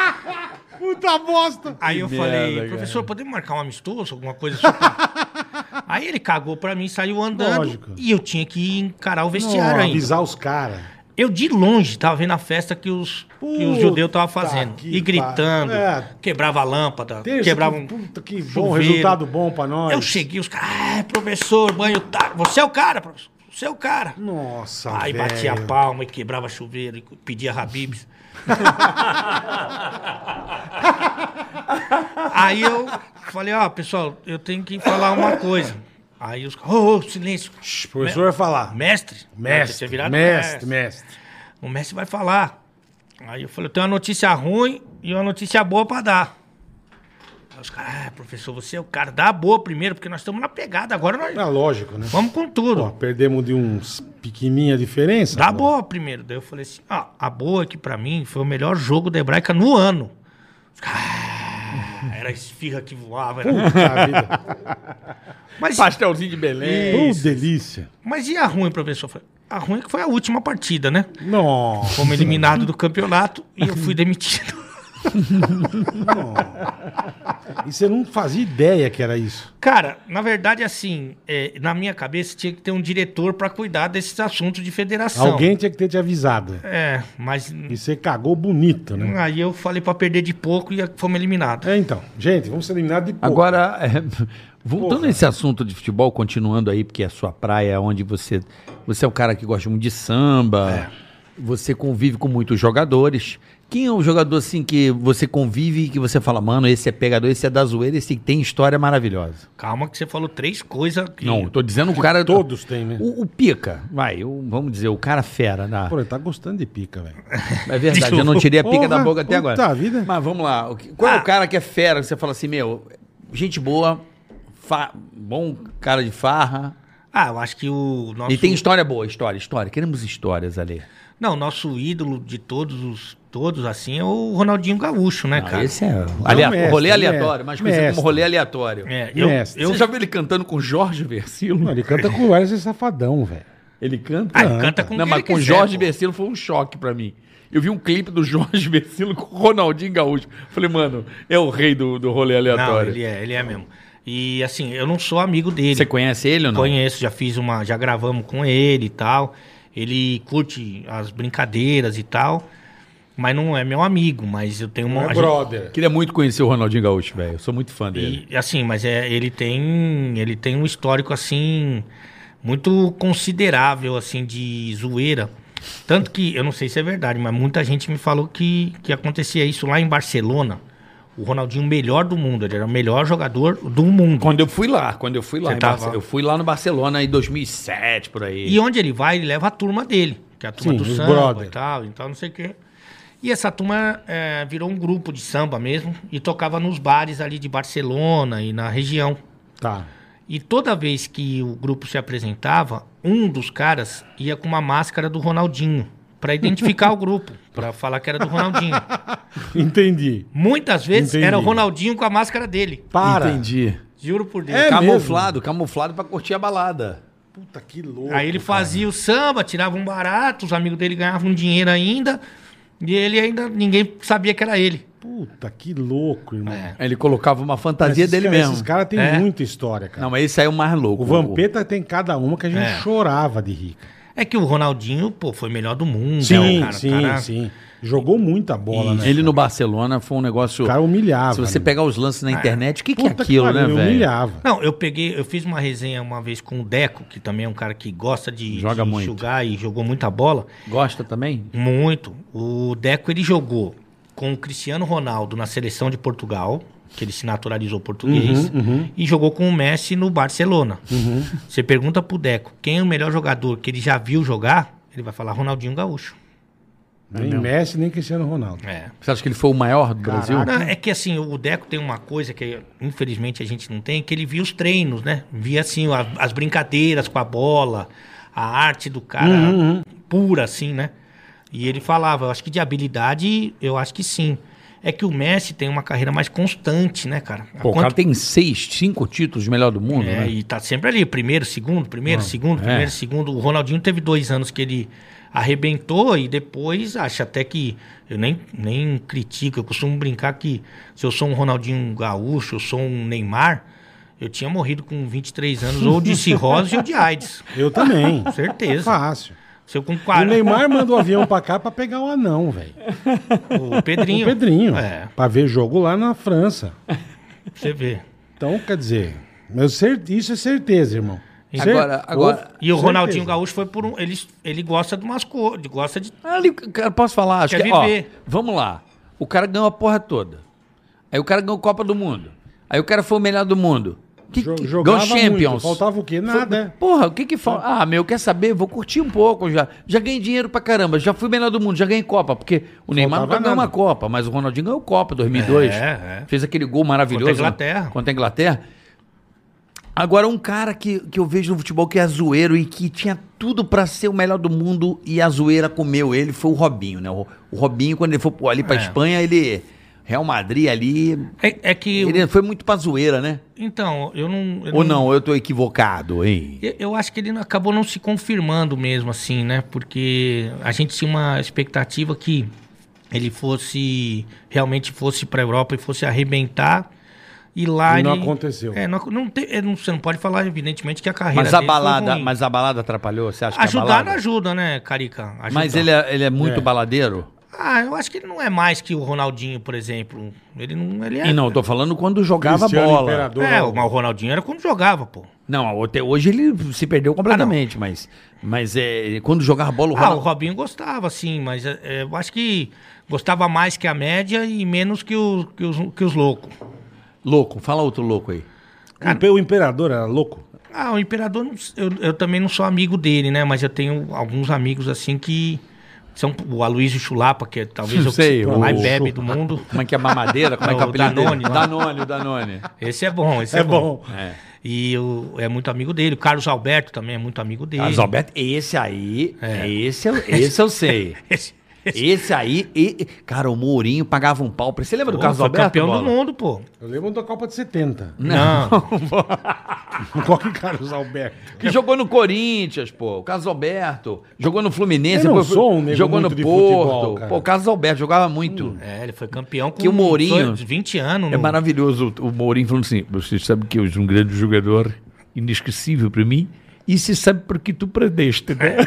G: [laughs] Puta bosta!
D: Aí eu falei, professor, podemos marcar um amistoso, alguma coisa assim?
C: [laughs]
D: Aí ele cagou pra mim, saiu andando.
C: Lógico.
D: E eu tinha que encarar o vestiário
C: Não,
D: ainda.
C: avisar os caras.
D: Eu de longe tava vendo a festa que os, que os
C: Puta
D: judeus estavam fazendo.
C: que
D: E gritando,
C: pariu. É.
D: quebrava a lâmpada,
C: Terça,
D: quebrava
C: que
D: um
C: puta, que bom,
D: chuveiro.
C: resultado bom pra nós.
D: Eu cheguei, os caras, ah, professor, banho tá. Você é o cara, professor. Você é o cara.
C: Nossa,
D: Aí
C: velho.
D: batia a palma e quebrava chuveiro e
C: [laughs]
D: pedia rabibs. Aí eu falei, ó, pessoal, eu tenho que falar uma coisa. Aí os caras, ô, ô, silêncio.
C: Tipo, O professor vai falar.
D: Mestre? Você
C: Mestre,
D: tinha virado
C: mestre, mestre.
D: O mestre vai falar. Aí eu falei, eu tenho uma notícia ruim e uma notícia boa pra dar. Aí os caras, ah, professor, você é o cara, dá a boa primeiro, porque nós estamos na pegada, agora nós
C: É lógico, né?
D: vamos com tudo.
C: Pô, perdemos de uns pequenininha diferença.
D: Dá
C: pô.
D: boa primeiro. Daí eu falei assim: ó, a boa que pra mim foi o melhor jogo da hebraica no ano. Ah, era esfirra que voava. era-
C: Puta vida.
D: Mas,
F: Pastelzinho de Belém.
C: Pô, delícia.
D: mas e a ruim, professor? Eu falei, A ruim é que foi a última partida, né?
C: Nossa.
D: Fomos eliminados do campeonato e eu fui demitido. [laughs]
C: E você não fazia ideia que era isso.
D: Cara, na verdade, assim, é, na minha cabeça tinha que ter um diretor pra cuidar desses assuntos de federação.
C: Alguém tinha que ter te avisado.
D: É, mas
C: E você cagou bonito, né?
D: aí eu falei pra perder de pouco e fomos eliminados.
C: É, então. Gente, vamos ser eliminados de pouco.
B: Agora, é, voltando a esse assunto de futebol, continuando aí, porque é a sua praia, onde você. Você é um cara que gosta muito de samba,
C: É.
B: você convive com muitos jogadores. Quem é um jogador assim que você convive e que você fala, mano, esse é pegador, esse é da zoeira, esse tem história maravilhosa?
D: Calma que você falou três coisas que.
B: Não, eu tô dizendo o cara.
C: Todos têm, né?
B: O, o pica, vai, o- vamos dizer, o cara fera. Na,
C: Pô, ele tá gostando de pica, velho.
B: é verdade, eu não tirei a pica da
C: Porra,
B: boca até agora.
C: puta vida.
B: Mas vamos lá. o que-
D: Ah.
B: qual é o cara que é fera? Que você fala assim, meu, gente boa, fa- bom cara de farra.
D: Ah, eu acho que o nosso.
B: E tem história boa, história, história. Queremos histórias ali.
D: Não, nosso ídolo de todos os todos assim é o Ronaldinho Gaúcho, né, cara?
B: Esse é alea-
C: mestre,
B: rolê
C: é um
B: aleatório,
C: mestre,
B: mas conhecido
C: mestre.
B: como rolê aleatório.
D: É, eu,
C: Mestre.
D: eu
B: Você já viu ele cantando com Jorge Versilo?
C: Não, ele canta com o Wesley Safadão, velho.
B: Ele canta?
D: Ah, ele canta com
B: Não,
D: quem
B: mas
D: ele
B: com
D: quiser,
B: Jorge
D: pô.
B: Versilo foi um choque pra mim. Eu vi um clipe do [laughs] Jorge Versilo com o Ronaldinho Gaúcho. Falei, mano, é o rei do, do rolê
D: Não,
B: aleatório.
D: ele é, ele é mesmo. E assim, eu não sou amigo dele.
B: Você conhece ele ou não?
D: Conheço, já fiz uma, já gravamos com ele e tal. Ele curte as brincadeiras e tal, mas não é meu amigo, mas eu tenho uma a gente-
B: Queria muito conhecer o Ronaldinho Gaúcho, velho. Eu sou muito fã dele.
D: e, assim, mas é, ele tem ele tem um histórico assim muito considerável assim de zoeira. Tanto que eu não sei se é verdade, mas muita gente me falou que que acontecia isso lá em Barcelona. O Ronaldinho o melhor do mundo, ele era o melhor jogador do mundo.
B: Quando eu fui lá, quando eu fui lá,
D: Você
B: em
D: tava
B: Barce-
D: lá?
B: eu fui lá no Barcelona em 2007, por aí.
D: E onde ele vai, ele leva a turma dele, que é a turma
C: Sim,
D: do
C: os
D: samba
C: brother.
D: e tal, então não sei o quê. E essa turma eh, virou um grupo de samba mesmo e tocava nos bares ali de Barcelona e na região.
C: Tá.
D: E toda vez que o grupo se apresentava, um dos caras ia com uma máscara do Ronaldinho pra identificar o grupo, pra falar que era do Ronaldinho.
C: Entendi.
D: Muitas vezes era o
C: Entendi.
D: Ronaldinho com a máscara dele.
C: Para.
B: Entendi.
D: Juro por Deus.
C: É
B: camuflado, camuflado pra curtir a balada.
C: Puta que louco.
D: Aí ele fazia o samba, tirava um barato, os amigos dele ganhavam um dinheiro ainda, e ele ainda, ninguém sabia que era ele.
C: Puta que louco, irmão.
B: Ele colocava uma fantasia
C: Esses
B: dele
C: caras-
B: mesmo.
C: Esses caras têm
D: É.
C: muita história, cara.
B: Não, mas ele saiu mais louco.
C: o Vampeta tem cada uma que a gente
D: É.
C: chorava de rica.
D: É que o Ronaldinho, pô, foi o melhor do mundo. né,
B: Então,
C: Sim,
D: o cara? O
C: sim,
D: cara-
C: sim. Jogou muita bola, né?
B: Ele no Barcelona foi um negócio.
C: O cara humilhava.
B: Se você
C: né?
B: pegar os lances na internet, o que, que é
C: Puta
B: aquilo,
C: pariu,
B: né,
C: ele
B: velho?
C: Humilhava.
D: Não, eu peguei, eu fiz uma resenha uma vez com o Deco, que também é um cara que gosta de,
B: Joga
D: de
B: muito.
D: enxugar e jogou muita bola.
B: Gosta também?
D: Muito. O Deco ele jogou com o Cristiano Ronaldo na seleção de Portugal, que ele se naturalizou português, e jogou com o Messi no Barcelona. Você pergunta pro Deco quem é o melhor jogador que ele já viu jogar, ele vai falar Ronaldinho Gaúcho.
C: Nem Messi, nem Cristiano Ronaldo.
D: É.
B: Você acha que ele foi o maior do Brasil?
C: Caraca.
D: Não, é que assim, o Deco tem uma coisa que infelizmente a gente não tem, que ele via os treinos, né? Via assim a- as brincadeiras com a bola, a arte do cara
B: Uhum,
D: pura assim, né? E ele falava, eu acho que de habilidade, eu acho que sim. É que o Messi tem uma carreira mais constante, né, cara? Há
B: Pô, o
D: quanto-
B: cara tem seis, cinco títulos de melhor do mundo,
D: é,
B: né?
D: e tá sempre ali, primeiro, segundo, primeiro,
C: é.
D: segundo, primeiro, segundo. O Ronaldinho teve dois anos que ele arrebentou e depois acho até que eu nem, nem critico, eu costumo brincar que se eu sou um Ronaldinho Gaúcho, eu sou um Neymar, eu tinha morrido com 23 anos ou de cirrose ou de AIDS.
C: Eu
B: [laughs]
C: também.
D: Com certeza.
C: Fácil.
D: Se eu com
C: Ah,
B: Ah,
C: O
D: 40,
C: Neymar manda o avião pra cá pra pegar o anão, velho.
D: o Pedrinho.
C: O Pedrinho.
D: É,
C: Pra ver jogo lá na França.
D: pra você vê.
C: Então, quer dizer, meu cer- isso é certeza, irmão. Cer-
B: Agora, agora.
D: E o
C: certeza.
D: Ronaldinho Gaúcho foi por um. Ele, ele gosta de umas coisas, gosta de.
B: Ali, cara, posso falar? Acho
D: Quer
B: que, ó,
D: viver.
B: vamos lá. O cara ganhou a porra toda. Aí o cara ganhou Copa do Mundo. Aí o cara foi o melhor do mundo. Que,
C: Jo-
B: que-
C: jogava
B: ganhou Champions.
C: muito, faltava o quê? Nada.
B: Porra, o que que falta?
D: Então-
B: Ah, meu, quer saber? Vou curtir um pouco já. Já ganhei dinheiro pra caramba, já fui melhor do mundo, já ganhei Copa. Porque o Neymar nunca ganhou
C: nada.
B: uma Copa, mas o Ronaldinho ganhou Copa em 2002.
D: É, é.
B: Fez aquele gol maravilhoso.
D: Contra a Inglaterra.
B: Contra a Inglaterra. Agora, um cara que, que eu vejo no futebol que é zoeiro e que tinha tudo pra ser o melhor do mundo e a zoeira comeu ele foi o Robinho, né? O, o Robinho, quando ele foi pro- ali pra Espanha, ele. Real Madrid ali.
D: É, é que.
B: Ele foi muito pra zoeira, né?
D: Então, eu não. eu
B: Ou não, eu tô equivocado, hein?
D: Eu, eu acho que ele não- acabou não se confirmando mesmo, assim, né? Porque a gente tinha uma expectativa que ele fosse realmente fosse para Europa e fosse arrebentar. E lá
C: E não
D: ele-
C: aconteceu.
D: É, não, ac- não tem- é, não- você não pode falar, evidentemente, que a carreira.
B: Mas a
D: dele foi
B: balada,
D: ruim.
B: mas a balada atrapalhou, você acha que a
D: Ajudar
B: balada?
D: não ajuda, né, Carica? Ajudar.
B: Mas ele é, ele é muito
C: É.
B: baladeiro?
D: Ah, eu acho que ele não é mais que o Ronaldinho, por exemplo. Ele não. Ele é.
B: E não, eu tô falando quando jogava
C: Cristiano
B: bola.
C: Imperador.
D: É, o, mas o Ronaldinho era quando jogava, pô.
B: Não, até hoje ele se perdeu completamente, mas, mas é, quando jogava bola, o
D: Ah, o
B: Ronaldo...
D: Robinho gostava, sim, mas é, é, eu acho que gostava mais que a média e menos que, o, que, os, que os loucos.
B: Louco, fala outro louco aí.
C: O impe- O imperador era louco.
D: Ah, o Imperador, não s- eu, eu também não sou amigo dele, né? Mas eu tenho alguns amigos assim que são o Aloysio Chulapa, que é talvez o,
B: Sei,
D: o
B: o-
D: mais bebe
B: [laughs]
D: do mundo.
B: Como é que é a mamadeira? Como é que é o
D: [laughs] O
B: apelido dele?
D: Danone, né?
B: Danone, o Danone.
D: Esse é bom, esse
C: É bom.
B: É.
D: E o- é muito amigo dele. O Carlos Alberto também é muito amigo dele.
B: Carlos Alberto, esse aí,
D: É.
B: esse, eu, esse eu
D: [laughs]
B: sei.
D: Esse- esse-
B: Esse aí, e- cara, o Mourinho pagava um pau pra ele. Você lembra do Carlos
D: foi
B: Alberto?
D: campeão
B: Bola?
D: do mundo,
B: [laughs]
D: pô. Ah,
C: Eu lembro da Copa de [laughs] 70.
D: Não.
C: Qual que é Carlos Alberto?
B: Que jogou no Corinthians, pô. O Carlos Alberto. Jogou no Fluminense.
C: Eu não
B: pô,
C: sou um nego
B: jogou
C: muito
B: no
C: de
B: Porto.
C: futebol, cara.
B: pô, o Carlos Alberto jogava muito.
D: É, ele foi campeão com
B: Que o Mourinho-
D: 20 anos.
E: É
D: no-
E: maravilhoso o o Mourinho falando assim: você sabe que eu sou um grande jogador, inesquecível para mim, e se sabe porque tu perdeste, né?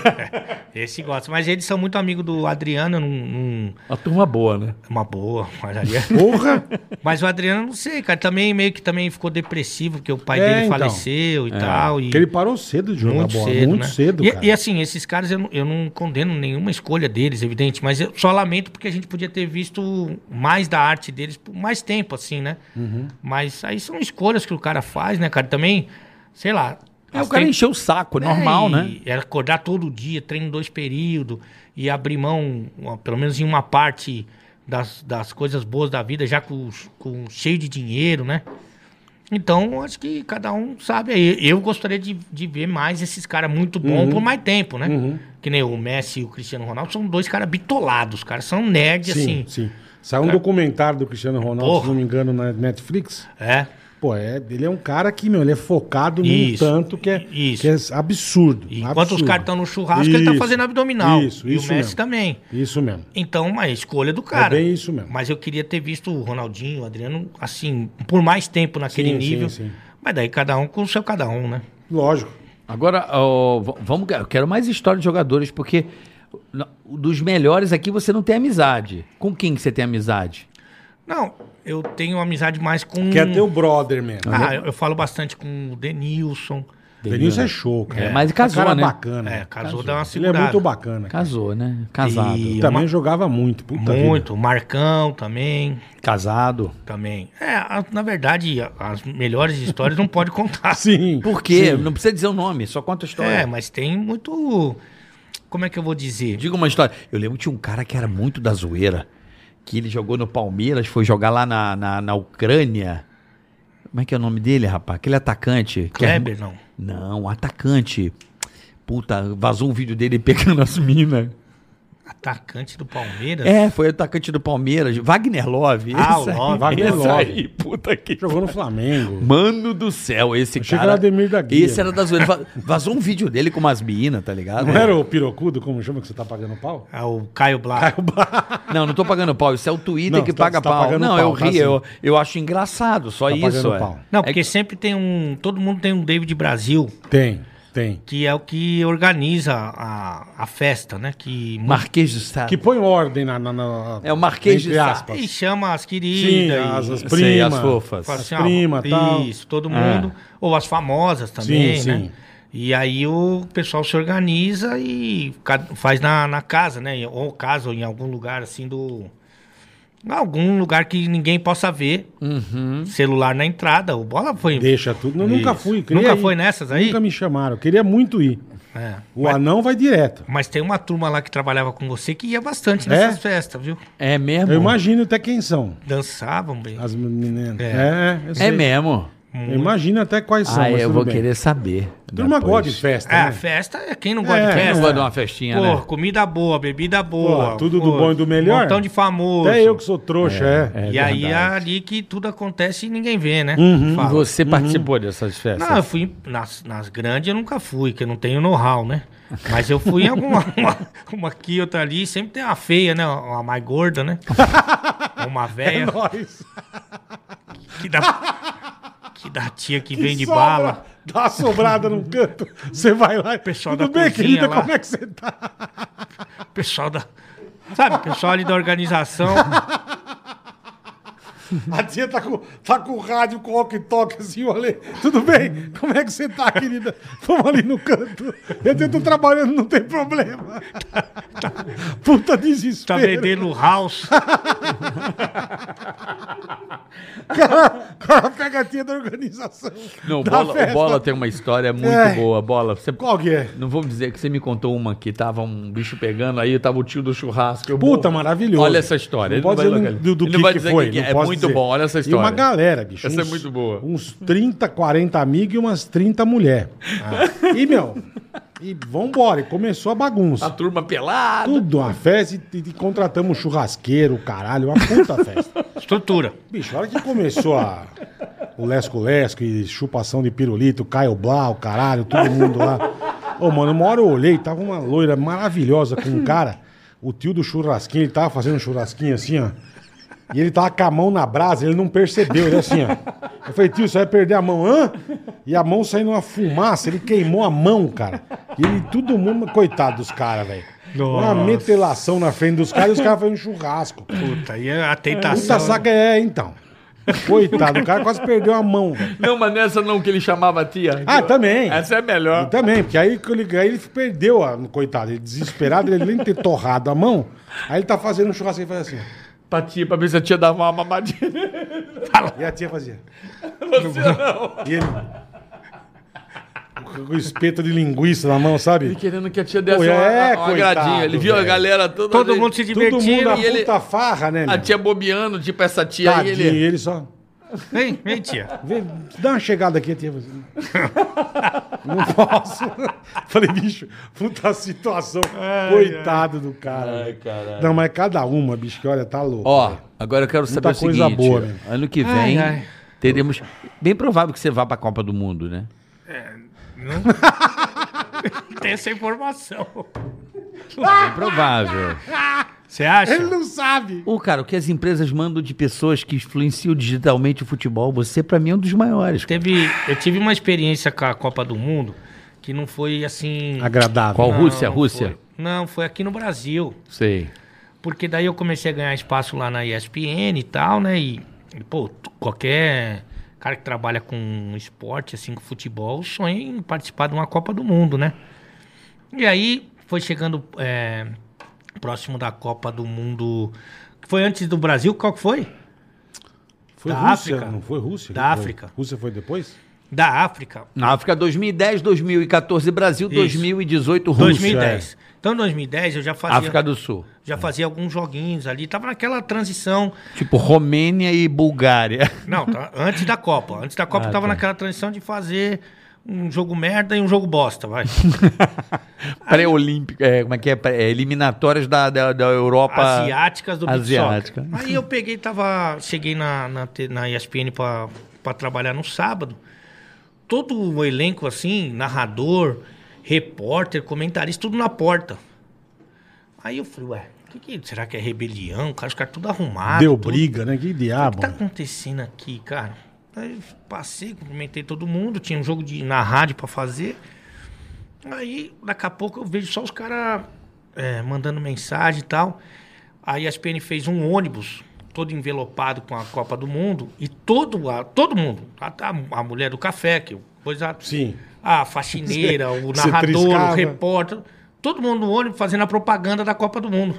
D: Esse gosta. Mas eles são muito amigos do Adriano. Não, não-
E: Uma turma boa, né?
D: é Uma boa. [laughs] Mas, ali é-
C: [laughs] Porra!
D: mas o Adriano, não sei, cara. Também meio que também ficou depressivo, porque o pai
C: É,
D: dele
C: então.
D: faleceu e tal. E...
C: Porque ele parou cedo de jogar
D: muito
C: bola.
D: cedo,
C: muito
D: né?
C: cedo,
D: e,
C: cara.
D: e assim, esses caras, eu não, eu não condeno nenhuma escolha deles, evidente, mas eu só lamento porque a gente podia ter visto mais da arte deles por mais tempo, assim, né?
C: Uhum.
D: Mas aí são escolhas que o cara faz, né, cara? Também, sei lá.
B: É,
D: as
B: o cara
D: tem-
B: encheu o saco, é
D: É,
B: normal, né?
D: e Era acordar todo dia, treino dois períodos, e abrir mão, ó, pelo menos em uma parte das, das coisas boas da vida, já com, com cheio de dinheiro, né? Então, acho que cada um sabe aí. Eu gostaria de, de ver mais esses caras muito
C: Uhum.
D: bons por mais tempo, né? Que nem o Messi e o Cristiano Ronaldo são dois caras bitolados, os caras são nerd,
C: Sim,
D: assim.
C: sim. Saiu um documentário do Cristiano Ronaldo,
D: Porra.
C: se não me engano, na Netflix.
D: É.
C: Pô, é, ele é um cara que, meu, ele é focado num
D: Isso,
C: tanto que é,
D: isso.
C: que é absurdo. um
D: E
C: absurdo.
D: Enquanto os caras estão no churrasco, ele tá
C: Isso,
D: fazendo abdominal.
C: Isso,
D: e
C: isso
D: o Messi
C: mesmo.
D: também.
C: Isso mesmo.
D: Então, uma escolha do cara.
C: É bem isso mesmo.
D: Mas eu queria ter visto o Ronaldinho, o Adriano, assim, por mais tempo naquele
C: Sim, sim,
D: nível.
C: sim.
D: Mas daí cada um com o seu cada um, né?
C: Lógico.
B: Agora, ó, v- vamos, eu quero mais história de jogadores, porque na- dos melhores aqui você não tem amizade. Com quem que você tem amizade?
D: Não, eu tenho amizade mais com.
C: Que é teu brother mesmo.
D: Hum. Ah, eu, eu falo bastante com o Denilson.
C: Denilson é show, cara.
B: É, mas ele casou,
C: Um cara
B: né?
C: bacana.
D: É, casou, dá uma
C: Ele é
D: segurada.
C: muito bacana. cara.
B: Casou, né? Casado.
D: E-
C: Também jogava muito. Puta vida.
D: Muito. Marcão também.
B: Casado.
D: Também. É, a- na verdade, a- as melhores histórias não
C: [laughs]
D: pode contar.
C: Ah, Sim.
B: Por quê? Não precisa dizer o nome, só conta a história.
D: É, mas tem muito. Como é que eu vou dizer?
B: Diga uma história. Eu lembro que tinha um cara que era muito da zoeira, que ele jogou no Palmeiras, foi jogar lá na, na, na Ucrânia. Como é que é o nome dele, rapaz? Aquele atacante. que é-
D: Kleber, não.
B: Não, atacante. Puta, vazou um vídeo dele pegando as minas.
D: Atacante do Palmeiras.
B: É, foi o atacante do Palmeiras, Wagner Love.
D: Ah, o
B: esse aí,
D: Love.
C: Wagner
B: esse
C: Love.
B: aí, puta que...
C: Jogou no
B: [laughs]
C: Flamengo.
B: Mano do céu, esse
C: Achei
B: cara...
C: que era Ademir da Guia.
B: Esse era da zoeira. Va- Vazou um vídeo dele com umas minas, tá ligado?
C: Não era o pirocudo, como chama, que você tá pagando
B: [laughs]
C: pau?
D: Ah, o Caio Black.
B: Não, não tô pagando pau. Isso é o Twitter
C: Não,
B: que
C: você tá-
B: paga
C: você tá
B: pau.
C: pagando
B: Não,
C: pau,
B: eu
C: tá
B: ri,
C: sim.
B: eu, eu acho engraçado, só
C: Tá
B: isso.
C: pagando
B: é.
C: pau.
D: Não,
B: É
D: porque sempre tem um. Todo mundo tem um David Brasil,
C: Tem, tem.
D: que é o que organiza a, a festa, né?
B: que-
D: Que
B: Marquês de Sá.
C: Que põe ordem na. na- na-
B: É o Marquês de
C: entre
B: Sá.
C: aspas.
D: e chama as
C: Sim,
D: queridas.
C: as, as
D: e,
C: primas.
B: Sei, as fofas.
D: fala assim,
C: as
D: ó,
C: primas, tal. É.
D: Isso, todo mundo. Ou as famosas também,
C: Sim,
D: né?
C: sim.
D: E aí o pessoal se organiza e ca- faz na, na casa, né? Ou casa, ou em algum lugar assim do. em Algum lugar que ninguém possa ver. Celular na entrada. O bola foi.
C: Uhum. Deixa tudo. Eu nunca
D: Isso.
C: fui.
D: Nunca
C: ir.
D: foi nessas aí?
C: Nunca me chamaram. Queria muito ir.
D: É.
C: O anão vai direto.
D: Mas tem uma turma lá que trabalhava com você que ia bastante
C: É?
D: nessas festas, viu?
B: É mesmo?
C: Eu imagino até quem são
D: Dançavam bem.
C: as meninas.
D: É.
C: É, eu sei.
B: É mesmo?
C: Eu imagino até quais são.
B: Ah,
C: mas
B: eu
C: tudo
B: vou
C: bem.
B: querer saber.
C: Turma
B: depois.
C: gosta de festa.
D: É,
C: né?
D: festa é quem não gosta
C: É,
D: de
B: Eu
D: festa.
B: não gosto de uma festinha,
D: Porra,
B: né?
D: comida boa, bebida boa.
C: Pô, tudo do bom e do melhor.
D: Montão de famoso.
C: Até eu que sou trouxa, é. Uhum.
B: É
D: e aí é
B: verdade.
D: ali que tudo acontece e ninguém vê, né?
B: E
D: Fala.
B: Você participou dessas festas?
D: Não, eu fui nas, nas grandes, eu nunca fui, que eu não tenho know-how, né? Mas eu fui em alguma [laughs] uma, uma aqui, outra ali, sempre tem uma feia, né? Uma mais
C: [laughs]
D: gorda, né? Uma
C: É
D: velha
C: nóis.
D: que dá que dá tia que, vem de
C: sobra,
D: bala.
C: Dá uma sobrada num canto. Você vai lá.
D: Pessoal
C: Tudo
D: da
C: bem,
D: cozinha
C: querida?
D: lá.
C: Como é que você tá?
D: pessoal da. Sabe, pessoal ali
C: [laughs]
D: da organização.
C: A tia tá com, tá com o rádio, com o walkie-talkie assim, olha. Tudo bem? Como é que você tá, querida? Vamos ali no canto. Eu tento trabalhando, não tem problema. Puta desespero.
D: Tá vendendo house.
C: cara, cara pega a tia da organização.
B: Não, o
C: da
B: bola, o
C: festa.
B: Bola tem uma história muito
C: É.
B: boa. Bola, você,
C: Qual que é?
B: não vou dizer que você me contou uma que tava um bicho pegando, aí tava o tio do churrasco. eu-
C: Puta, maravilhoso.
B: Olha essa
C: Não
B: história. ele
C: pode
B: vai
C: dizer
B: localizar.
C: do, do
B: Ele
C: que,
B: não vai
C: que
B: dizer
C: foi.
B: que
C: não
B: é
C: posso
B: muito
C: dizer.
B: bom, olha essa história.
C: E uma galera, bicho.
B: Essa é
C: uns-
B: muito boa.
C: Uns 30, 40 amigos e umas 30 mulheres. E, meu, e vambora. E começou a bagunça.
B: A turma pelada.
C: Tudo uma festa e, e contratamos um churrasqueiro, caralho, uma puta festa.
D: Estrutura.
C: Bicho, a hora que começou a, o lesco-lesco e chupação de pirulito, Caio Blau, caralho, todo mundo lá. Ô, mano, uma hora eu olhei, tava uma loira maravilhosa com um cara, o tio do churrasquinho, ele tava fazendo um churrasquinho assim, ó. E ele tava com a mão na brasa, ele não percebeu, ele assim, ó. Eu falei, tio, você vai perder a mão, hã? E a mão saindo uma fumaça, ele queimou a mão, cara. E ele, todo mundo, coitado dos caras, velho. Uma
D: Nossa.
C: metelação na frente dos caras e os caras fazendo churrasco. cara.
D: Puta, e a
C: Puta
D: tentação.
C: saca é, então. Coitado, o cara quase perdeu a mão. velho.
B: Não, mas nessa não que ele chamava a tia.
C: Ah, também.
B: Essa é a melhor.
C: E também, porque aí, que ele- aí ele perdeu, a, coitado, ele desesperado, ele nem ter torrado a mão, aí ele tá fazendo um churrasco e faz assim. ó.
B: Pra tia, pra ver se a tia dava uma mamadinha.
C: E a tia fazia. E ele. Com o espeto de linguiça na mão, sabe?
B: Ele querendo que a tia desse
C: Pô,
B: uma,
C: é,
B: uma
C: coitado,
B: agradinha. Ele viu a
C: velho.
B: galera toda.
D: Todo
B: ali,
D: mundo se
C: Todo mundo
D: divertindo.
C: na
B: e ele-
C: puta farra, né?
B: A
C: meu?
B: tia bobeando, tipo essa tia aí.
C: Tadinho, e
B: Ele...
C: ele só.
D: Vem, vem, tia.
C: Vê, dá uma chegada aqui, a tia. faz [laughs] assim. Não posso. Falei, bicho, puta situação. Coitado do cara. velho. Não, mas cada uma, bicho, que olha, tá louco.
B: Ó,
C: velho.
B: agora eu quero saber o seguinte.
C: coisa boa, né?
B: ano que
D: Ai,
B: vem
D: ai.
B: teremos. Bem provável que você vá pra Copa do Mundo, né?
D: Tem essa informação.
B: Bem provável.
D: Você acha?
C: Ele não sabe.
B: Ô, cara, o que as empresas mandam de pessoas que influenciam digitalmente o futebol, você pra mim é um dos maiores.
D: Teve, eu tive uma experiência com a Copa do Mundo que não foi assim.
C: Agradável.
B: Qual
D: Não,
B: Rússia?
D: não
B: Rússia?
D: foi. Não, foi aqui no Brasil.
B: Sei.
D: Porque daí eu comecei a ganhar espaço lá na ESPN e tal, né? E, e, pô, t- qualquer cara que trabalha com esporte, assim, com futebol, sonha em participar de uma Copa do Mundo, né? E aí foi chegando é, próximo da Copa do Mundo. que Foi antes do Brasil? Qual que foi?
C: Foi
D: Da
C: Rússia,
D: África.
C: não foi Rússia?
D: Da
C: Foi.
D: África.
C: Rússia foi depois?
D: Da África.
B: Na África 2010, 2014, Brasil
D: Isso.
B: 2018, Rússia. é.
D: 2010. Então, em 2010, eu já fazia,
B: África do Sul.
D: já fazia alguns joguinhos ali. Tava naquela transição.
B: Tipo Romênia e Bulgária. [laughs]
D: Não, tá, antes da Copa. Antes da
C: Ah,
D: Copa eu
C: tá.
D: tava naquela transição de fazer um jogo merda e um jogo
C: [laughs]
D: bosta, vai.
B: Pré-olímpica, é, como é que é? Pré- é, eliminatórias da, da, da Europa.
D: Asiáticas do Big
B: Asiática.
D: Soccer. Aí eu peguei, tava. Cheguei na, na, te- na ESPN pra, pra trabalhar no sábado. Todo o elenco, assim, narrador, repórter, comentarista, tudo na porta. Aí eu falei, ué, o que que- será que é rebelião? O cara, os caras tudo arrumado.
C: Deu
D: tudo.
C: briga, né? Que
D: O
C: diabo.
D: que tá acontecendo aqui, cara? Aí eu passei, cumprimentei todo mundo, tinha um jogo de, na rádio pra fazer. Aí, daqui a pouco, eu vejo só os caras mandando mensagem e tal. Aí a SPN fez um ônibus todo envelopado com a Copa do Mundo e todo, a, todo mundo, a, a- a mulher do café, que eu- pois a,
C: Sim. [laughs]
D: a faxineira, o
C: Você
D: narrador, o
C: triscava.
D: repórter, todo mundo no ônibus fazendo a propaganda da Copa do Mundo.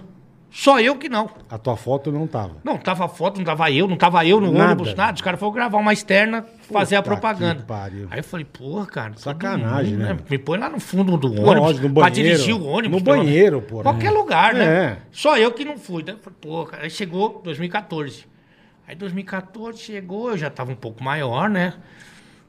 D: Só eu que não.
C: A tua foto não tava.
D: Não, tava foto, não tava eu, não tava eu no
C: Nada.
D: ônibus, nada. Os caras foram gravar uma externa, fazer a
C: que
D: propaganda.
C: pariu.
D: Aí eu falei, porra, cara. todo
C: Sacanagem, né?
D: Me põe lá no fundo do
C: Lógico,
D: ônibus.
C: no
D: Pra
C: banheiro.
D: dirigir o ônibus.
C: No
D: pelo menos.
C: banheiro, porra.
D: Qualquer lugar, né?
C: É.
D: Só eu que não fui. Né? Falei, Pô, cara. Aí chegou 2014. Aí 2014 chegou, eu já tava um pouco maior, né?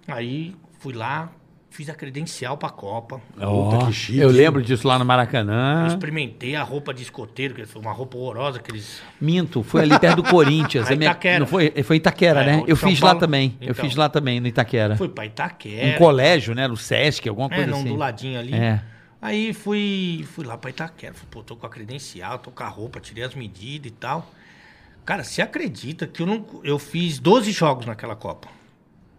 D: Aí fui lá, fiz a credencial pra Copa.
B: Ó,
C: que chique.
B: eu lembro disso lá no Maracanã.
D: Experimentei a roupa de escoteiro, que foi uma roupa horrorosa que eles
B: Minto, foi ali perto do
D: [laughs]
B: Corinthians.
D: Ah,
B: É minha-
D: Itaquera.
B: Não foi, foi Itaquera,
D: É,
B: né?
D: o
B: Eu
D: São
B: fiz lá
D: Paulo.
B: também. Eu
D: Então.
B: fiz lá também, no Itaquera.
D: Foi pra
B: Um
D: Itaquera.
B: colégio, né? No Sesc, alguma
D: É,
B: coisa
D: não,
B: assim.
D: do ladinho ali.
B: É.
D: Aí fui, fui lá pra Itaquera. Falei, pô, tô com a credencial, tô com a roupa, tirei as medidas e tal. Cara, você acredita que eu, não, eu fiz 12 jogos naquela Copa?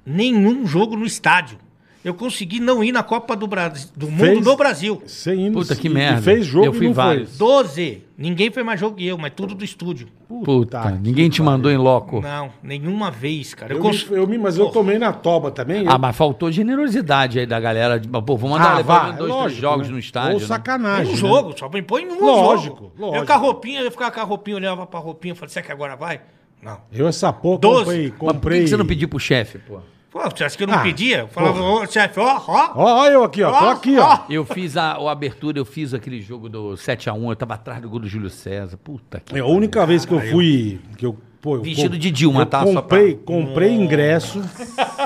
D: Nenhum jogo no estádio. Eu consegui não ir na Copa do, Brasil, do Mundo
C: Fez?
D: do Brasil.
C: Sem ir no-
B: Puta que
C: e- e
B: merda.
C: fez jogo
B: Eu fui
C: e não
B: vários.
D: 12. Ninguém foi mais jogo que eu, mas tudo do estúdio.
C: foi.
B: Puta,
C: que
B: ninguém te
C: pariu.
B: mandou em loco.
D: Não, nenhuma vez, cara.
C: Eu,
D: Eu, cons-
C: me, eu me- mas eu tomei na toba também.
B: Ah,
C: eu...
B: mas faltou generosidade aí da galera. de, Pô, vou mandar levar
C: vá,
B: dois,
C: é
B: três
C: lógico,
B: jogos
C: né?
B: no estádio.
C: Ou
B: né?
C: sacanagem.
D: Um
C: né?
D: jogo, só me põe em um
C: Lógico,
D: jogo.
C: lógico.
D: Eu com a roupinha, eu ficava com a roupinha, olhava pra roupinha, falei, será que agora vai? Não.
C: Eu essa porra
D: Doze.
C: comprei,
B: Mas por que
C: comprei.
B: que você não pediu pro chefe, pô?
D: Pô, você acha que eu não
C: Ah,
D: pedia? Eu Falava, ô chefe, ó, ó.
C: Ó, ó eu aqui, ó. Tô
D: Ó,
C: aqui, ó.
B: Eu fiz a, a abertura, eu fiz aquele jogo do 7x1, eu tava atrás do gol do Júlio César. Puta que.
C: É a única vez que eu fui. Que eu, pô, eu
B: Vestido
C: com-
B: de Dilma,
C: eu
B: tá? Só pra-
C: Comprei, comprei ingresso,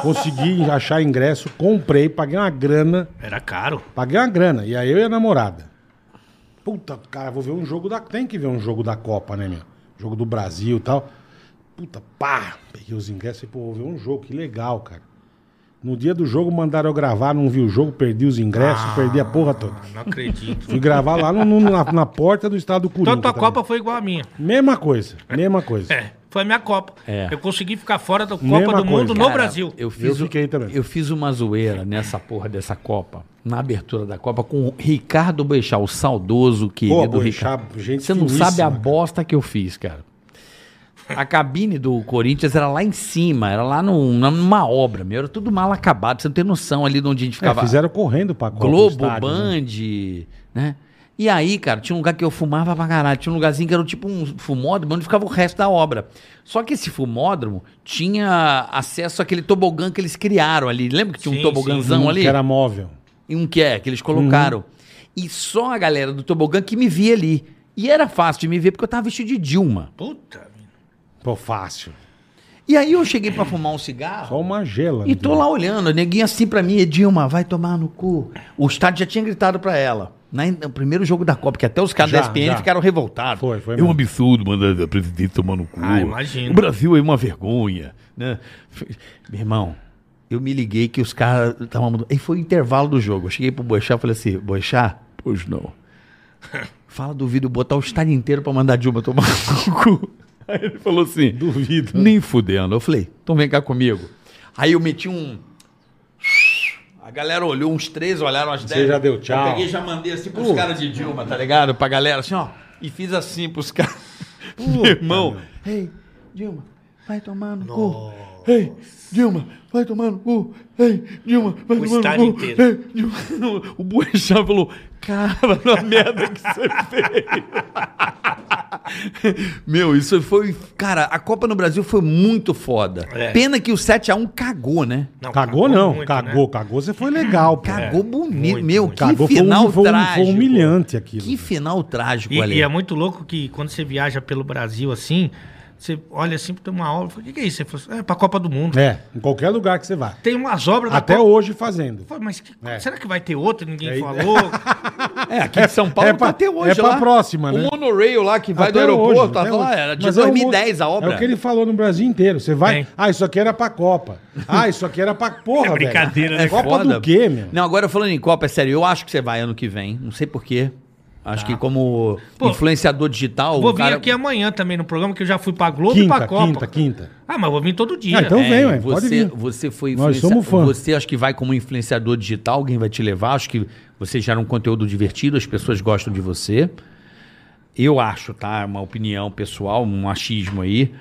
C: consegui achar ingresso, comprei, paguei uma grana,
D: Era caro.
C: paguei uma grana. E aí eu e a namorada. Puta, cara, vou ver um jogo da. Tem que ver um jogo da Copa, né, meu? Jogo do Brasil e tal. Puta, pá! Peguei os ingressos e, pô, vou ver um jogo, que legal, cara. No dia do jogo mandaram eu gravar, não vi o jogo, perdi os ingressos,
B: Ah.
C: perdi a porra toda.
D: Não
C: [laughs]
D: acredito.
C: Fui gravar lá no- no- na, na porta do estado do Corinthians.
D: então tua
C: também.
D: Copa foi igual a minha.
C: Mesma coisa, mesma coisa.
D: É, foi a minha Copa.
B: É.
D: Eu consegui ficar fora da Copa
C: Mesma
D: do Mundo
C: coisa.
D: no
B: Cara,
D: Brasil.
B: Eu fiz,
C: Eu
B: o-
C: fiquei também.
B: eu fiz uma zoeira nessa porra dessa Copa, na abertura da Copa, com o Ricardo Beixal, o saudoso querido
C: Boechat,
B: Ricardo.
C: gente
B: Você não
C: finíssima,
B: sabe a
C: cara.
B: bosta que eu fiz, cara. A cabine do Corinthians era lá em cima, era lá num- numa obra, meu. Era tudo mal acabado, você não tem noção ali de onde a gente
C: É,
B: ficava.
C: fizeram correndo pra Copa.
B: Globo,
C: o estádio, né?
B: Band, né? E aí, cara, tinha um lugar que eu fumava pra caralho. Tinha um lugarzinho que era tipo um fumódromo onde ficava o resto da obra. Só que esse fumódromo tinha acesso àquele tobogã que eles criaram ali. Lembra que tinha um
D: Sim,
B: tobogãzão
C: Um
B: ali?
C: Que era móvel.
B: E um que é, que eles
C: Uhum.
B: colocaram. E só a galera do tobogã que me via ali. E era fácil de me ver porque eu tava vestido de Dilma.
D: Puta, vida.
C: Pô, fácil.
B: E aí eu cheguei pra fumar um cigarro.
C: Só uma gela.
B: E tô lá olhando, neguinha assim pra mim, Edilma, vai tomar no cu. O estádio já tinha gritado pra ela. Na, no primeiro jogo da Copa, que até os caras
C: Já,
B: da SPN
C: já.
B: ficaram revoltados.
C: Foi, foi
E: É um
C: mesmo.
E: absurdo mandar a presidente tomar no cu.
D: Ah, imagino.
E: O Brasil é uma vergonha. Né?
B: Meu irmão, eu me liguei que os caras estavam mudando. E foi o intervalo do jogo. Eu cheguei pro Boixá e falei assim, Boixá,
E: Pois
C: [laughs]
E: não.
B: fala do vídeo botar o estádio inteiro pra mandar a Dilma tomar no cu.
E: Aí ele falou assim:
C: Duvido.
E: nem fudendo. Eu falei:
B: Então vem cá comigo. Aí eu meti um... A galera olhou, uns três olharam, as dez.
C: já deu tchau.
B: Eu peguei e já mandei assim pros caras de Dilma, tá ligado? Pra galera, assim, ó. E fiz assim pros caras. [laughs] Meu irmão... Ei, Dilma, vai tomar no cu. Ei, Dilma, vai tomar no cu. Ei, Dilma, vai
D: O
B: tomar no
D: estádio
B: cu.
D: inteiro.
B: Ei, Dilma. [laughs] O Boechat falou, cara, na merda que você fez. [laughs] Meu, isso foi... Cara, a Copa no Brasil foi muito foda.
D: É.
B: Pena que o 7x1 cagou, né?
D: Não,
C: Cagou não,
D: muito,
C: cagou, cagou. Você foi legal, pô.
B: Cagou bonito.
D: É, muito,
B: Meu,
D: muito.
B: que
C: Cagou, foi um-
B: final
C: foi um- foi
B: trágico.
C: humilhante aquilo.
B: Que final trágico,
D: E,
B: Ale.
D: e é muito louco que quando você viaja pelo Brasil assim, você olha assim, tem uma obra, fala, o que, que é isso? Você fala, assim, é pra Copa do Mundo.
C: É, em qualquer lugar que você vá.
D: Tem umas obras
C: Até
D: Copa.
C: hoje fazendo.
D: Pô, mas que-
C: É.
D: será que vai ter outra? Ninguém
C: Aí- [laughs]
D: falou.
B: É, aqui em São Paulo
C: é pra-
B: tá até hoje
C: é pra
B: lá.
C: próxima, né?
B: O monorail lá que vai
C: Até
B: do aeroporto,
C: hoje,
B: tá
C: até
B: lá,
C: hoje.
B: era de
C: Mas é um monte-
B: 2010 a obra.
C: É o que ele falou no Brasil inteiro. Você vai.
D: É.
C: Ah, isso aqui era pra Copa. Ah, isso aqui era pra. Porra,
D: [laughs] É brincadeira,
C: velho.
D: né?
C: Copa
B: foda.
C: do quê, meu?
B: Não, agora falando em Copa, é sério, eu acho que você vai ano que vem, não sei porquê. Acho que como
D: Tá. Pô,
B: influenciador digital...
D: vou
B: o
D: vir
B: cara-
D: aqui amanhã também no programa, que eu já fui pra Globo e pra
C: Quinta,
D: Copa.
C: quinta, quinta.
D: Ah, mas eu vou vir todo dia.
C: Ah, então-
B: É,
C: vem, ué, pode
B: você,
C: vir.
B: você foi
C: Nós
B: influencia-
C: somos fã.
B: Você acho que vai como influenciador digital, alguém vai te levar, acho que você gera um conteúdo divertido, as pessoas gostam de você. Eu acho, tá? É Uma opinião pessoal, um achismo aí.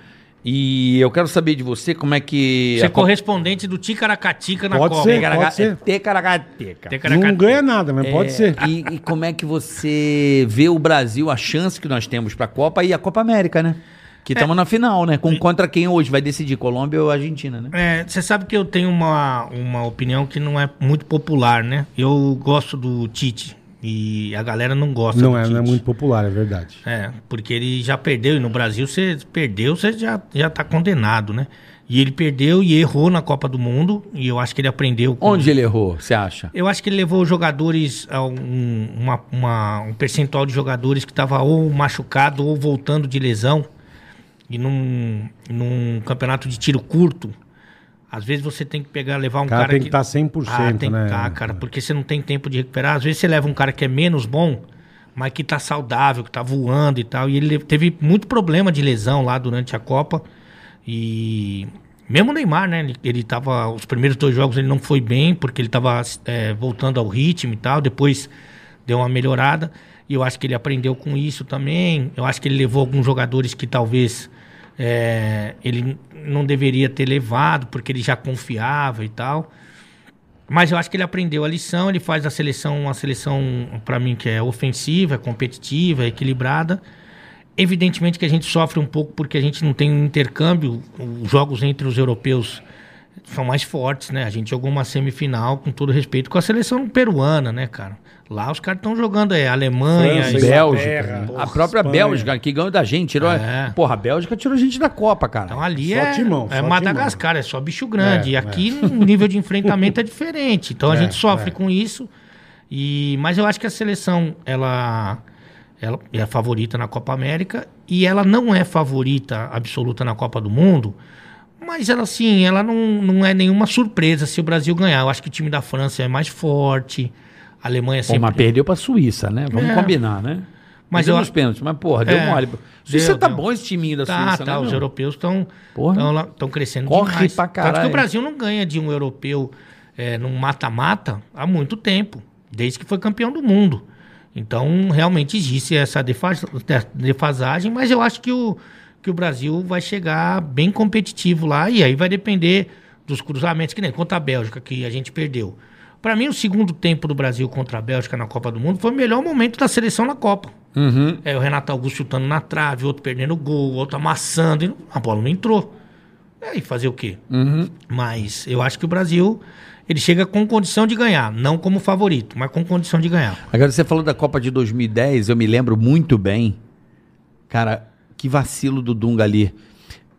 B: E eu quero saber de você como é que.
D: Você é
B: a Copa-
D: correspondente do Ticaracatica na
C: Pode
D: Copa.
C: ser.
B: Tecaraca-
C: pode ser.
B: é Tecaracateca.
D: Ticaracatica.
C: Não ganha nada, mas pode
B: É,
C: ser.
D: Ah,
B: E, e como é que você vê o Brasil, a chance que nós temos pra Copa e a Copa América, né? Que estamos na final, né? Com, contra quem hoje vai decidir, Colômbia ou Argentina, né?
D: É, Você sabe que eu tenho uma, uma opinião que não é muito popular, né? Eu gosto do Tite e a galera não gosta
C: Não
D: do
C: é,
D: Tite.
C: não é muito popular, é verdade.
D: É, porque ele já perdeu e no Brasil você perdeu, você já, já tá condenado, né? E ele perdeu e errou na Copa do Mundo e eu acho que ele aprendeu. com-
B: Onde ele errou, você acha?
D: Eu acho que ele levou os jogadores a um, uma- uma- um percentual de jogadores que estava ou machucado ou voltando de lesão. E num, num campeonato de tiro curto, às vezes você tem que pegar, levar um
C: cara
D: cara,
C: tem que tá estar
D: ah,
C: 100%,
D: tem
C: né?
D: que tá, cara, porque você não tem tempo de recuperar. Às vezes você leva um cara que é menos bom, mas que tá saudável, que tá voando e tal. E ele teve muito problema de lesão lá durante a Copa. E mesmo o Neymar, né? Ele, ele tava. Os primeiros dois jogos ele não foi bem, porque ele tava é, voltando ao ritmo e tal. Depois deu uma melhorada. E eu acho que ele aprendeu com isso também. Eu acho que ele levou alguns jogadores que talvez é, ele não deveria ter levado, porque ele já confiava e tal. Mas eu acho que ele aprendeu a lição, ele faz a seleção, uma seleção, pra mim, que é ofensiva, é competitiva, é equilibrada. Evidentemente que a gente sofre um pouco porque a gente não tem um intercâmbio. Os jogos entre os europeus são mais fortes, né? A gente jogou uma semifinal, com todo respeito, com a seleção peruana, né, cara? Lá os caras estão jogando é, Alemanha,
C: França,
D: Espanha.
C: Inglaterra,
B: Bélgica. A
C: porra,
B: própria
C: Espanha.
B: Bélgica, que ganhou da gente. Tirou,
D: É.
B: Porra, a Bélgica tirou a gente da Copa, cara.
D: Então ali
C: Só
D: é,
C: timão, só
D: é
C: timão.
D: Madagascar, é só bicho grande. e aqui o nível de enfrentamento é diferente.
C: [laughs]
D: Então a gente
C: é.
D: sofre com isso. E, mas eu acho que a seleção ela, ela é a favorita na Copa América e ela não é favorita absoluta na Copa do Mundo. Mas ela sim, ela não, não é nenhuma surpresa se o Brasil ganhar. Eu acho que o time da França é mais forte. A Alemanha
B: Pô,
D: sempre É.
B: mas perdeu pra Suíça, né? Vamos combinar, né?
D: Mas
B: Perdeu
D: eu-
B: nos pênaltis, mas porra, deu
D: É.
B: mole. Suíça
D: Deu,
B: tá
D: deu.
B: bom esse timinho da
D: Tá,
B: Suíça,
D: tá.
B: né?
D: os
B: meu?
D: europeus estão
B: Porra.
D: estão crescendo
B: Corre
D: demais.
B: pra
D: Tanto
B: caralho.
D: que o Brasil não ganha de um europeu é, num mata-mata há muito tempo, desde que foi campeão do mundo. Então, realmente existe essa defas- defasagem, mas eu acho que o, que o Brasil vai chegar bem competitivo lá, e aí vai depender dos cruzamentos, que nem contra a Bélgica, que a gente perdeu. Pra mim, o segundo tempo do Brasil contra a Bélgica na Copa do Mundo foi o melhor momento da seleção na Copa.
B: Uhum.
D: É, o Renato Augusto chutando na trave, outro perdendo o gol, outro amassando. E não- a bola não entrou. É, E aí, fazer o quê?
B: Uhum.
D: Mas eu acho que o Brasil, ele chega com condição de ganhar. Não como favorito, mas com condição de ganhar.
B: Agora você falou da Copa de 2010, eu me lembro muito bem. Cara, que vacilo do Dunga ali.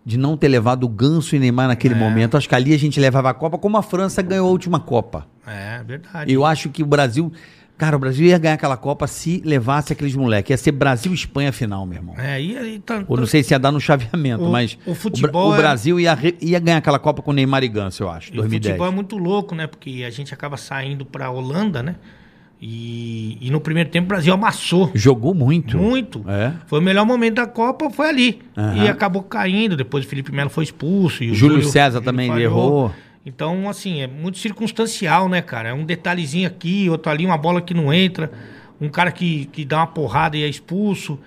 B: De não ter levado o Ganso e Neymar naquele
D: É.
B: momento. Acho que ali a gente levava a Copa como a França ganhou a última Copa.
D: É, verdade.
B: Eu acho que o Brasil. Cara, o Brasil ia ganhar aquela Copa se levasse aqueles moleques. Ia ser Brasil-Espanha final, meu irmão.
D: É, e aí tá-
B: Ou não sei se ia dar no chaveamento,
D: O-
B: mas
D: o
B: Bra-
D: futebol
B: o
D: é-
B: Brasil ia, re- ia ganhar aquela Copa com Neymar e Ganso, eu acho,
D: E o
B: 2010.
D: futebol é muito louco, né? Porque a gente acaba saindo pra Holanda, né? E, e no primeiro tempo o Brasil amassou.
B: Jogou muito.
D: Muito.
B: É.
D: Foi o melhor momento da Copa, foi ali.
B: Aham.
D: E acabou caindo. Depois o Felipe Melo foi expulso. E o
B: Júlio César também
D: falhou.
B: errou.
D: Então, assim, é muito circunstancial, né, cara? É um detalhezinho aqui, outro ali, uma bola que não entra, um cara que, que dá uma porrada e é expulso.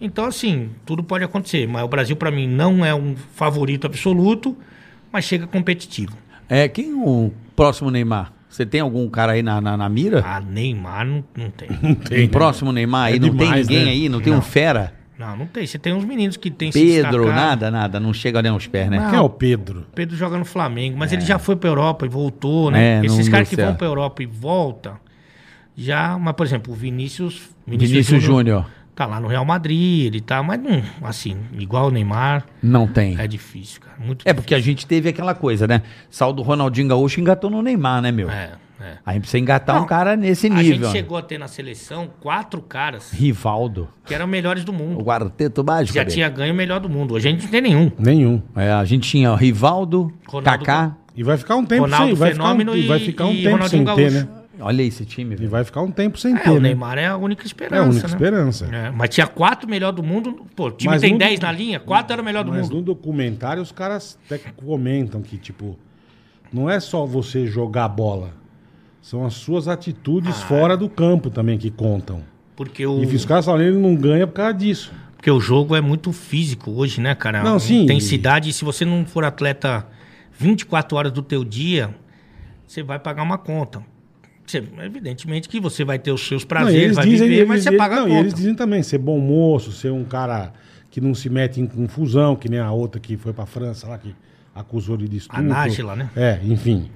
D: Então, assim, tudo pode acontecer. Mas o Brasil, pra mim, não é um favorito absoluto, mas chega competitivo.
B: É, quem o próximo Neymar? Você tem algum cara aí na, na, na mira?
D: Ah, Neymar não,
B: [laughs]
D: não tem. né?
B: um próximo Neymar aí?
C: É
B: não
C: demais,
B: tem ninguém
C: né?
B: aí? Não tem um fera?
D: Não, não tem. Você tem uns meninos que tem
B: Pedro, nada, nada. Não chega nem aos pés, né?
C: Quem é o Pedro?
D: Pedro joga no Flamengo, mas ele já foi pra Europa e voltou, né?
B: É,
D: Esses
B: não
D: caras que
B: deu
D: vão
B: certo.
D: pra Europa e voltam, já. Mas, por exemplo, o Vinícius.
B: Vinícius Júnior.
D: Tá lá no Real Madrid, ele tá, mas não, assim, igual o Neymar,
B: Não tem.
D: é difícil, cara. Muito
B: É porque a gente teve aquela coisa, né? Sal do Ronaldinho Gaúcho engatou no Neymar, né, meu?
D: difícil. É, é.
B: Aí precisa engatar
D: Não,
B: um cara nesse
D: A
B: nível.
D: gente chegou a ter na seleção quatro caras
B: Rivaldo.
D: que eram melhores do mundo.
B: O quarteto mágico.
D: Já
B: dele.
D: tinha ganho o melhor do mundo. Hoje a gente não tem nenhum.
C: Nenhum.
B: É, a gente tinha Rivaldo,
D: Ronaldo-
B: Kaká.
C: E vai ficar um tempo
D: Ronaldo
C: sem, vai ficar um,
D: Fenômeno
C: e vai
D: e-
C: ficar um
D: e
C: tempo sem
D: Ronaldinho
C: ter,
D: Gaúcho.
C: né?
B: Olha esse time,
C: E
B: velho.
C: vai ficar um tempo sem
D: É,
C: ter,
D: o
C: né?
D: Neymar é a única
C: É
D: esperança.
C: a única
D: né?
C: esperança.
D: É, mas tinha quatro melhor do mundo. Pô, o time
C: Mas
D: tem
C: no-
D: 10 na linha, quatro era o melhor do
C: Mas
D: mundo.
C: no documentário os caras até que comentam que, tipo, não é só você jogar bola. São as suas atitudes
D: Ah, é.
C: fora do campo também que contam.
D: Porque o,
C: E os caras falam, ele não ganha por causa disso.
D: porque Hum. o jogo é muito físico hoje, né, cara?
C: Não, sim.
D: Intensidade, se você não for atleta 24 horas do teu dia, você vai pagar uma conta. Você- evidentemente que você vai ter os seus
C: Não, e
D: prazeres, vai viver,
C: eles-
D: mas você
C: eles-
D: paga
C: não,
D: a
C: e
D: conta.
C: eles dizem também, ser bom moço, ser um cara que não se mete em confusão, que nem a outra que foi pra França lá, que acusou ele de estupro.
D: A Nájila, né?
C: É, enfim.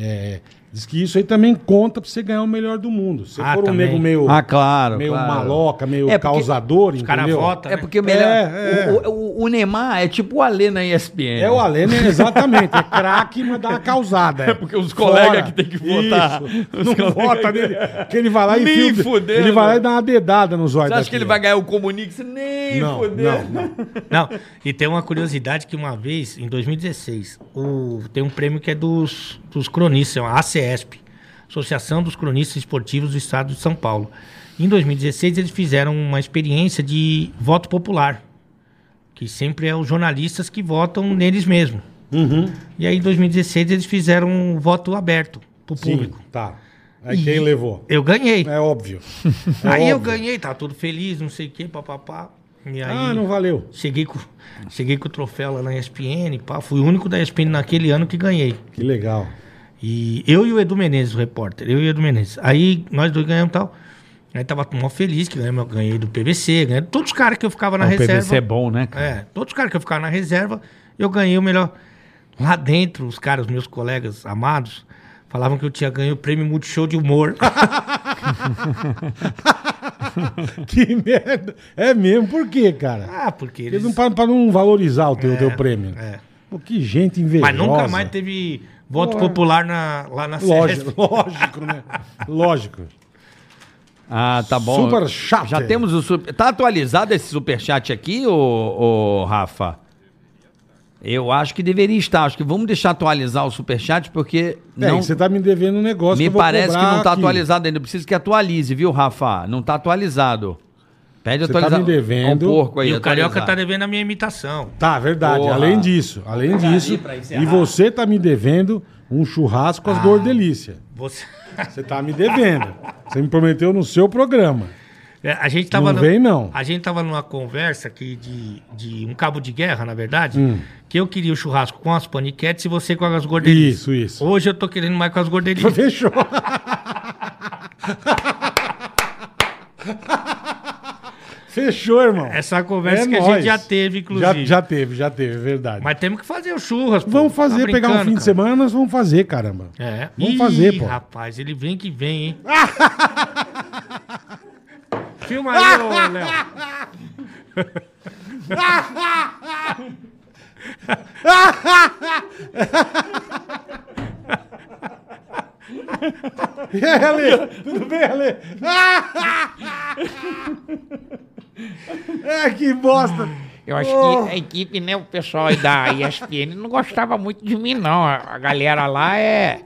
C: É, diz que isso aí também conta pra você ganhar o melhor do mundo. Se
D: Ah,
C: for um
D: também.
C: nego meio,
B: Ah, claro.
C: meio
B: claro.
C: maloca, meio
B: É, porque
C: causador,
D: Os caras
C: entendeu?
D: votam,
B: É
D: né?
B: porque o melhor.
C: É, é.
B: O, o- o Neymar é tipo o Alê na ESPN.
C: É o Alê, né? exatamente. É craque, mas dá uma
E: [laughs]
C: causada. É,
E: porque os colegas que tem que votar.
C: Isso.
E: Os
C: Não
E: colegas
C: vota nele. Porque ele vai lá e
E: Nem
C: enfia o-
E: fudendo.
C: Ele vai lá e dá uma dedada nos olhos
E: Você acha que ele vai ganhar o Comunix? Nem
C: Não, não,
E: fodeu. [laughs]
C: não.
D: Não, e tem uma curiosidade que uma vez, em 2016, o- tem um prêmio que é dos, dos cronistas, é uma ACESP, Associação dos Cronistas Esportivos do Estado de São Paulo. Em 2016, eles fizeram uma experiência de voto popular, que sempre é os jornalistas que votam neles mesmos.
C: Uhum.
D: E aí, em 2016, eles fizeram um voto aberto para o
C: Sim,
D: público.
C: tá. Aí quem levou?
D: Eu ganhei.
C: É óbvio. É
D: aí eu
C: óbvio.
D: ganhei, tá todo feliz, não sei o quê, papapá. E aí...
C: Ah, não valeu.
D: Cheguei com, cheguei com o troféu lá na ESPN, pá, fui o único da ESPN naquele ano que ganhei.
C: Que legal. [laughs]
D: E eu e o Edu Menezes, o repórter, eu e o Edu Menezes. Aí nós dois ganhamos e tal. Né? Tava mó feliz que ganhei, meu- ganhei do PVC, ganhei de todos os caras que eu ficava na
E: o
D: reserva.
E: PVC é bom, né, cara?
D: É, todos os caras que eu ficava na reserva, eu ganhei o melhor. Lá dentro, os caras, meus colegas amados, falavam que eu tinha ganho o prêmio Multishow de Humor. [laughs]
C: Que merda. É mesmo, por quê, cara?
D: ah, porque
C: Eles
D: eles...
E: um
C: não para pra não valorizar o teu, teu prêmio.
D: é.
C: Pô, que gente invejosa.
D: Mas nunca mais teve voto popular na- lá na
C: Lógico,
D: Serra.
B: [laughs]
C: lógico, né? Lógico.
B: Ah, tá bom.
C: Superchat.
B: Já temos o super... Tá atualizado esse superchat aqui, ô, ô, Rafa? Eu acho que deveria estar. Acho que vamos deixar atualizar o superchat, porque
C: É,
B: não...
C: que você tá me devendo um negócio
B: me
C: que eu vou
B: parece que
C: cobrar
B: não tá
C: aqui.
B: atualizado ainda. Eu preciso que atualize, viu, Rafa? Não tá atualizado. Pede
C: Você tá me
B: atualizar.
C: devendo.
B: Ó, Um porco aí,
D: E o Carioca
B: atualizar.
D: tá devendo a minha imitação.
C: Tá, verdade.
B: Porra.
C: Além disso, além disso.
B: pra encerrar.
C: E você tá me devendo um churrasco
B: Ah.
C: com as gordelícias.
D: Você... [laughs]
C: Você tá me devendo. Você me prometeu no seu programa.
D: É, A gente tava
C: Não
D: nu-
C: vem, não.
D: A gente tava numa conversa aqui de, de um cabo de guerra, na verdade,
C: Hum.
D: que eu queria o churrasco com as paniquetes e você com as gordelhas.
C: Isso, Tá isso.
D: Hoje eu tô querendo mais com as gordelhas.
B: [laughs]
C: Fechou. Fechou, irmão. É
D: Essa conversa que a
C: nóis.
D: gente já teve,
C: Já,
D: inclusive.
C: já teve, já teve, é verdade.
D: Mas temos que fazer o churras. pô.
C: vamos
D: Tá
C: fazer, pegar um
D: brincando,
C: fim de
D: cara.
C: semana, nós vamos fazer, caramba.
D: É.
C: Vamos
D: Ih,
C: fazer, pô.
D: rapaz, ele vem que vem,
C: [laughs]
D: hein? Filma aí, ô, Léo.
C: E aí, É, Ale? Tudo bem, Ale? é, que bosta.
F: Eu acho que a equipe, né, o pessoal aí da ESPN não gostava muito de mim, não. A a galera lá é.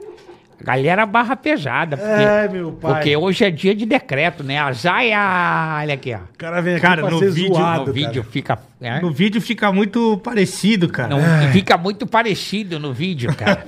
F: A galera barra pesada. Porque,
C: É, meu pai.
F: porque hoje é dia de decreto, né? Azar é a. Olha aqui, ó.
C: O cara vem aqui
D: Cara,
C: pra
D: no
C: ser
D: vídeo-
C: zoado,
F: O vídeo
C: cara.
F: fica. né?
D: No vídeo fica muito parecido, cara.
F: Não, É um- fica muito parecido no vídeo, [laughs] cara.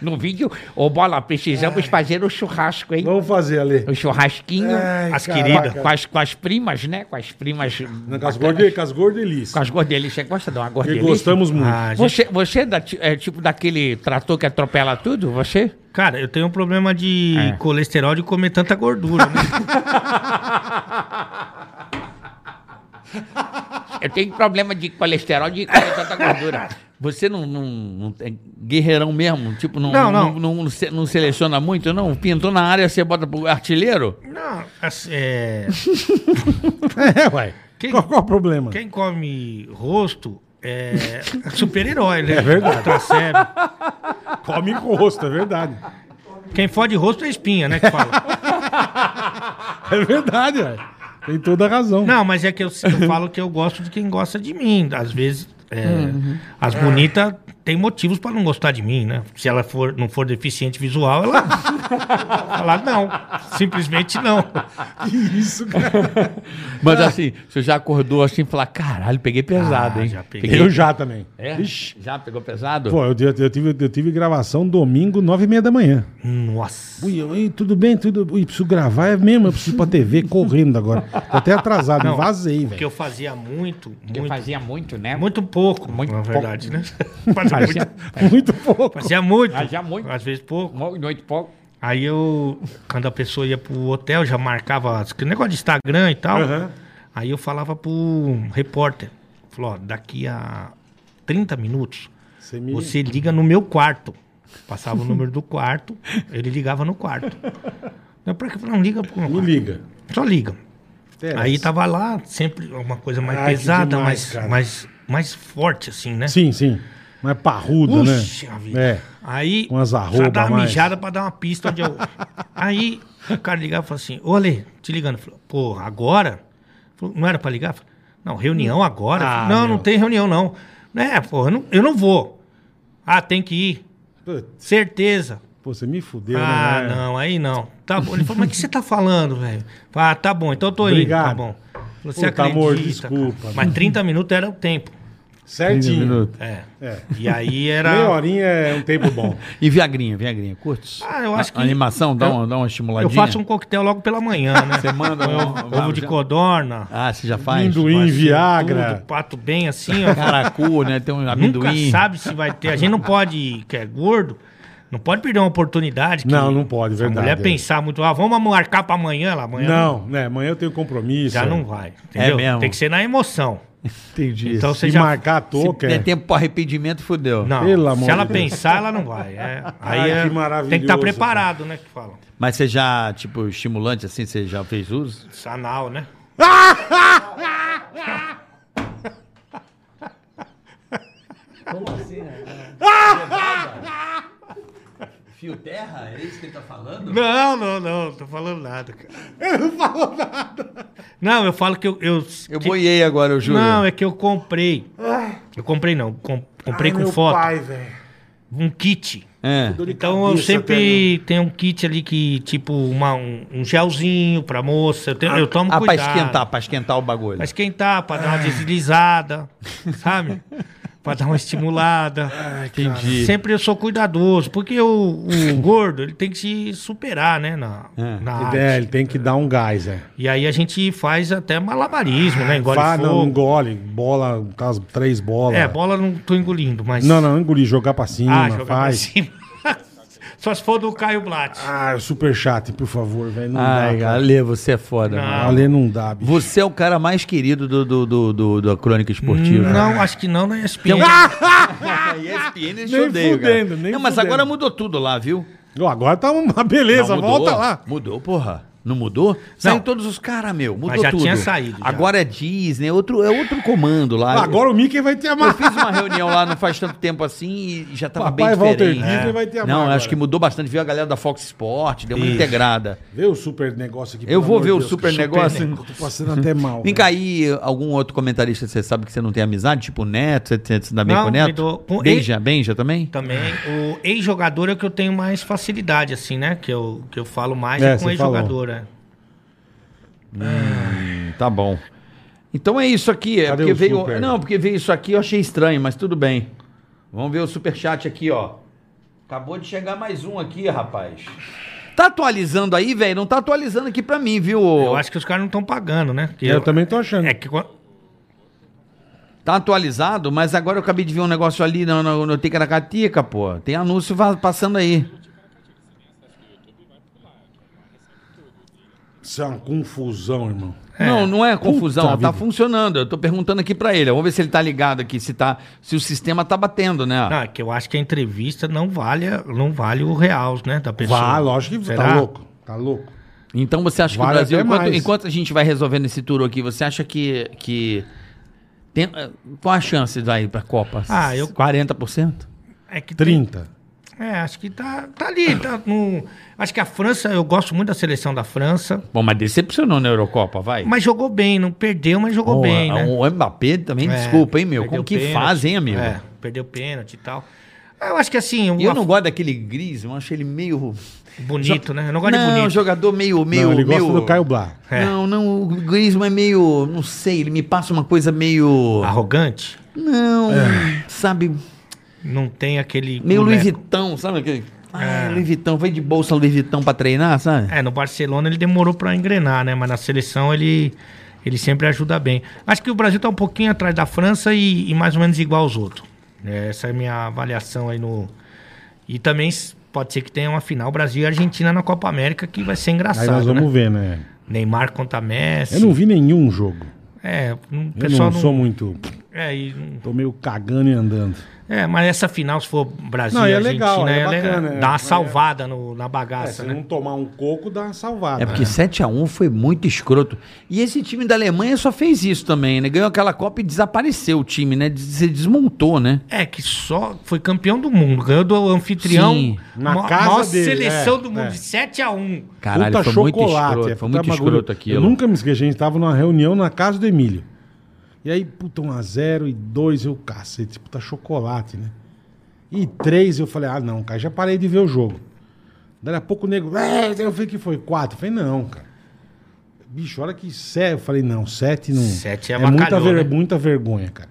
F: no vídeo, ô Bola, precisamos fazer o churrasco, hein?
C: Vamos fazer, Ale.
F: O churrasquinho.
C: Ai,
D: As
C: caraca.
D: queridas.
F: Com as, com as primas, né? Com as primas.
C: Não, Com as gorde- com as
F: Com
C: gordelícias.
F: as gordelhas. Você gosta de uma
C: Que
F: gordelícia?
C: gostamos muito.
D: Ah, gente,
F: Você, você é, da ti- é tipo daquele trator que atropela tudo? Você?
D: Cara, eu tenho um problema de
C: É.
D: colesterol de comer tanta gordura, né? [laughs]
F: Eu tenho problema de colesterol de comer tanta gordura.
B: Você não, não, não é guerreirão mesmo? Tipo, não,
D: Não,
B: não.
D: não.
B: Não, não se- não seleciona muito, não? Pintou na área, você bota pro artilheiro?
D: Não, assim, é,
C: [laughs] É, ué.
D: Quem-
C: Qual, qual o problema?
D: quem come rosto é [laughs] super-herói, né?
C: É verdade.
D: Tá sério.
C: Come com o rosto, é verdade.
D: Quem fode rosto é espinha, né? Que fala.
C: É verdade, ué. Tem toda a razão.
D: Não, mas é que eu, eu falo que eu gosto de quem gosta de mim. Às vezes, é,
F: Uhum.
D: as bonitas têm motivos pra não gostar de mim, né? Se ela for, não for deficiente visual, ela. [laughs] ela não. Simplesmente não.
C: Que isso, cara.
B: Mas assim, você já acordou assim e falar, caralho, peguei pesado,
D: Ah,
B: hein?
D: já peguei.
C: Eu já também.
B: É?
C: Ixi.
B: Já pegou pesado?
C: Pô, eu, eu- eu tive, eu tive gravação domingo, nove e meia da manhã.
D: Nossa.
C: Ui, eu- ui, tudo bem, tudo. Ui, preciso gravar, é mesmo, eu preciso ir pra TV correndo agora. Tô até atrasado,
D: Não,
C: vazei,
D: Porque
C: velho.
D: eu fazia muito,
F: Eu
D: muito.
F: fazia muito, né?
D: Muito pouco,
F: Muito
D: na
F: pouco.
D: verdade, né?
F: [laughs]
D: Fazia muito.
C: Muito pouco.
D: Fazia muito.
F: Fazia muito.
D: Às vezes pouco.
F: Mo- Noite pouco.
D: Aí eu, quando a pessoa ia pro hotel, já marcava as- que negócio de Instagram e tal. Aí eu falava pro repórter. Falou, ó, daqui a 30 minutos,
C: Você me-
D: você liga no meu quarto. Passava o número do quarto, ele ligava no quarto. Não, pra que? Não, liga pro meu
C: me
D: quarto.
C: liga.
D: Só liga.
C: Interessa.
D: Aí tá tava lá, sempre uma coisa mais
C: É. Ai, que
D: pesada,
C: demais, cara.
D: mais, mais, mais forte, assim, né?
C: Sim, sim. Mas parrudo,
D: Puxa
C: né?
D: vida.
C: É.
D: Aí,
C: Com as
D: já
C: arroba
D: dá uma
C: mais.
D: mijada pra dar uma pista onde eu... Aí, o cara ligava e falou assim, ô Ale, te ligando. Falou, pô, agora? Falou, não era pra ligar? Falou, não, reunião agora? Falei, não, não tem reunião, não. É, pô, eu não, eu não vou. Ah, tem que ir.
C: Putz,
D: Certeza.
C: Pô, você me fudeu,
D: ah,
C: né?
D: não, aí não. Tá bom. Ele falou, mas o que você tá falando, velho? Falei, Ah, tá bom, então eu tô
C: Obrigado.
D: indo. Tá bom. Falou, Você
C: Puta,
D: acredita,
C: amor,
D: cara?"
C: desculpa. né?"
D: Mas 30 minutos era o tempo.
C: Certinho.
D: É.
C: É.
D: E aí era...
C: Meia horinha é um tempo
D: [laughs]
C: bom.
B: E Viagrinha, Viagrinha, curtes?
D: Ah, eu acho
B: A-
D: que-
B: Animação, dá,
D: Eu-
B: uma, dá uma estimuladinha.
D: Eu faço um coquetel logo pela manhã, né?
B: Você manda um-
D: Ovo de codorna,
B: Ah, você já faz?
C: Amendoim,
D: é tudo,
C: Viagra.
D: pato bem assim, ó.
B: Caracu, né? Tem um
D: Nunca
B: amendoim.
D: sabe se vai ter. A gente não pode, que é gordo, Não pode perder uma oportunidade. que
C: Não, não pode, verdade,
D: A mulher
C: é.
D: pensar muito, ah, vamos marcar pra amanhã lá, amanhã.
C: Não, né? Amanhã eu tenho compromisso. é.
D: Já não vai. Entendeu?
B: É mesmo.
D: Tem que ser na emoção.
C: Entendi.
D: Então você
C: Se
D: já-
C: marcar a
B: Se
C: touca.
B: der tempo para arrependimento, fudeu.
D: Não.
C: Pelo amor
D: se ela
C: de Deus.
D: pensar, ela não
C: [laughs]
D: vai. É. Aí
C: Ai,
D: é-
C: que
D: tem que
C: maravilhoso,
D: estar
C: cara.
D: preparado, né? Que falam.
B: Mas você já, tipo, estimulante assim, você já fez uso?
D: Sanal, né?
B: Fio terra? É isso que ele tá falando?
D: Não, não, não, tô falando nada, cara. Eu não falo nada. Não, eu falo que eu. Eu,
B: Eu boiei agora, eu juro.
D: Não, é que eu comprei. Eu comprei não, com- comprei com foto.
C: velho.
D: Um kit.
B: É.
D: Então eu
C: cabeça,
D: sempre tenho um kit ali que, tipo, uma, um, um gelzinho pra moça. Eu, tenho, eu tomo
B: Ah, pra
D: cuidado.
B: esquentar, pra esquentar o bagulho.
D: Pra esquentar, pra dar uma
C: [laughs]
D: deslizada, sabe? Pra dar uma estimulada.
B: Entendi.
D: Sempre eu sou cuidadoso, porque o,
C: [laughs]
D: o gordo ele tem que se superar, né? Na, na arte.
C: É, ele tem que dar um gás, é.
D: E aí a gente faz até malabarismo, né? Engole
C: Fá,
D: fogo.
C: Ah, não, engole, bola, aquelas três bolas.
D: É, bola eu não tô engolindo, mas.
C: Não, não, engolir, jogar pra cima,
D: Ah, jogar pra
C: faz.
D: cima. [laughs] Só se for do Caio Blatt.
C: Ah, super chat, por favor, velho. Não
B: Ai,
C: dá. cara.
B: Ale, você é foda, mano.
C: Ale não dá, bicho.
B: Você é o cara mais querido do, do, do, do- da crônica esportiva. é
D: Não, acho que não né? é na
C: [laughs]
D: ESPN.
B: a ESPN eles
C: Nem
B: odeiam, é cara.
C: fudendo, nem
B: Não, mas
C: fudendo.
B: agora mudou tudo lá, viu?
C: Ó, agora tá uma [laughs] beleza,
B: Não, mudou.
C: volta lá.
B: Mudou, porra. Não mudou? Saiu todos os caras, meu. Mudou
D: Mas já
B: tudo.
D: tinha saído, já.
B: Agora é Disney, é outro, é outro comando lá.
C: Agora o Mickey vai te
B: Eu
C: amar.
B: fiz uma reunião lá não faz tanto tempo assim e já tava
C: Papai
B: bem
C: Walter
B: diferente. É.
C: Disney vai te amar
B: não,
C: agora.
B: acho que mudou bastante. Viu a galera da Fox Sport, deu uma integrada.
C: Vê o super negócio aqui.
B: Eu
C: pelo
B: vou
C: amor
B: ver
C: de
B: o
C: Deus,
B: super
C: que
B: negócio.
C: Eu tô passando até mal.
B: Vem
C: velho.
B: cá aí, algum outro comentarista que você sabe que você não tem amizade, tipo o Neto, você, você se dá bem
D: Não,
B: com o
D: me dou-
B: Neto?
D: com-
B: Benja, Benja também?
D: Também. O ex-jogador é o que eu tenho mais facilidade, assim, né? Que eu, que eu falo mais
C: É,
D: é, com
C: você falou.
D: ex-jogador. é.
B: Tá bom. Então é isso aqui. É
C: Cadê
B: porque
C: o
B: veio...
C: super?
B: Não, porque veio isso aqui eu achei estranho, mas tudo bem. Vamos ver o superchat aqui, ó. Acabou de chegar mais um aqui, rapaz. Tá atualizando aí, velho? Não tá atualizando aqui pra mim, viu?
D: Eu acho que os caras não estão pagando, né? Porque
C: Eu, também tô achando.
D: É que quan-
B: Tá atualizado, mas agora eu acabei de ver um negócio ali no, no, no Ticaracatica, pô. Tem anúncio va- passando aí.
C: Isso é uma confusão, irmão.
B: Não, não é confusão,
C: Puta
B: tá
C: vida.
B: funcionando. Eu tô perguntando aqui pra ele. Vamos ver se ele tá ligado aqui, se tá, se o sistema tá batendo, né?
D: Não, é que eu acho que a entrevista não vale, a- não vale o real, né? Da pessoa.
C: Vá, lógico que
D: Será?
C: tá louco. Tá louco.
B: Então você acha que
C: Vale
B: o Brasil,
C: até
B: enquanto,
C: mais.
B: enquanto a gente vai resolvendo esse tour aqui, você acha que que tem, eh, qual a chance daí pra Copa?
D: Ah, eu-
B: 40%?
D: É que tem-
C: 30.
D: É, acho que tá, tá ali. Tá no... Acho que a França, eu gosto muito da seleção da França.
B: Bom, mas decepcionou na Eurocopa, vai.
D: Mas jogou bem, não perdeu, mas jogou
B: Bom,
D: bem,
B: a-
C: um
D: né?
B: O Mbappé também,
D: É,
B: desculpa, hein, meu?
D: perdeu
B: Como que
D: pênalti.
B: fazem, hein, amigo?
D: É, perdeu pênalti e tal. Eu acho que assim, o
B: E eu
D: a-
B: não gosto daquele Gris, eu acho ele meio.
D: bonito, né? Eu não gosto de
B: Não,
D: bonito.
B: jogador meio. meio
C: não, ele gosta
B: meio...
C: do Caio Blá.
D: É.
B: Não, não, o Griezmann é meio. Não sei, ele me passa uma coisa meio.
D: Ah. Arrogante,
B: Não, sabe?
D: não tem aquele.
B: Meio Louis
D: boneco.
B: Vuitton, sabe? Aquele... Ah, Louis Vuitton, vai de bolsa Louis Vuitton pra treinar, sabe?
D: É, no Barcelona ele demorou pra engrenar, né? Mas na seleção ele, ele sempre ajuda bem. Acho que o Brasil tá um pouquinho atrás da França e, e mais ou menos igual aos outros. É, essa é a minha avaliação aí no. E também s- pode ser que tenha uma final Brasil e Argentina na Copa América que vai ser
C: Aí
D: engraçado.
C: nós vamos
D: né?
C: ver, né?
D: Neymar contra Messi.
C: Eu não vi nenhum jogo.
D: É, não- o
C: Eu
D: pessoal
C: não,
D: não.
C: sou muito.
D: É, e não-
C: Tô meio cagando e andando.
D: é, mas essa final, se for Brasil
C: Não,
D: e
C: é
D: Argentina,
C: legal, é
D: ela é-
C: bacana, é.
D: dá uma
C: Mas é-
D: salvada no- na
C: É, se
D: bagaça, né?
C: não tomar um coco, dá uma salvada.
B: É porque 7x1 foi muito escroto. E esse time da Alemanha só fez isso também, né? Ganhou aquela Copa e desapareceu o time, né? Des- Se desmontou, né?
D: É, que só foi campeão do mundo, ganhou do anfitrião.
B: Sim,
C: na
D: ma-
C: casa
D: maior
C: dele,
D: seleção
C: é,
D: do mundo,
C: é.
D: de 7 a 1
B: Caralho,
C: Puta
B: foi muito
C: chocolate,
B: escroto.
C: é,
B: foi
C: puta
B: muito
C: bagulho.
B: escroto aquilo.
C: Eu nunca me esqueci, a gente tava numa reunião na casa do Emílio. E aí, puta, um a zero e dois, eu, cacete, puta chocolate, né? E três, eu falei, ah, não, cara, já parei de ver o jogo. Daí a pouco o nego, é, eu falei que foi quatro. Eu falei, não, cara. Bicho, a hora que sete, eu falei, não, sete não.
D: Sete é
C: muita,
D: avacalhou,
C: ver-
D: né?
C: muita vergonha, cara.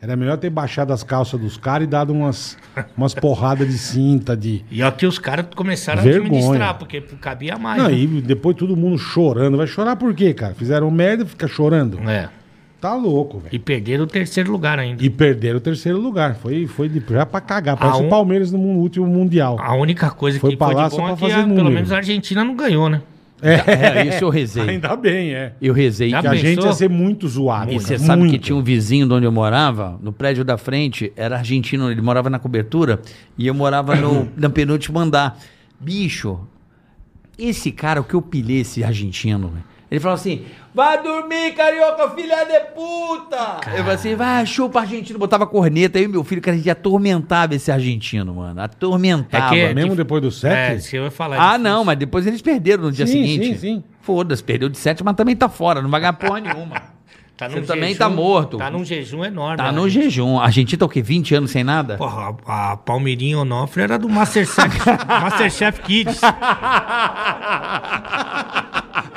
C: Era melhor ter baixado as calças dos caras e dado umas, umas porradas de cinta, de.
D: E ó, que os caras começaram
C: Vergonha.
D: a administrar, porque cabia mais.
C: Não,
D: né?
C: e depois todo mundo chorando. Vai chorar por quê, cara? Fizeram merda, fica chorando.
D: É.
C: Tá louco, velho.
D: E perderam o terceiro lugar ainda.
C: E perderam o terceiro lugar. Foi, foi de, já pra cagar. Parece
D: um-
C: o Palmeiras no mu- último Mundial.
D: A um- única coisa
C: Foi
D: que
C: pra
D: foi
C: lá
D: de
C: só
D: bom
C: pra
D: é que
C: fazer
D: a- pelo
C: número.
D: menos a Argentina não ganhou, né?
B: É, isso eu
C: [laughs]
B: rezei.
C: Ainda bem, é.
B: Eu rezei.
D: Ainda
C: Que a
B: isso.
D: Pensou?
C: gente ia ser muito zoado.
B: E
C: cara,
B: você sabe que
C: muito.
B: tinha um vizinho de onde eu morava, no prédio da frente, era argentino, ele morava na cobertura e eu
C: [coughs]
B: morava no, na penúltimo andar. Bicho, esse cara, o que eu pilhei esse argentino, velho? Ele falou assim: vai dormir, carioca, filha de puta! Eu falei assim: vai, chupa argentino, botava corneta. Aí meu filho, cara, a gente atormentava esse argentino, mano. Atormentava.
D: É que-
C: Mesmo depois do set?
D: É, isso que eu ia falar.
B: Ah, não, mas depois eles perderam no dia
C: Sim,
B: seguinte.
C: sim, sim.
B: Foda-se, perdeu de sete, mas também tá fora, não vai ganhar porra
C: [laughs]
B: nenhuma.
D: Tá
B: Você
D: num
B: também tá morto.
D: Tá num jejum enorme.
B: Tá
D: né?
B: no jejum. A Argentina tá o quê? 20 anos sem nada?
D: Porra, a, a Palmeirinha Onofre era do Masterchef,
C: [laughs]
D: Masterchef Kids.
C: [laughs]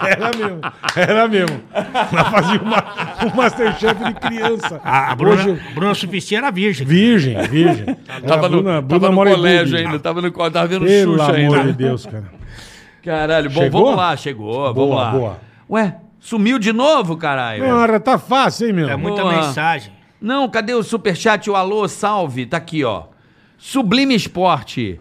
C: Era mesmo. Era mesmo. Ela fazia uma, um Masterchef de criança.
D: A, a Bruna,
C: Hoje-
D: Bruna Suplicy era virgem.
C: virgem, virgem. Era
E: Tava no,
C: Bruna-
E: tava
C: Bruna
E: no
C: Morelli.
E: colégio ainda, tava no colégio, tava vendo
C: Pelo
E: Xuxa
C: amor
E: ainda.
C: de Deus, cara.
B: Caralho, bom,
C: Chegou?
B: vamos lá, chegou, vamos
C: Boa,
B: lá.
C: boa.
B: Ué, sumiu de novo, caralho?
C: Cara, tá fácil, hein, meu?
D: É muita
B: Boa.
D: mensagem.
B: Não, cadê o superchat? O alô, salve, tá aqui, ó. Sublime Esporte.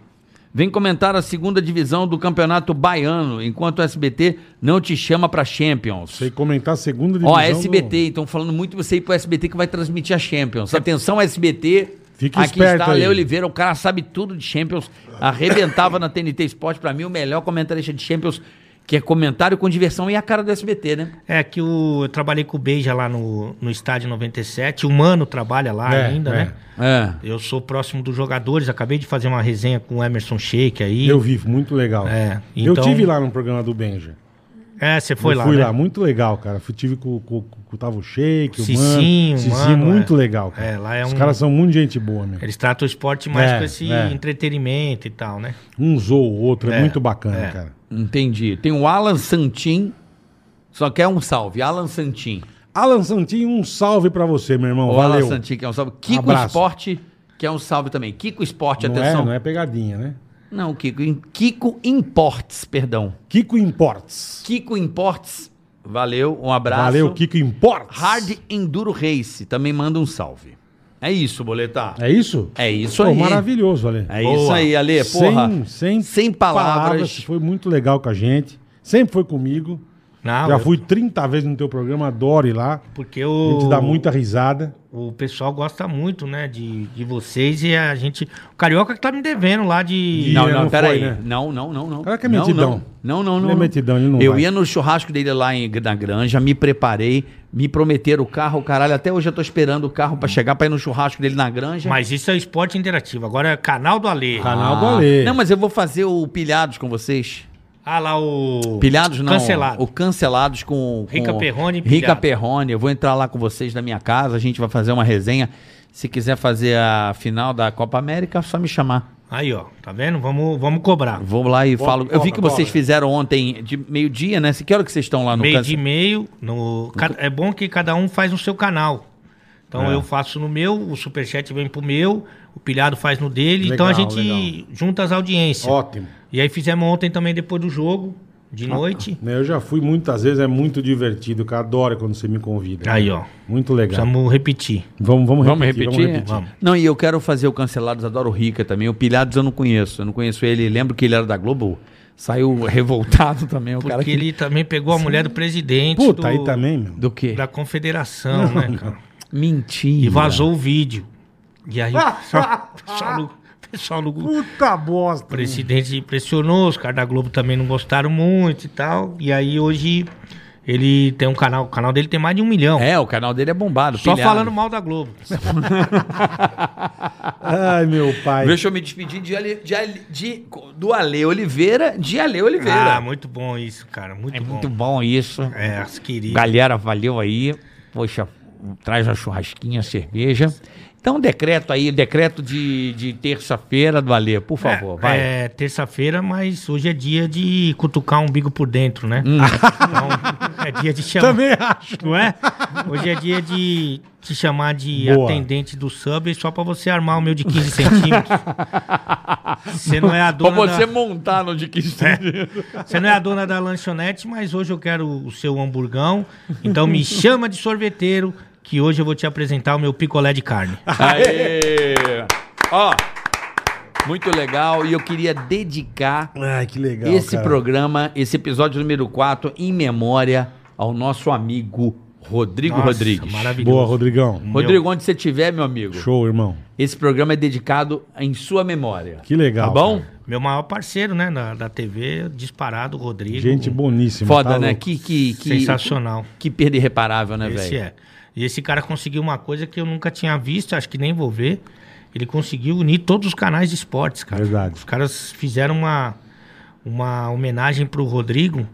B: Vem comentar a segunda divisão do Campeonato Baiano, enquanto o SBT não te chama pra Champions.
C: Sei comentar a segunda divisão.
B: Ó,
C: do-
B: SBT, então falando muito você ir pro SBT que vai transmitir a Champions. Atenção, SBT.
C: Fique
B: Aqui
C: esperto
B: está o
C: aí.
B: Léo Oliveira, o cara sabe tudo de Champions. Arrebentava na TNT Sport, pra mim, o melhor comentarista de Champions, que é comentário com diversão e a cara do SBT, né?
D: É que o, eu trabalhei com o Beija lá no, no estádio 97. O Mano trabalha lá
C: É,
D: ainda,
C: é.
D: né?
B: É.
D: Eu sou próximo dos jogadores. Acabei de fazer uma resenha com o Emerson Sheik aí.
C: Eu vi, muito legal.
D: É,
C: Eu
D: então-
C: tive lá no programa do Benja.
D: É, você foi
C: Eu
D: lá.
C: Fui
D: né?
C: lá, muito legal, cara. Fui, tive com, com, com o Tavo Shake, o
D: Cicinho,
C: Mano. Cicinho,
D: Mano,
C: muito
D: é.
C: legal, cara.
D: É, lá é
C: Os
D: um-
C: caras são muito gente boa, meu.
D: Eles tratam o esporte mais
C: É,
D: com esse
C: é.
D: entretenimento e tal, né?
C: Um zoou o outro, é,
D: É,
C: muito bacana,
D: é.
C: cara.
B: Entendi. Tem o Alan Santin, só quer um salve. Alan Santin.
C: Alan Santinho, um salve pra você, meu irmão.
B: O
C: Valeu.
B: Alan Santin, que é um salve. Kiko
C: Abraço.
B: Esporte, que é um salve também. Kiko Esporte,
C: não, é,
B: atenção.
C: não é pegadinha, né?
B: Não, Kiko. Kiko Imports, perdão.
C: Kiko Imports.
B: Kiko Imports, valeu, um abraço.
C: Valeu, Kiko Imports.
B: Hard Enduro Race também manda um salve. É isso, Boletar.
C: É isso?
B: É isso
C: Pô,
B: aí.
C: Maravilhoso, Ale.
B: É isso aí, Ale. Porra.
C: Sem, sem,
B: Sem palavras.
C: Foi muito legal com a gente. Sempre foi comigo.
B: Ah,
D: Não,
C: Já
D: eu-
C: fui 30 vezes no teu programa, adoro ir lá.
D: Porque
C: A
D: o.
C: gente dá muita risada.
D: O pessoal gosta muito, né, de, de vocês e a gente... O Carioca que tá me devendo lá de...
B: Não,
C: Ih,
B: não,
C: não
B: peraí.
C: foi, né?
B: Não, não, não, não.
C: Cara que é
B: Não,
C: metidão.
B: Não, não,
C: Ele
B: não.
C: é
B: não.
C: metidão, ele não
B: Eu
C: vai.
B: ia no churrasco dele lá em- na granja, me preparei, me prometeram o carro, caralho. Até hoje eu tô esperando o carro pra chegar pra ir no churrasco dele na granja.
D: Mas isso é esporte interativo. Agora é canal do Ale. Ah,
C: Canal do Ale.
B: Não, mas eu vou fazer o Pilhados com vocês.
D: Ah, lá o...
B: Pilhados não.
D: Tipo, Cancelado.
B: O Cancelados com. com
D: Rica Perrone e
B: Rica
D: Pilhados.
B: Perrone. Eu vou entrar lá com vocês na minha casa. A gente vai fazer uma resenha. Se quiser fazer a final da Copa América, é só me chamar.
D: Aí, ó. Tá vendo? Vamos, vamos cobrar.
B: Vou lá e falo. eu vi que
C: cobra,
B: vocês
C: cobra.
B: fizeram ontem de meio-dia, né? Se que hora que vocês estão lá no
D: Meio
B: câncer?
D: de meio. No... ca- É bom que cada um faz no seu canal. Então eu faço no meu, o Superchat vem pro meu, o Pilhado faz no dele. então a
C: Legal,
D: gente
C: legal.
D: junta as audiências.
C: Ótimo.
D: E aí fizemos ontem também depois do jogo, de noite.
C: Né, Eu já fui muitas vezes, é muito divertido, cara. Adoro quando você me convida.
D: Aí, ó.
C: Muito legal.
D: Precisamos repetir.
C: Vamos, vamos,
E: Vamos
C: repetir,
E: repetir?
C: vamos repetir.
B: Não, e eu quero fazer o Cancelados, adoro o Rica também. O Pilhados eu não conheço. Eu não conheço ele. Lembro que ele era da Globo. Saiu [laughs] revoltado também, o cara que.
D: Porque ele também pegou a mulher do presidente
C: Puta,
D: do-
C: aí também, meu.
B: Do quê?
D: da confederação, né, cara?
B: Mentira.
D: E vazou o vídeo. E aí o pessoal, o pessoal no- o pessoal no- o
C: Puta bosta.
D: presidente pressionou, os caras da Globo também não gostaram muito e tal. E aí hoje ele tem um canal, o canal dele tem mais de um milhão.
B: É, o canal dele é bombado.
D: Só
B: Pilhados.
D: falando mal da Globo.
C: Ai, meu pai.
B: Deixa eu me despedir de, Ale- de Ale- de- do Ale Oliveira, de Ale Oliveira.
D: Ah, muito bom isso, cara. Muito
B: é
D: bom.
B: muito bom isso.
D: É, as queridas.
B: Galera, valeu aí. Poxa, traz a churrasquinha, a cerveja. Então, decreto aí, decreto de, de terça-feira do Ale, por favor,
D: É,
B: vai.
D: É terça-feira, mas hoje é dia de cutucar o umbigo por dentro, né? Então, é dia de chamar.
C: Também acho.
D: Não é? Hoje é dia de te chamar de
C: Boa.
D: atendente do Subway só pra você armar o meu de 15 centímetros. Você não é a
E: Pra
D: dona
E: você
D: da,
E: montar no de que
D: você não é a dona da lanchonete, mas hoje eu quero o seu hamburgão. Então me chama de sorveteiro, que hoje eu vou te apresentar o meu picolé de carne.
B: [laughs] Aê! Ó, muito legal e eu queria dedicar
C: Ai, que legal.
B: esse
C: cara.
B: programa, esse episódio número 4, em memória ao nosso amigo Rodrigo
D: Nossa,
B: Rodrigues.
D: Maravilhoso.
C: Boa, Rodrigão.
B: Rodrigo, onde você estiver, meu amigo,
C: Show, irmão.
B: esse programa é dedicado em sua memória.
C: Que legal.
B: Tá bom?
C: cara.
D: Meu maior parceiro, né, na- da TV, disparado, Rodrigo.
C: Gente boníssima.
B: Foda,
C: tá
B: né?
C: louco.
B: Que, que, que,
D: Sensacional.
B: Que perda irreparável, né,
D: Esse
B: velho?
D: é. E esse cara conseguiu uma coisa que eu nunca tinha visto, acho que nem vou ver. Ele conseguiu unir todos os canais de esportes, cara.
C: Verdade.
D: Os caras fizeram uma, uma homenagem pro Rodrigo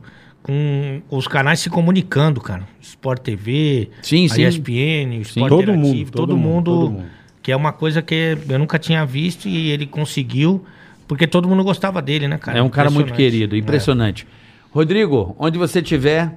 D: com os canais se comunicando, cara. Sport TV,
B: Sim,
D: a
B: sim.
D: ESPN, o Sport
C: Todo
D: Interativo,
C: mundo, todo
D: todo
C: mundo,
D: mundo,
C: todo mundo.
D: Que é uma coisa que eu nunca tinha visto e ele conseguiu, porque todo mundo gostava dele, né, cara?
B: É um cara muito
D: Impressionante.
B: querido,
D: É.
B: impressionante. Rodrigo, onde você estiver,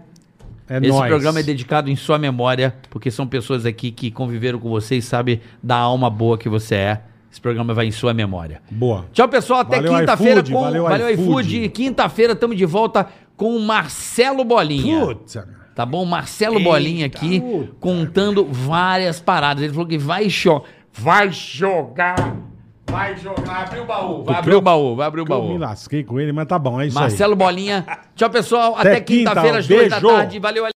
C: É
B: esse
C: nóis.
B: programa é dedicado em sua memória, porque são pessoas aqui que conviveram com você e sabem da alma boa que você é. Esse programa vai em sua memória.
C: Boa.
B: Tchau, pessoal. Até
C: Valeu,
B: quinta-feira
C: iFood,
B: com.
C: valeu,
B: Valeu,
C: iFood.
B: iFood. E Quinta-feira estamos de volta com o Marcelo Bolinha.
C: Putz, cara.
B: Tá bom? Marcelo Bolinha aqui contando várias paradas. Ele falou que vai cho vai jogar. Vai jogar. Abre o baú. Vai abrir o baú. Vai abrir o
C: Eu me
B: baú.
C: lasquei com ele, mas tá bom, é isso aí.
B: Marcelo Bolinha. Tchau, pessoal. Até,
C: quinta,
B: quinta-feira, às duas da
C: beijo.
B: tarde. Valeu,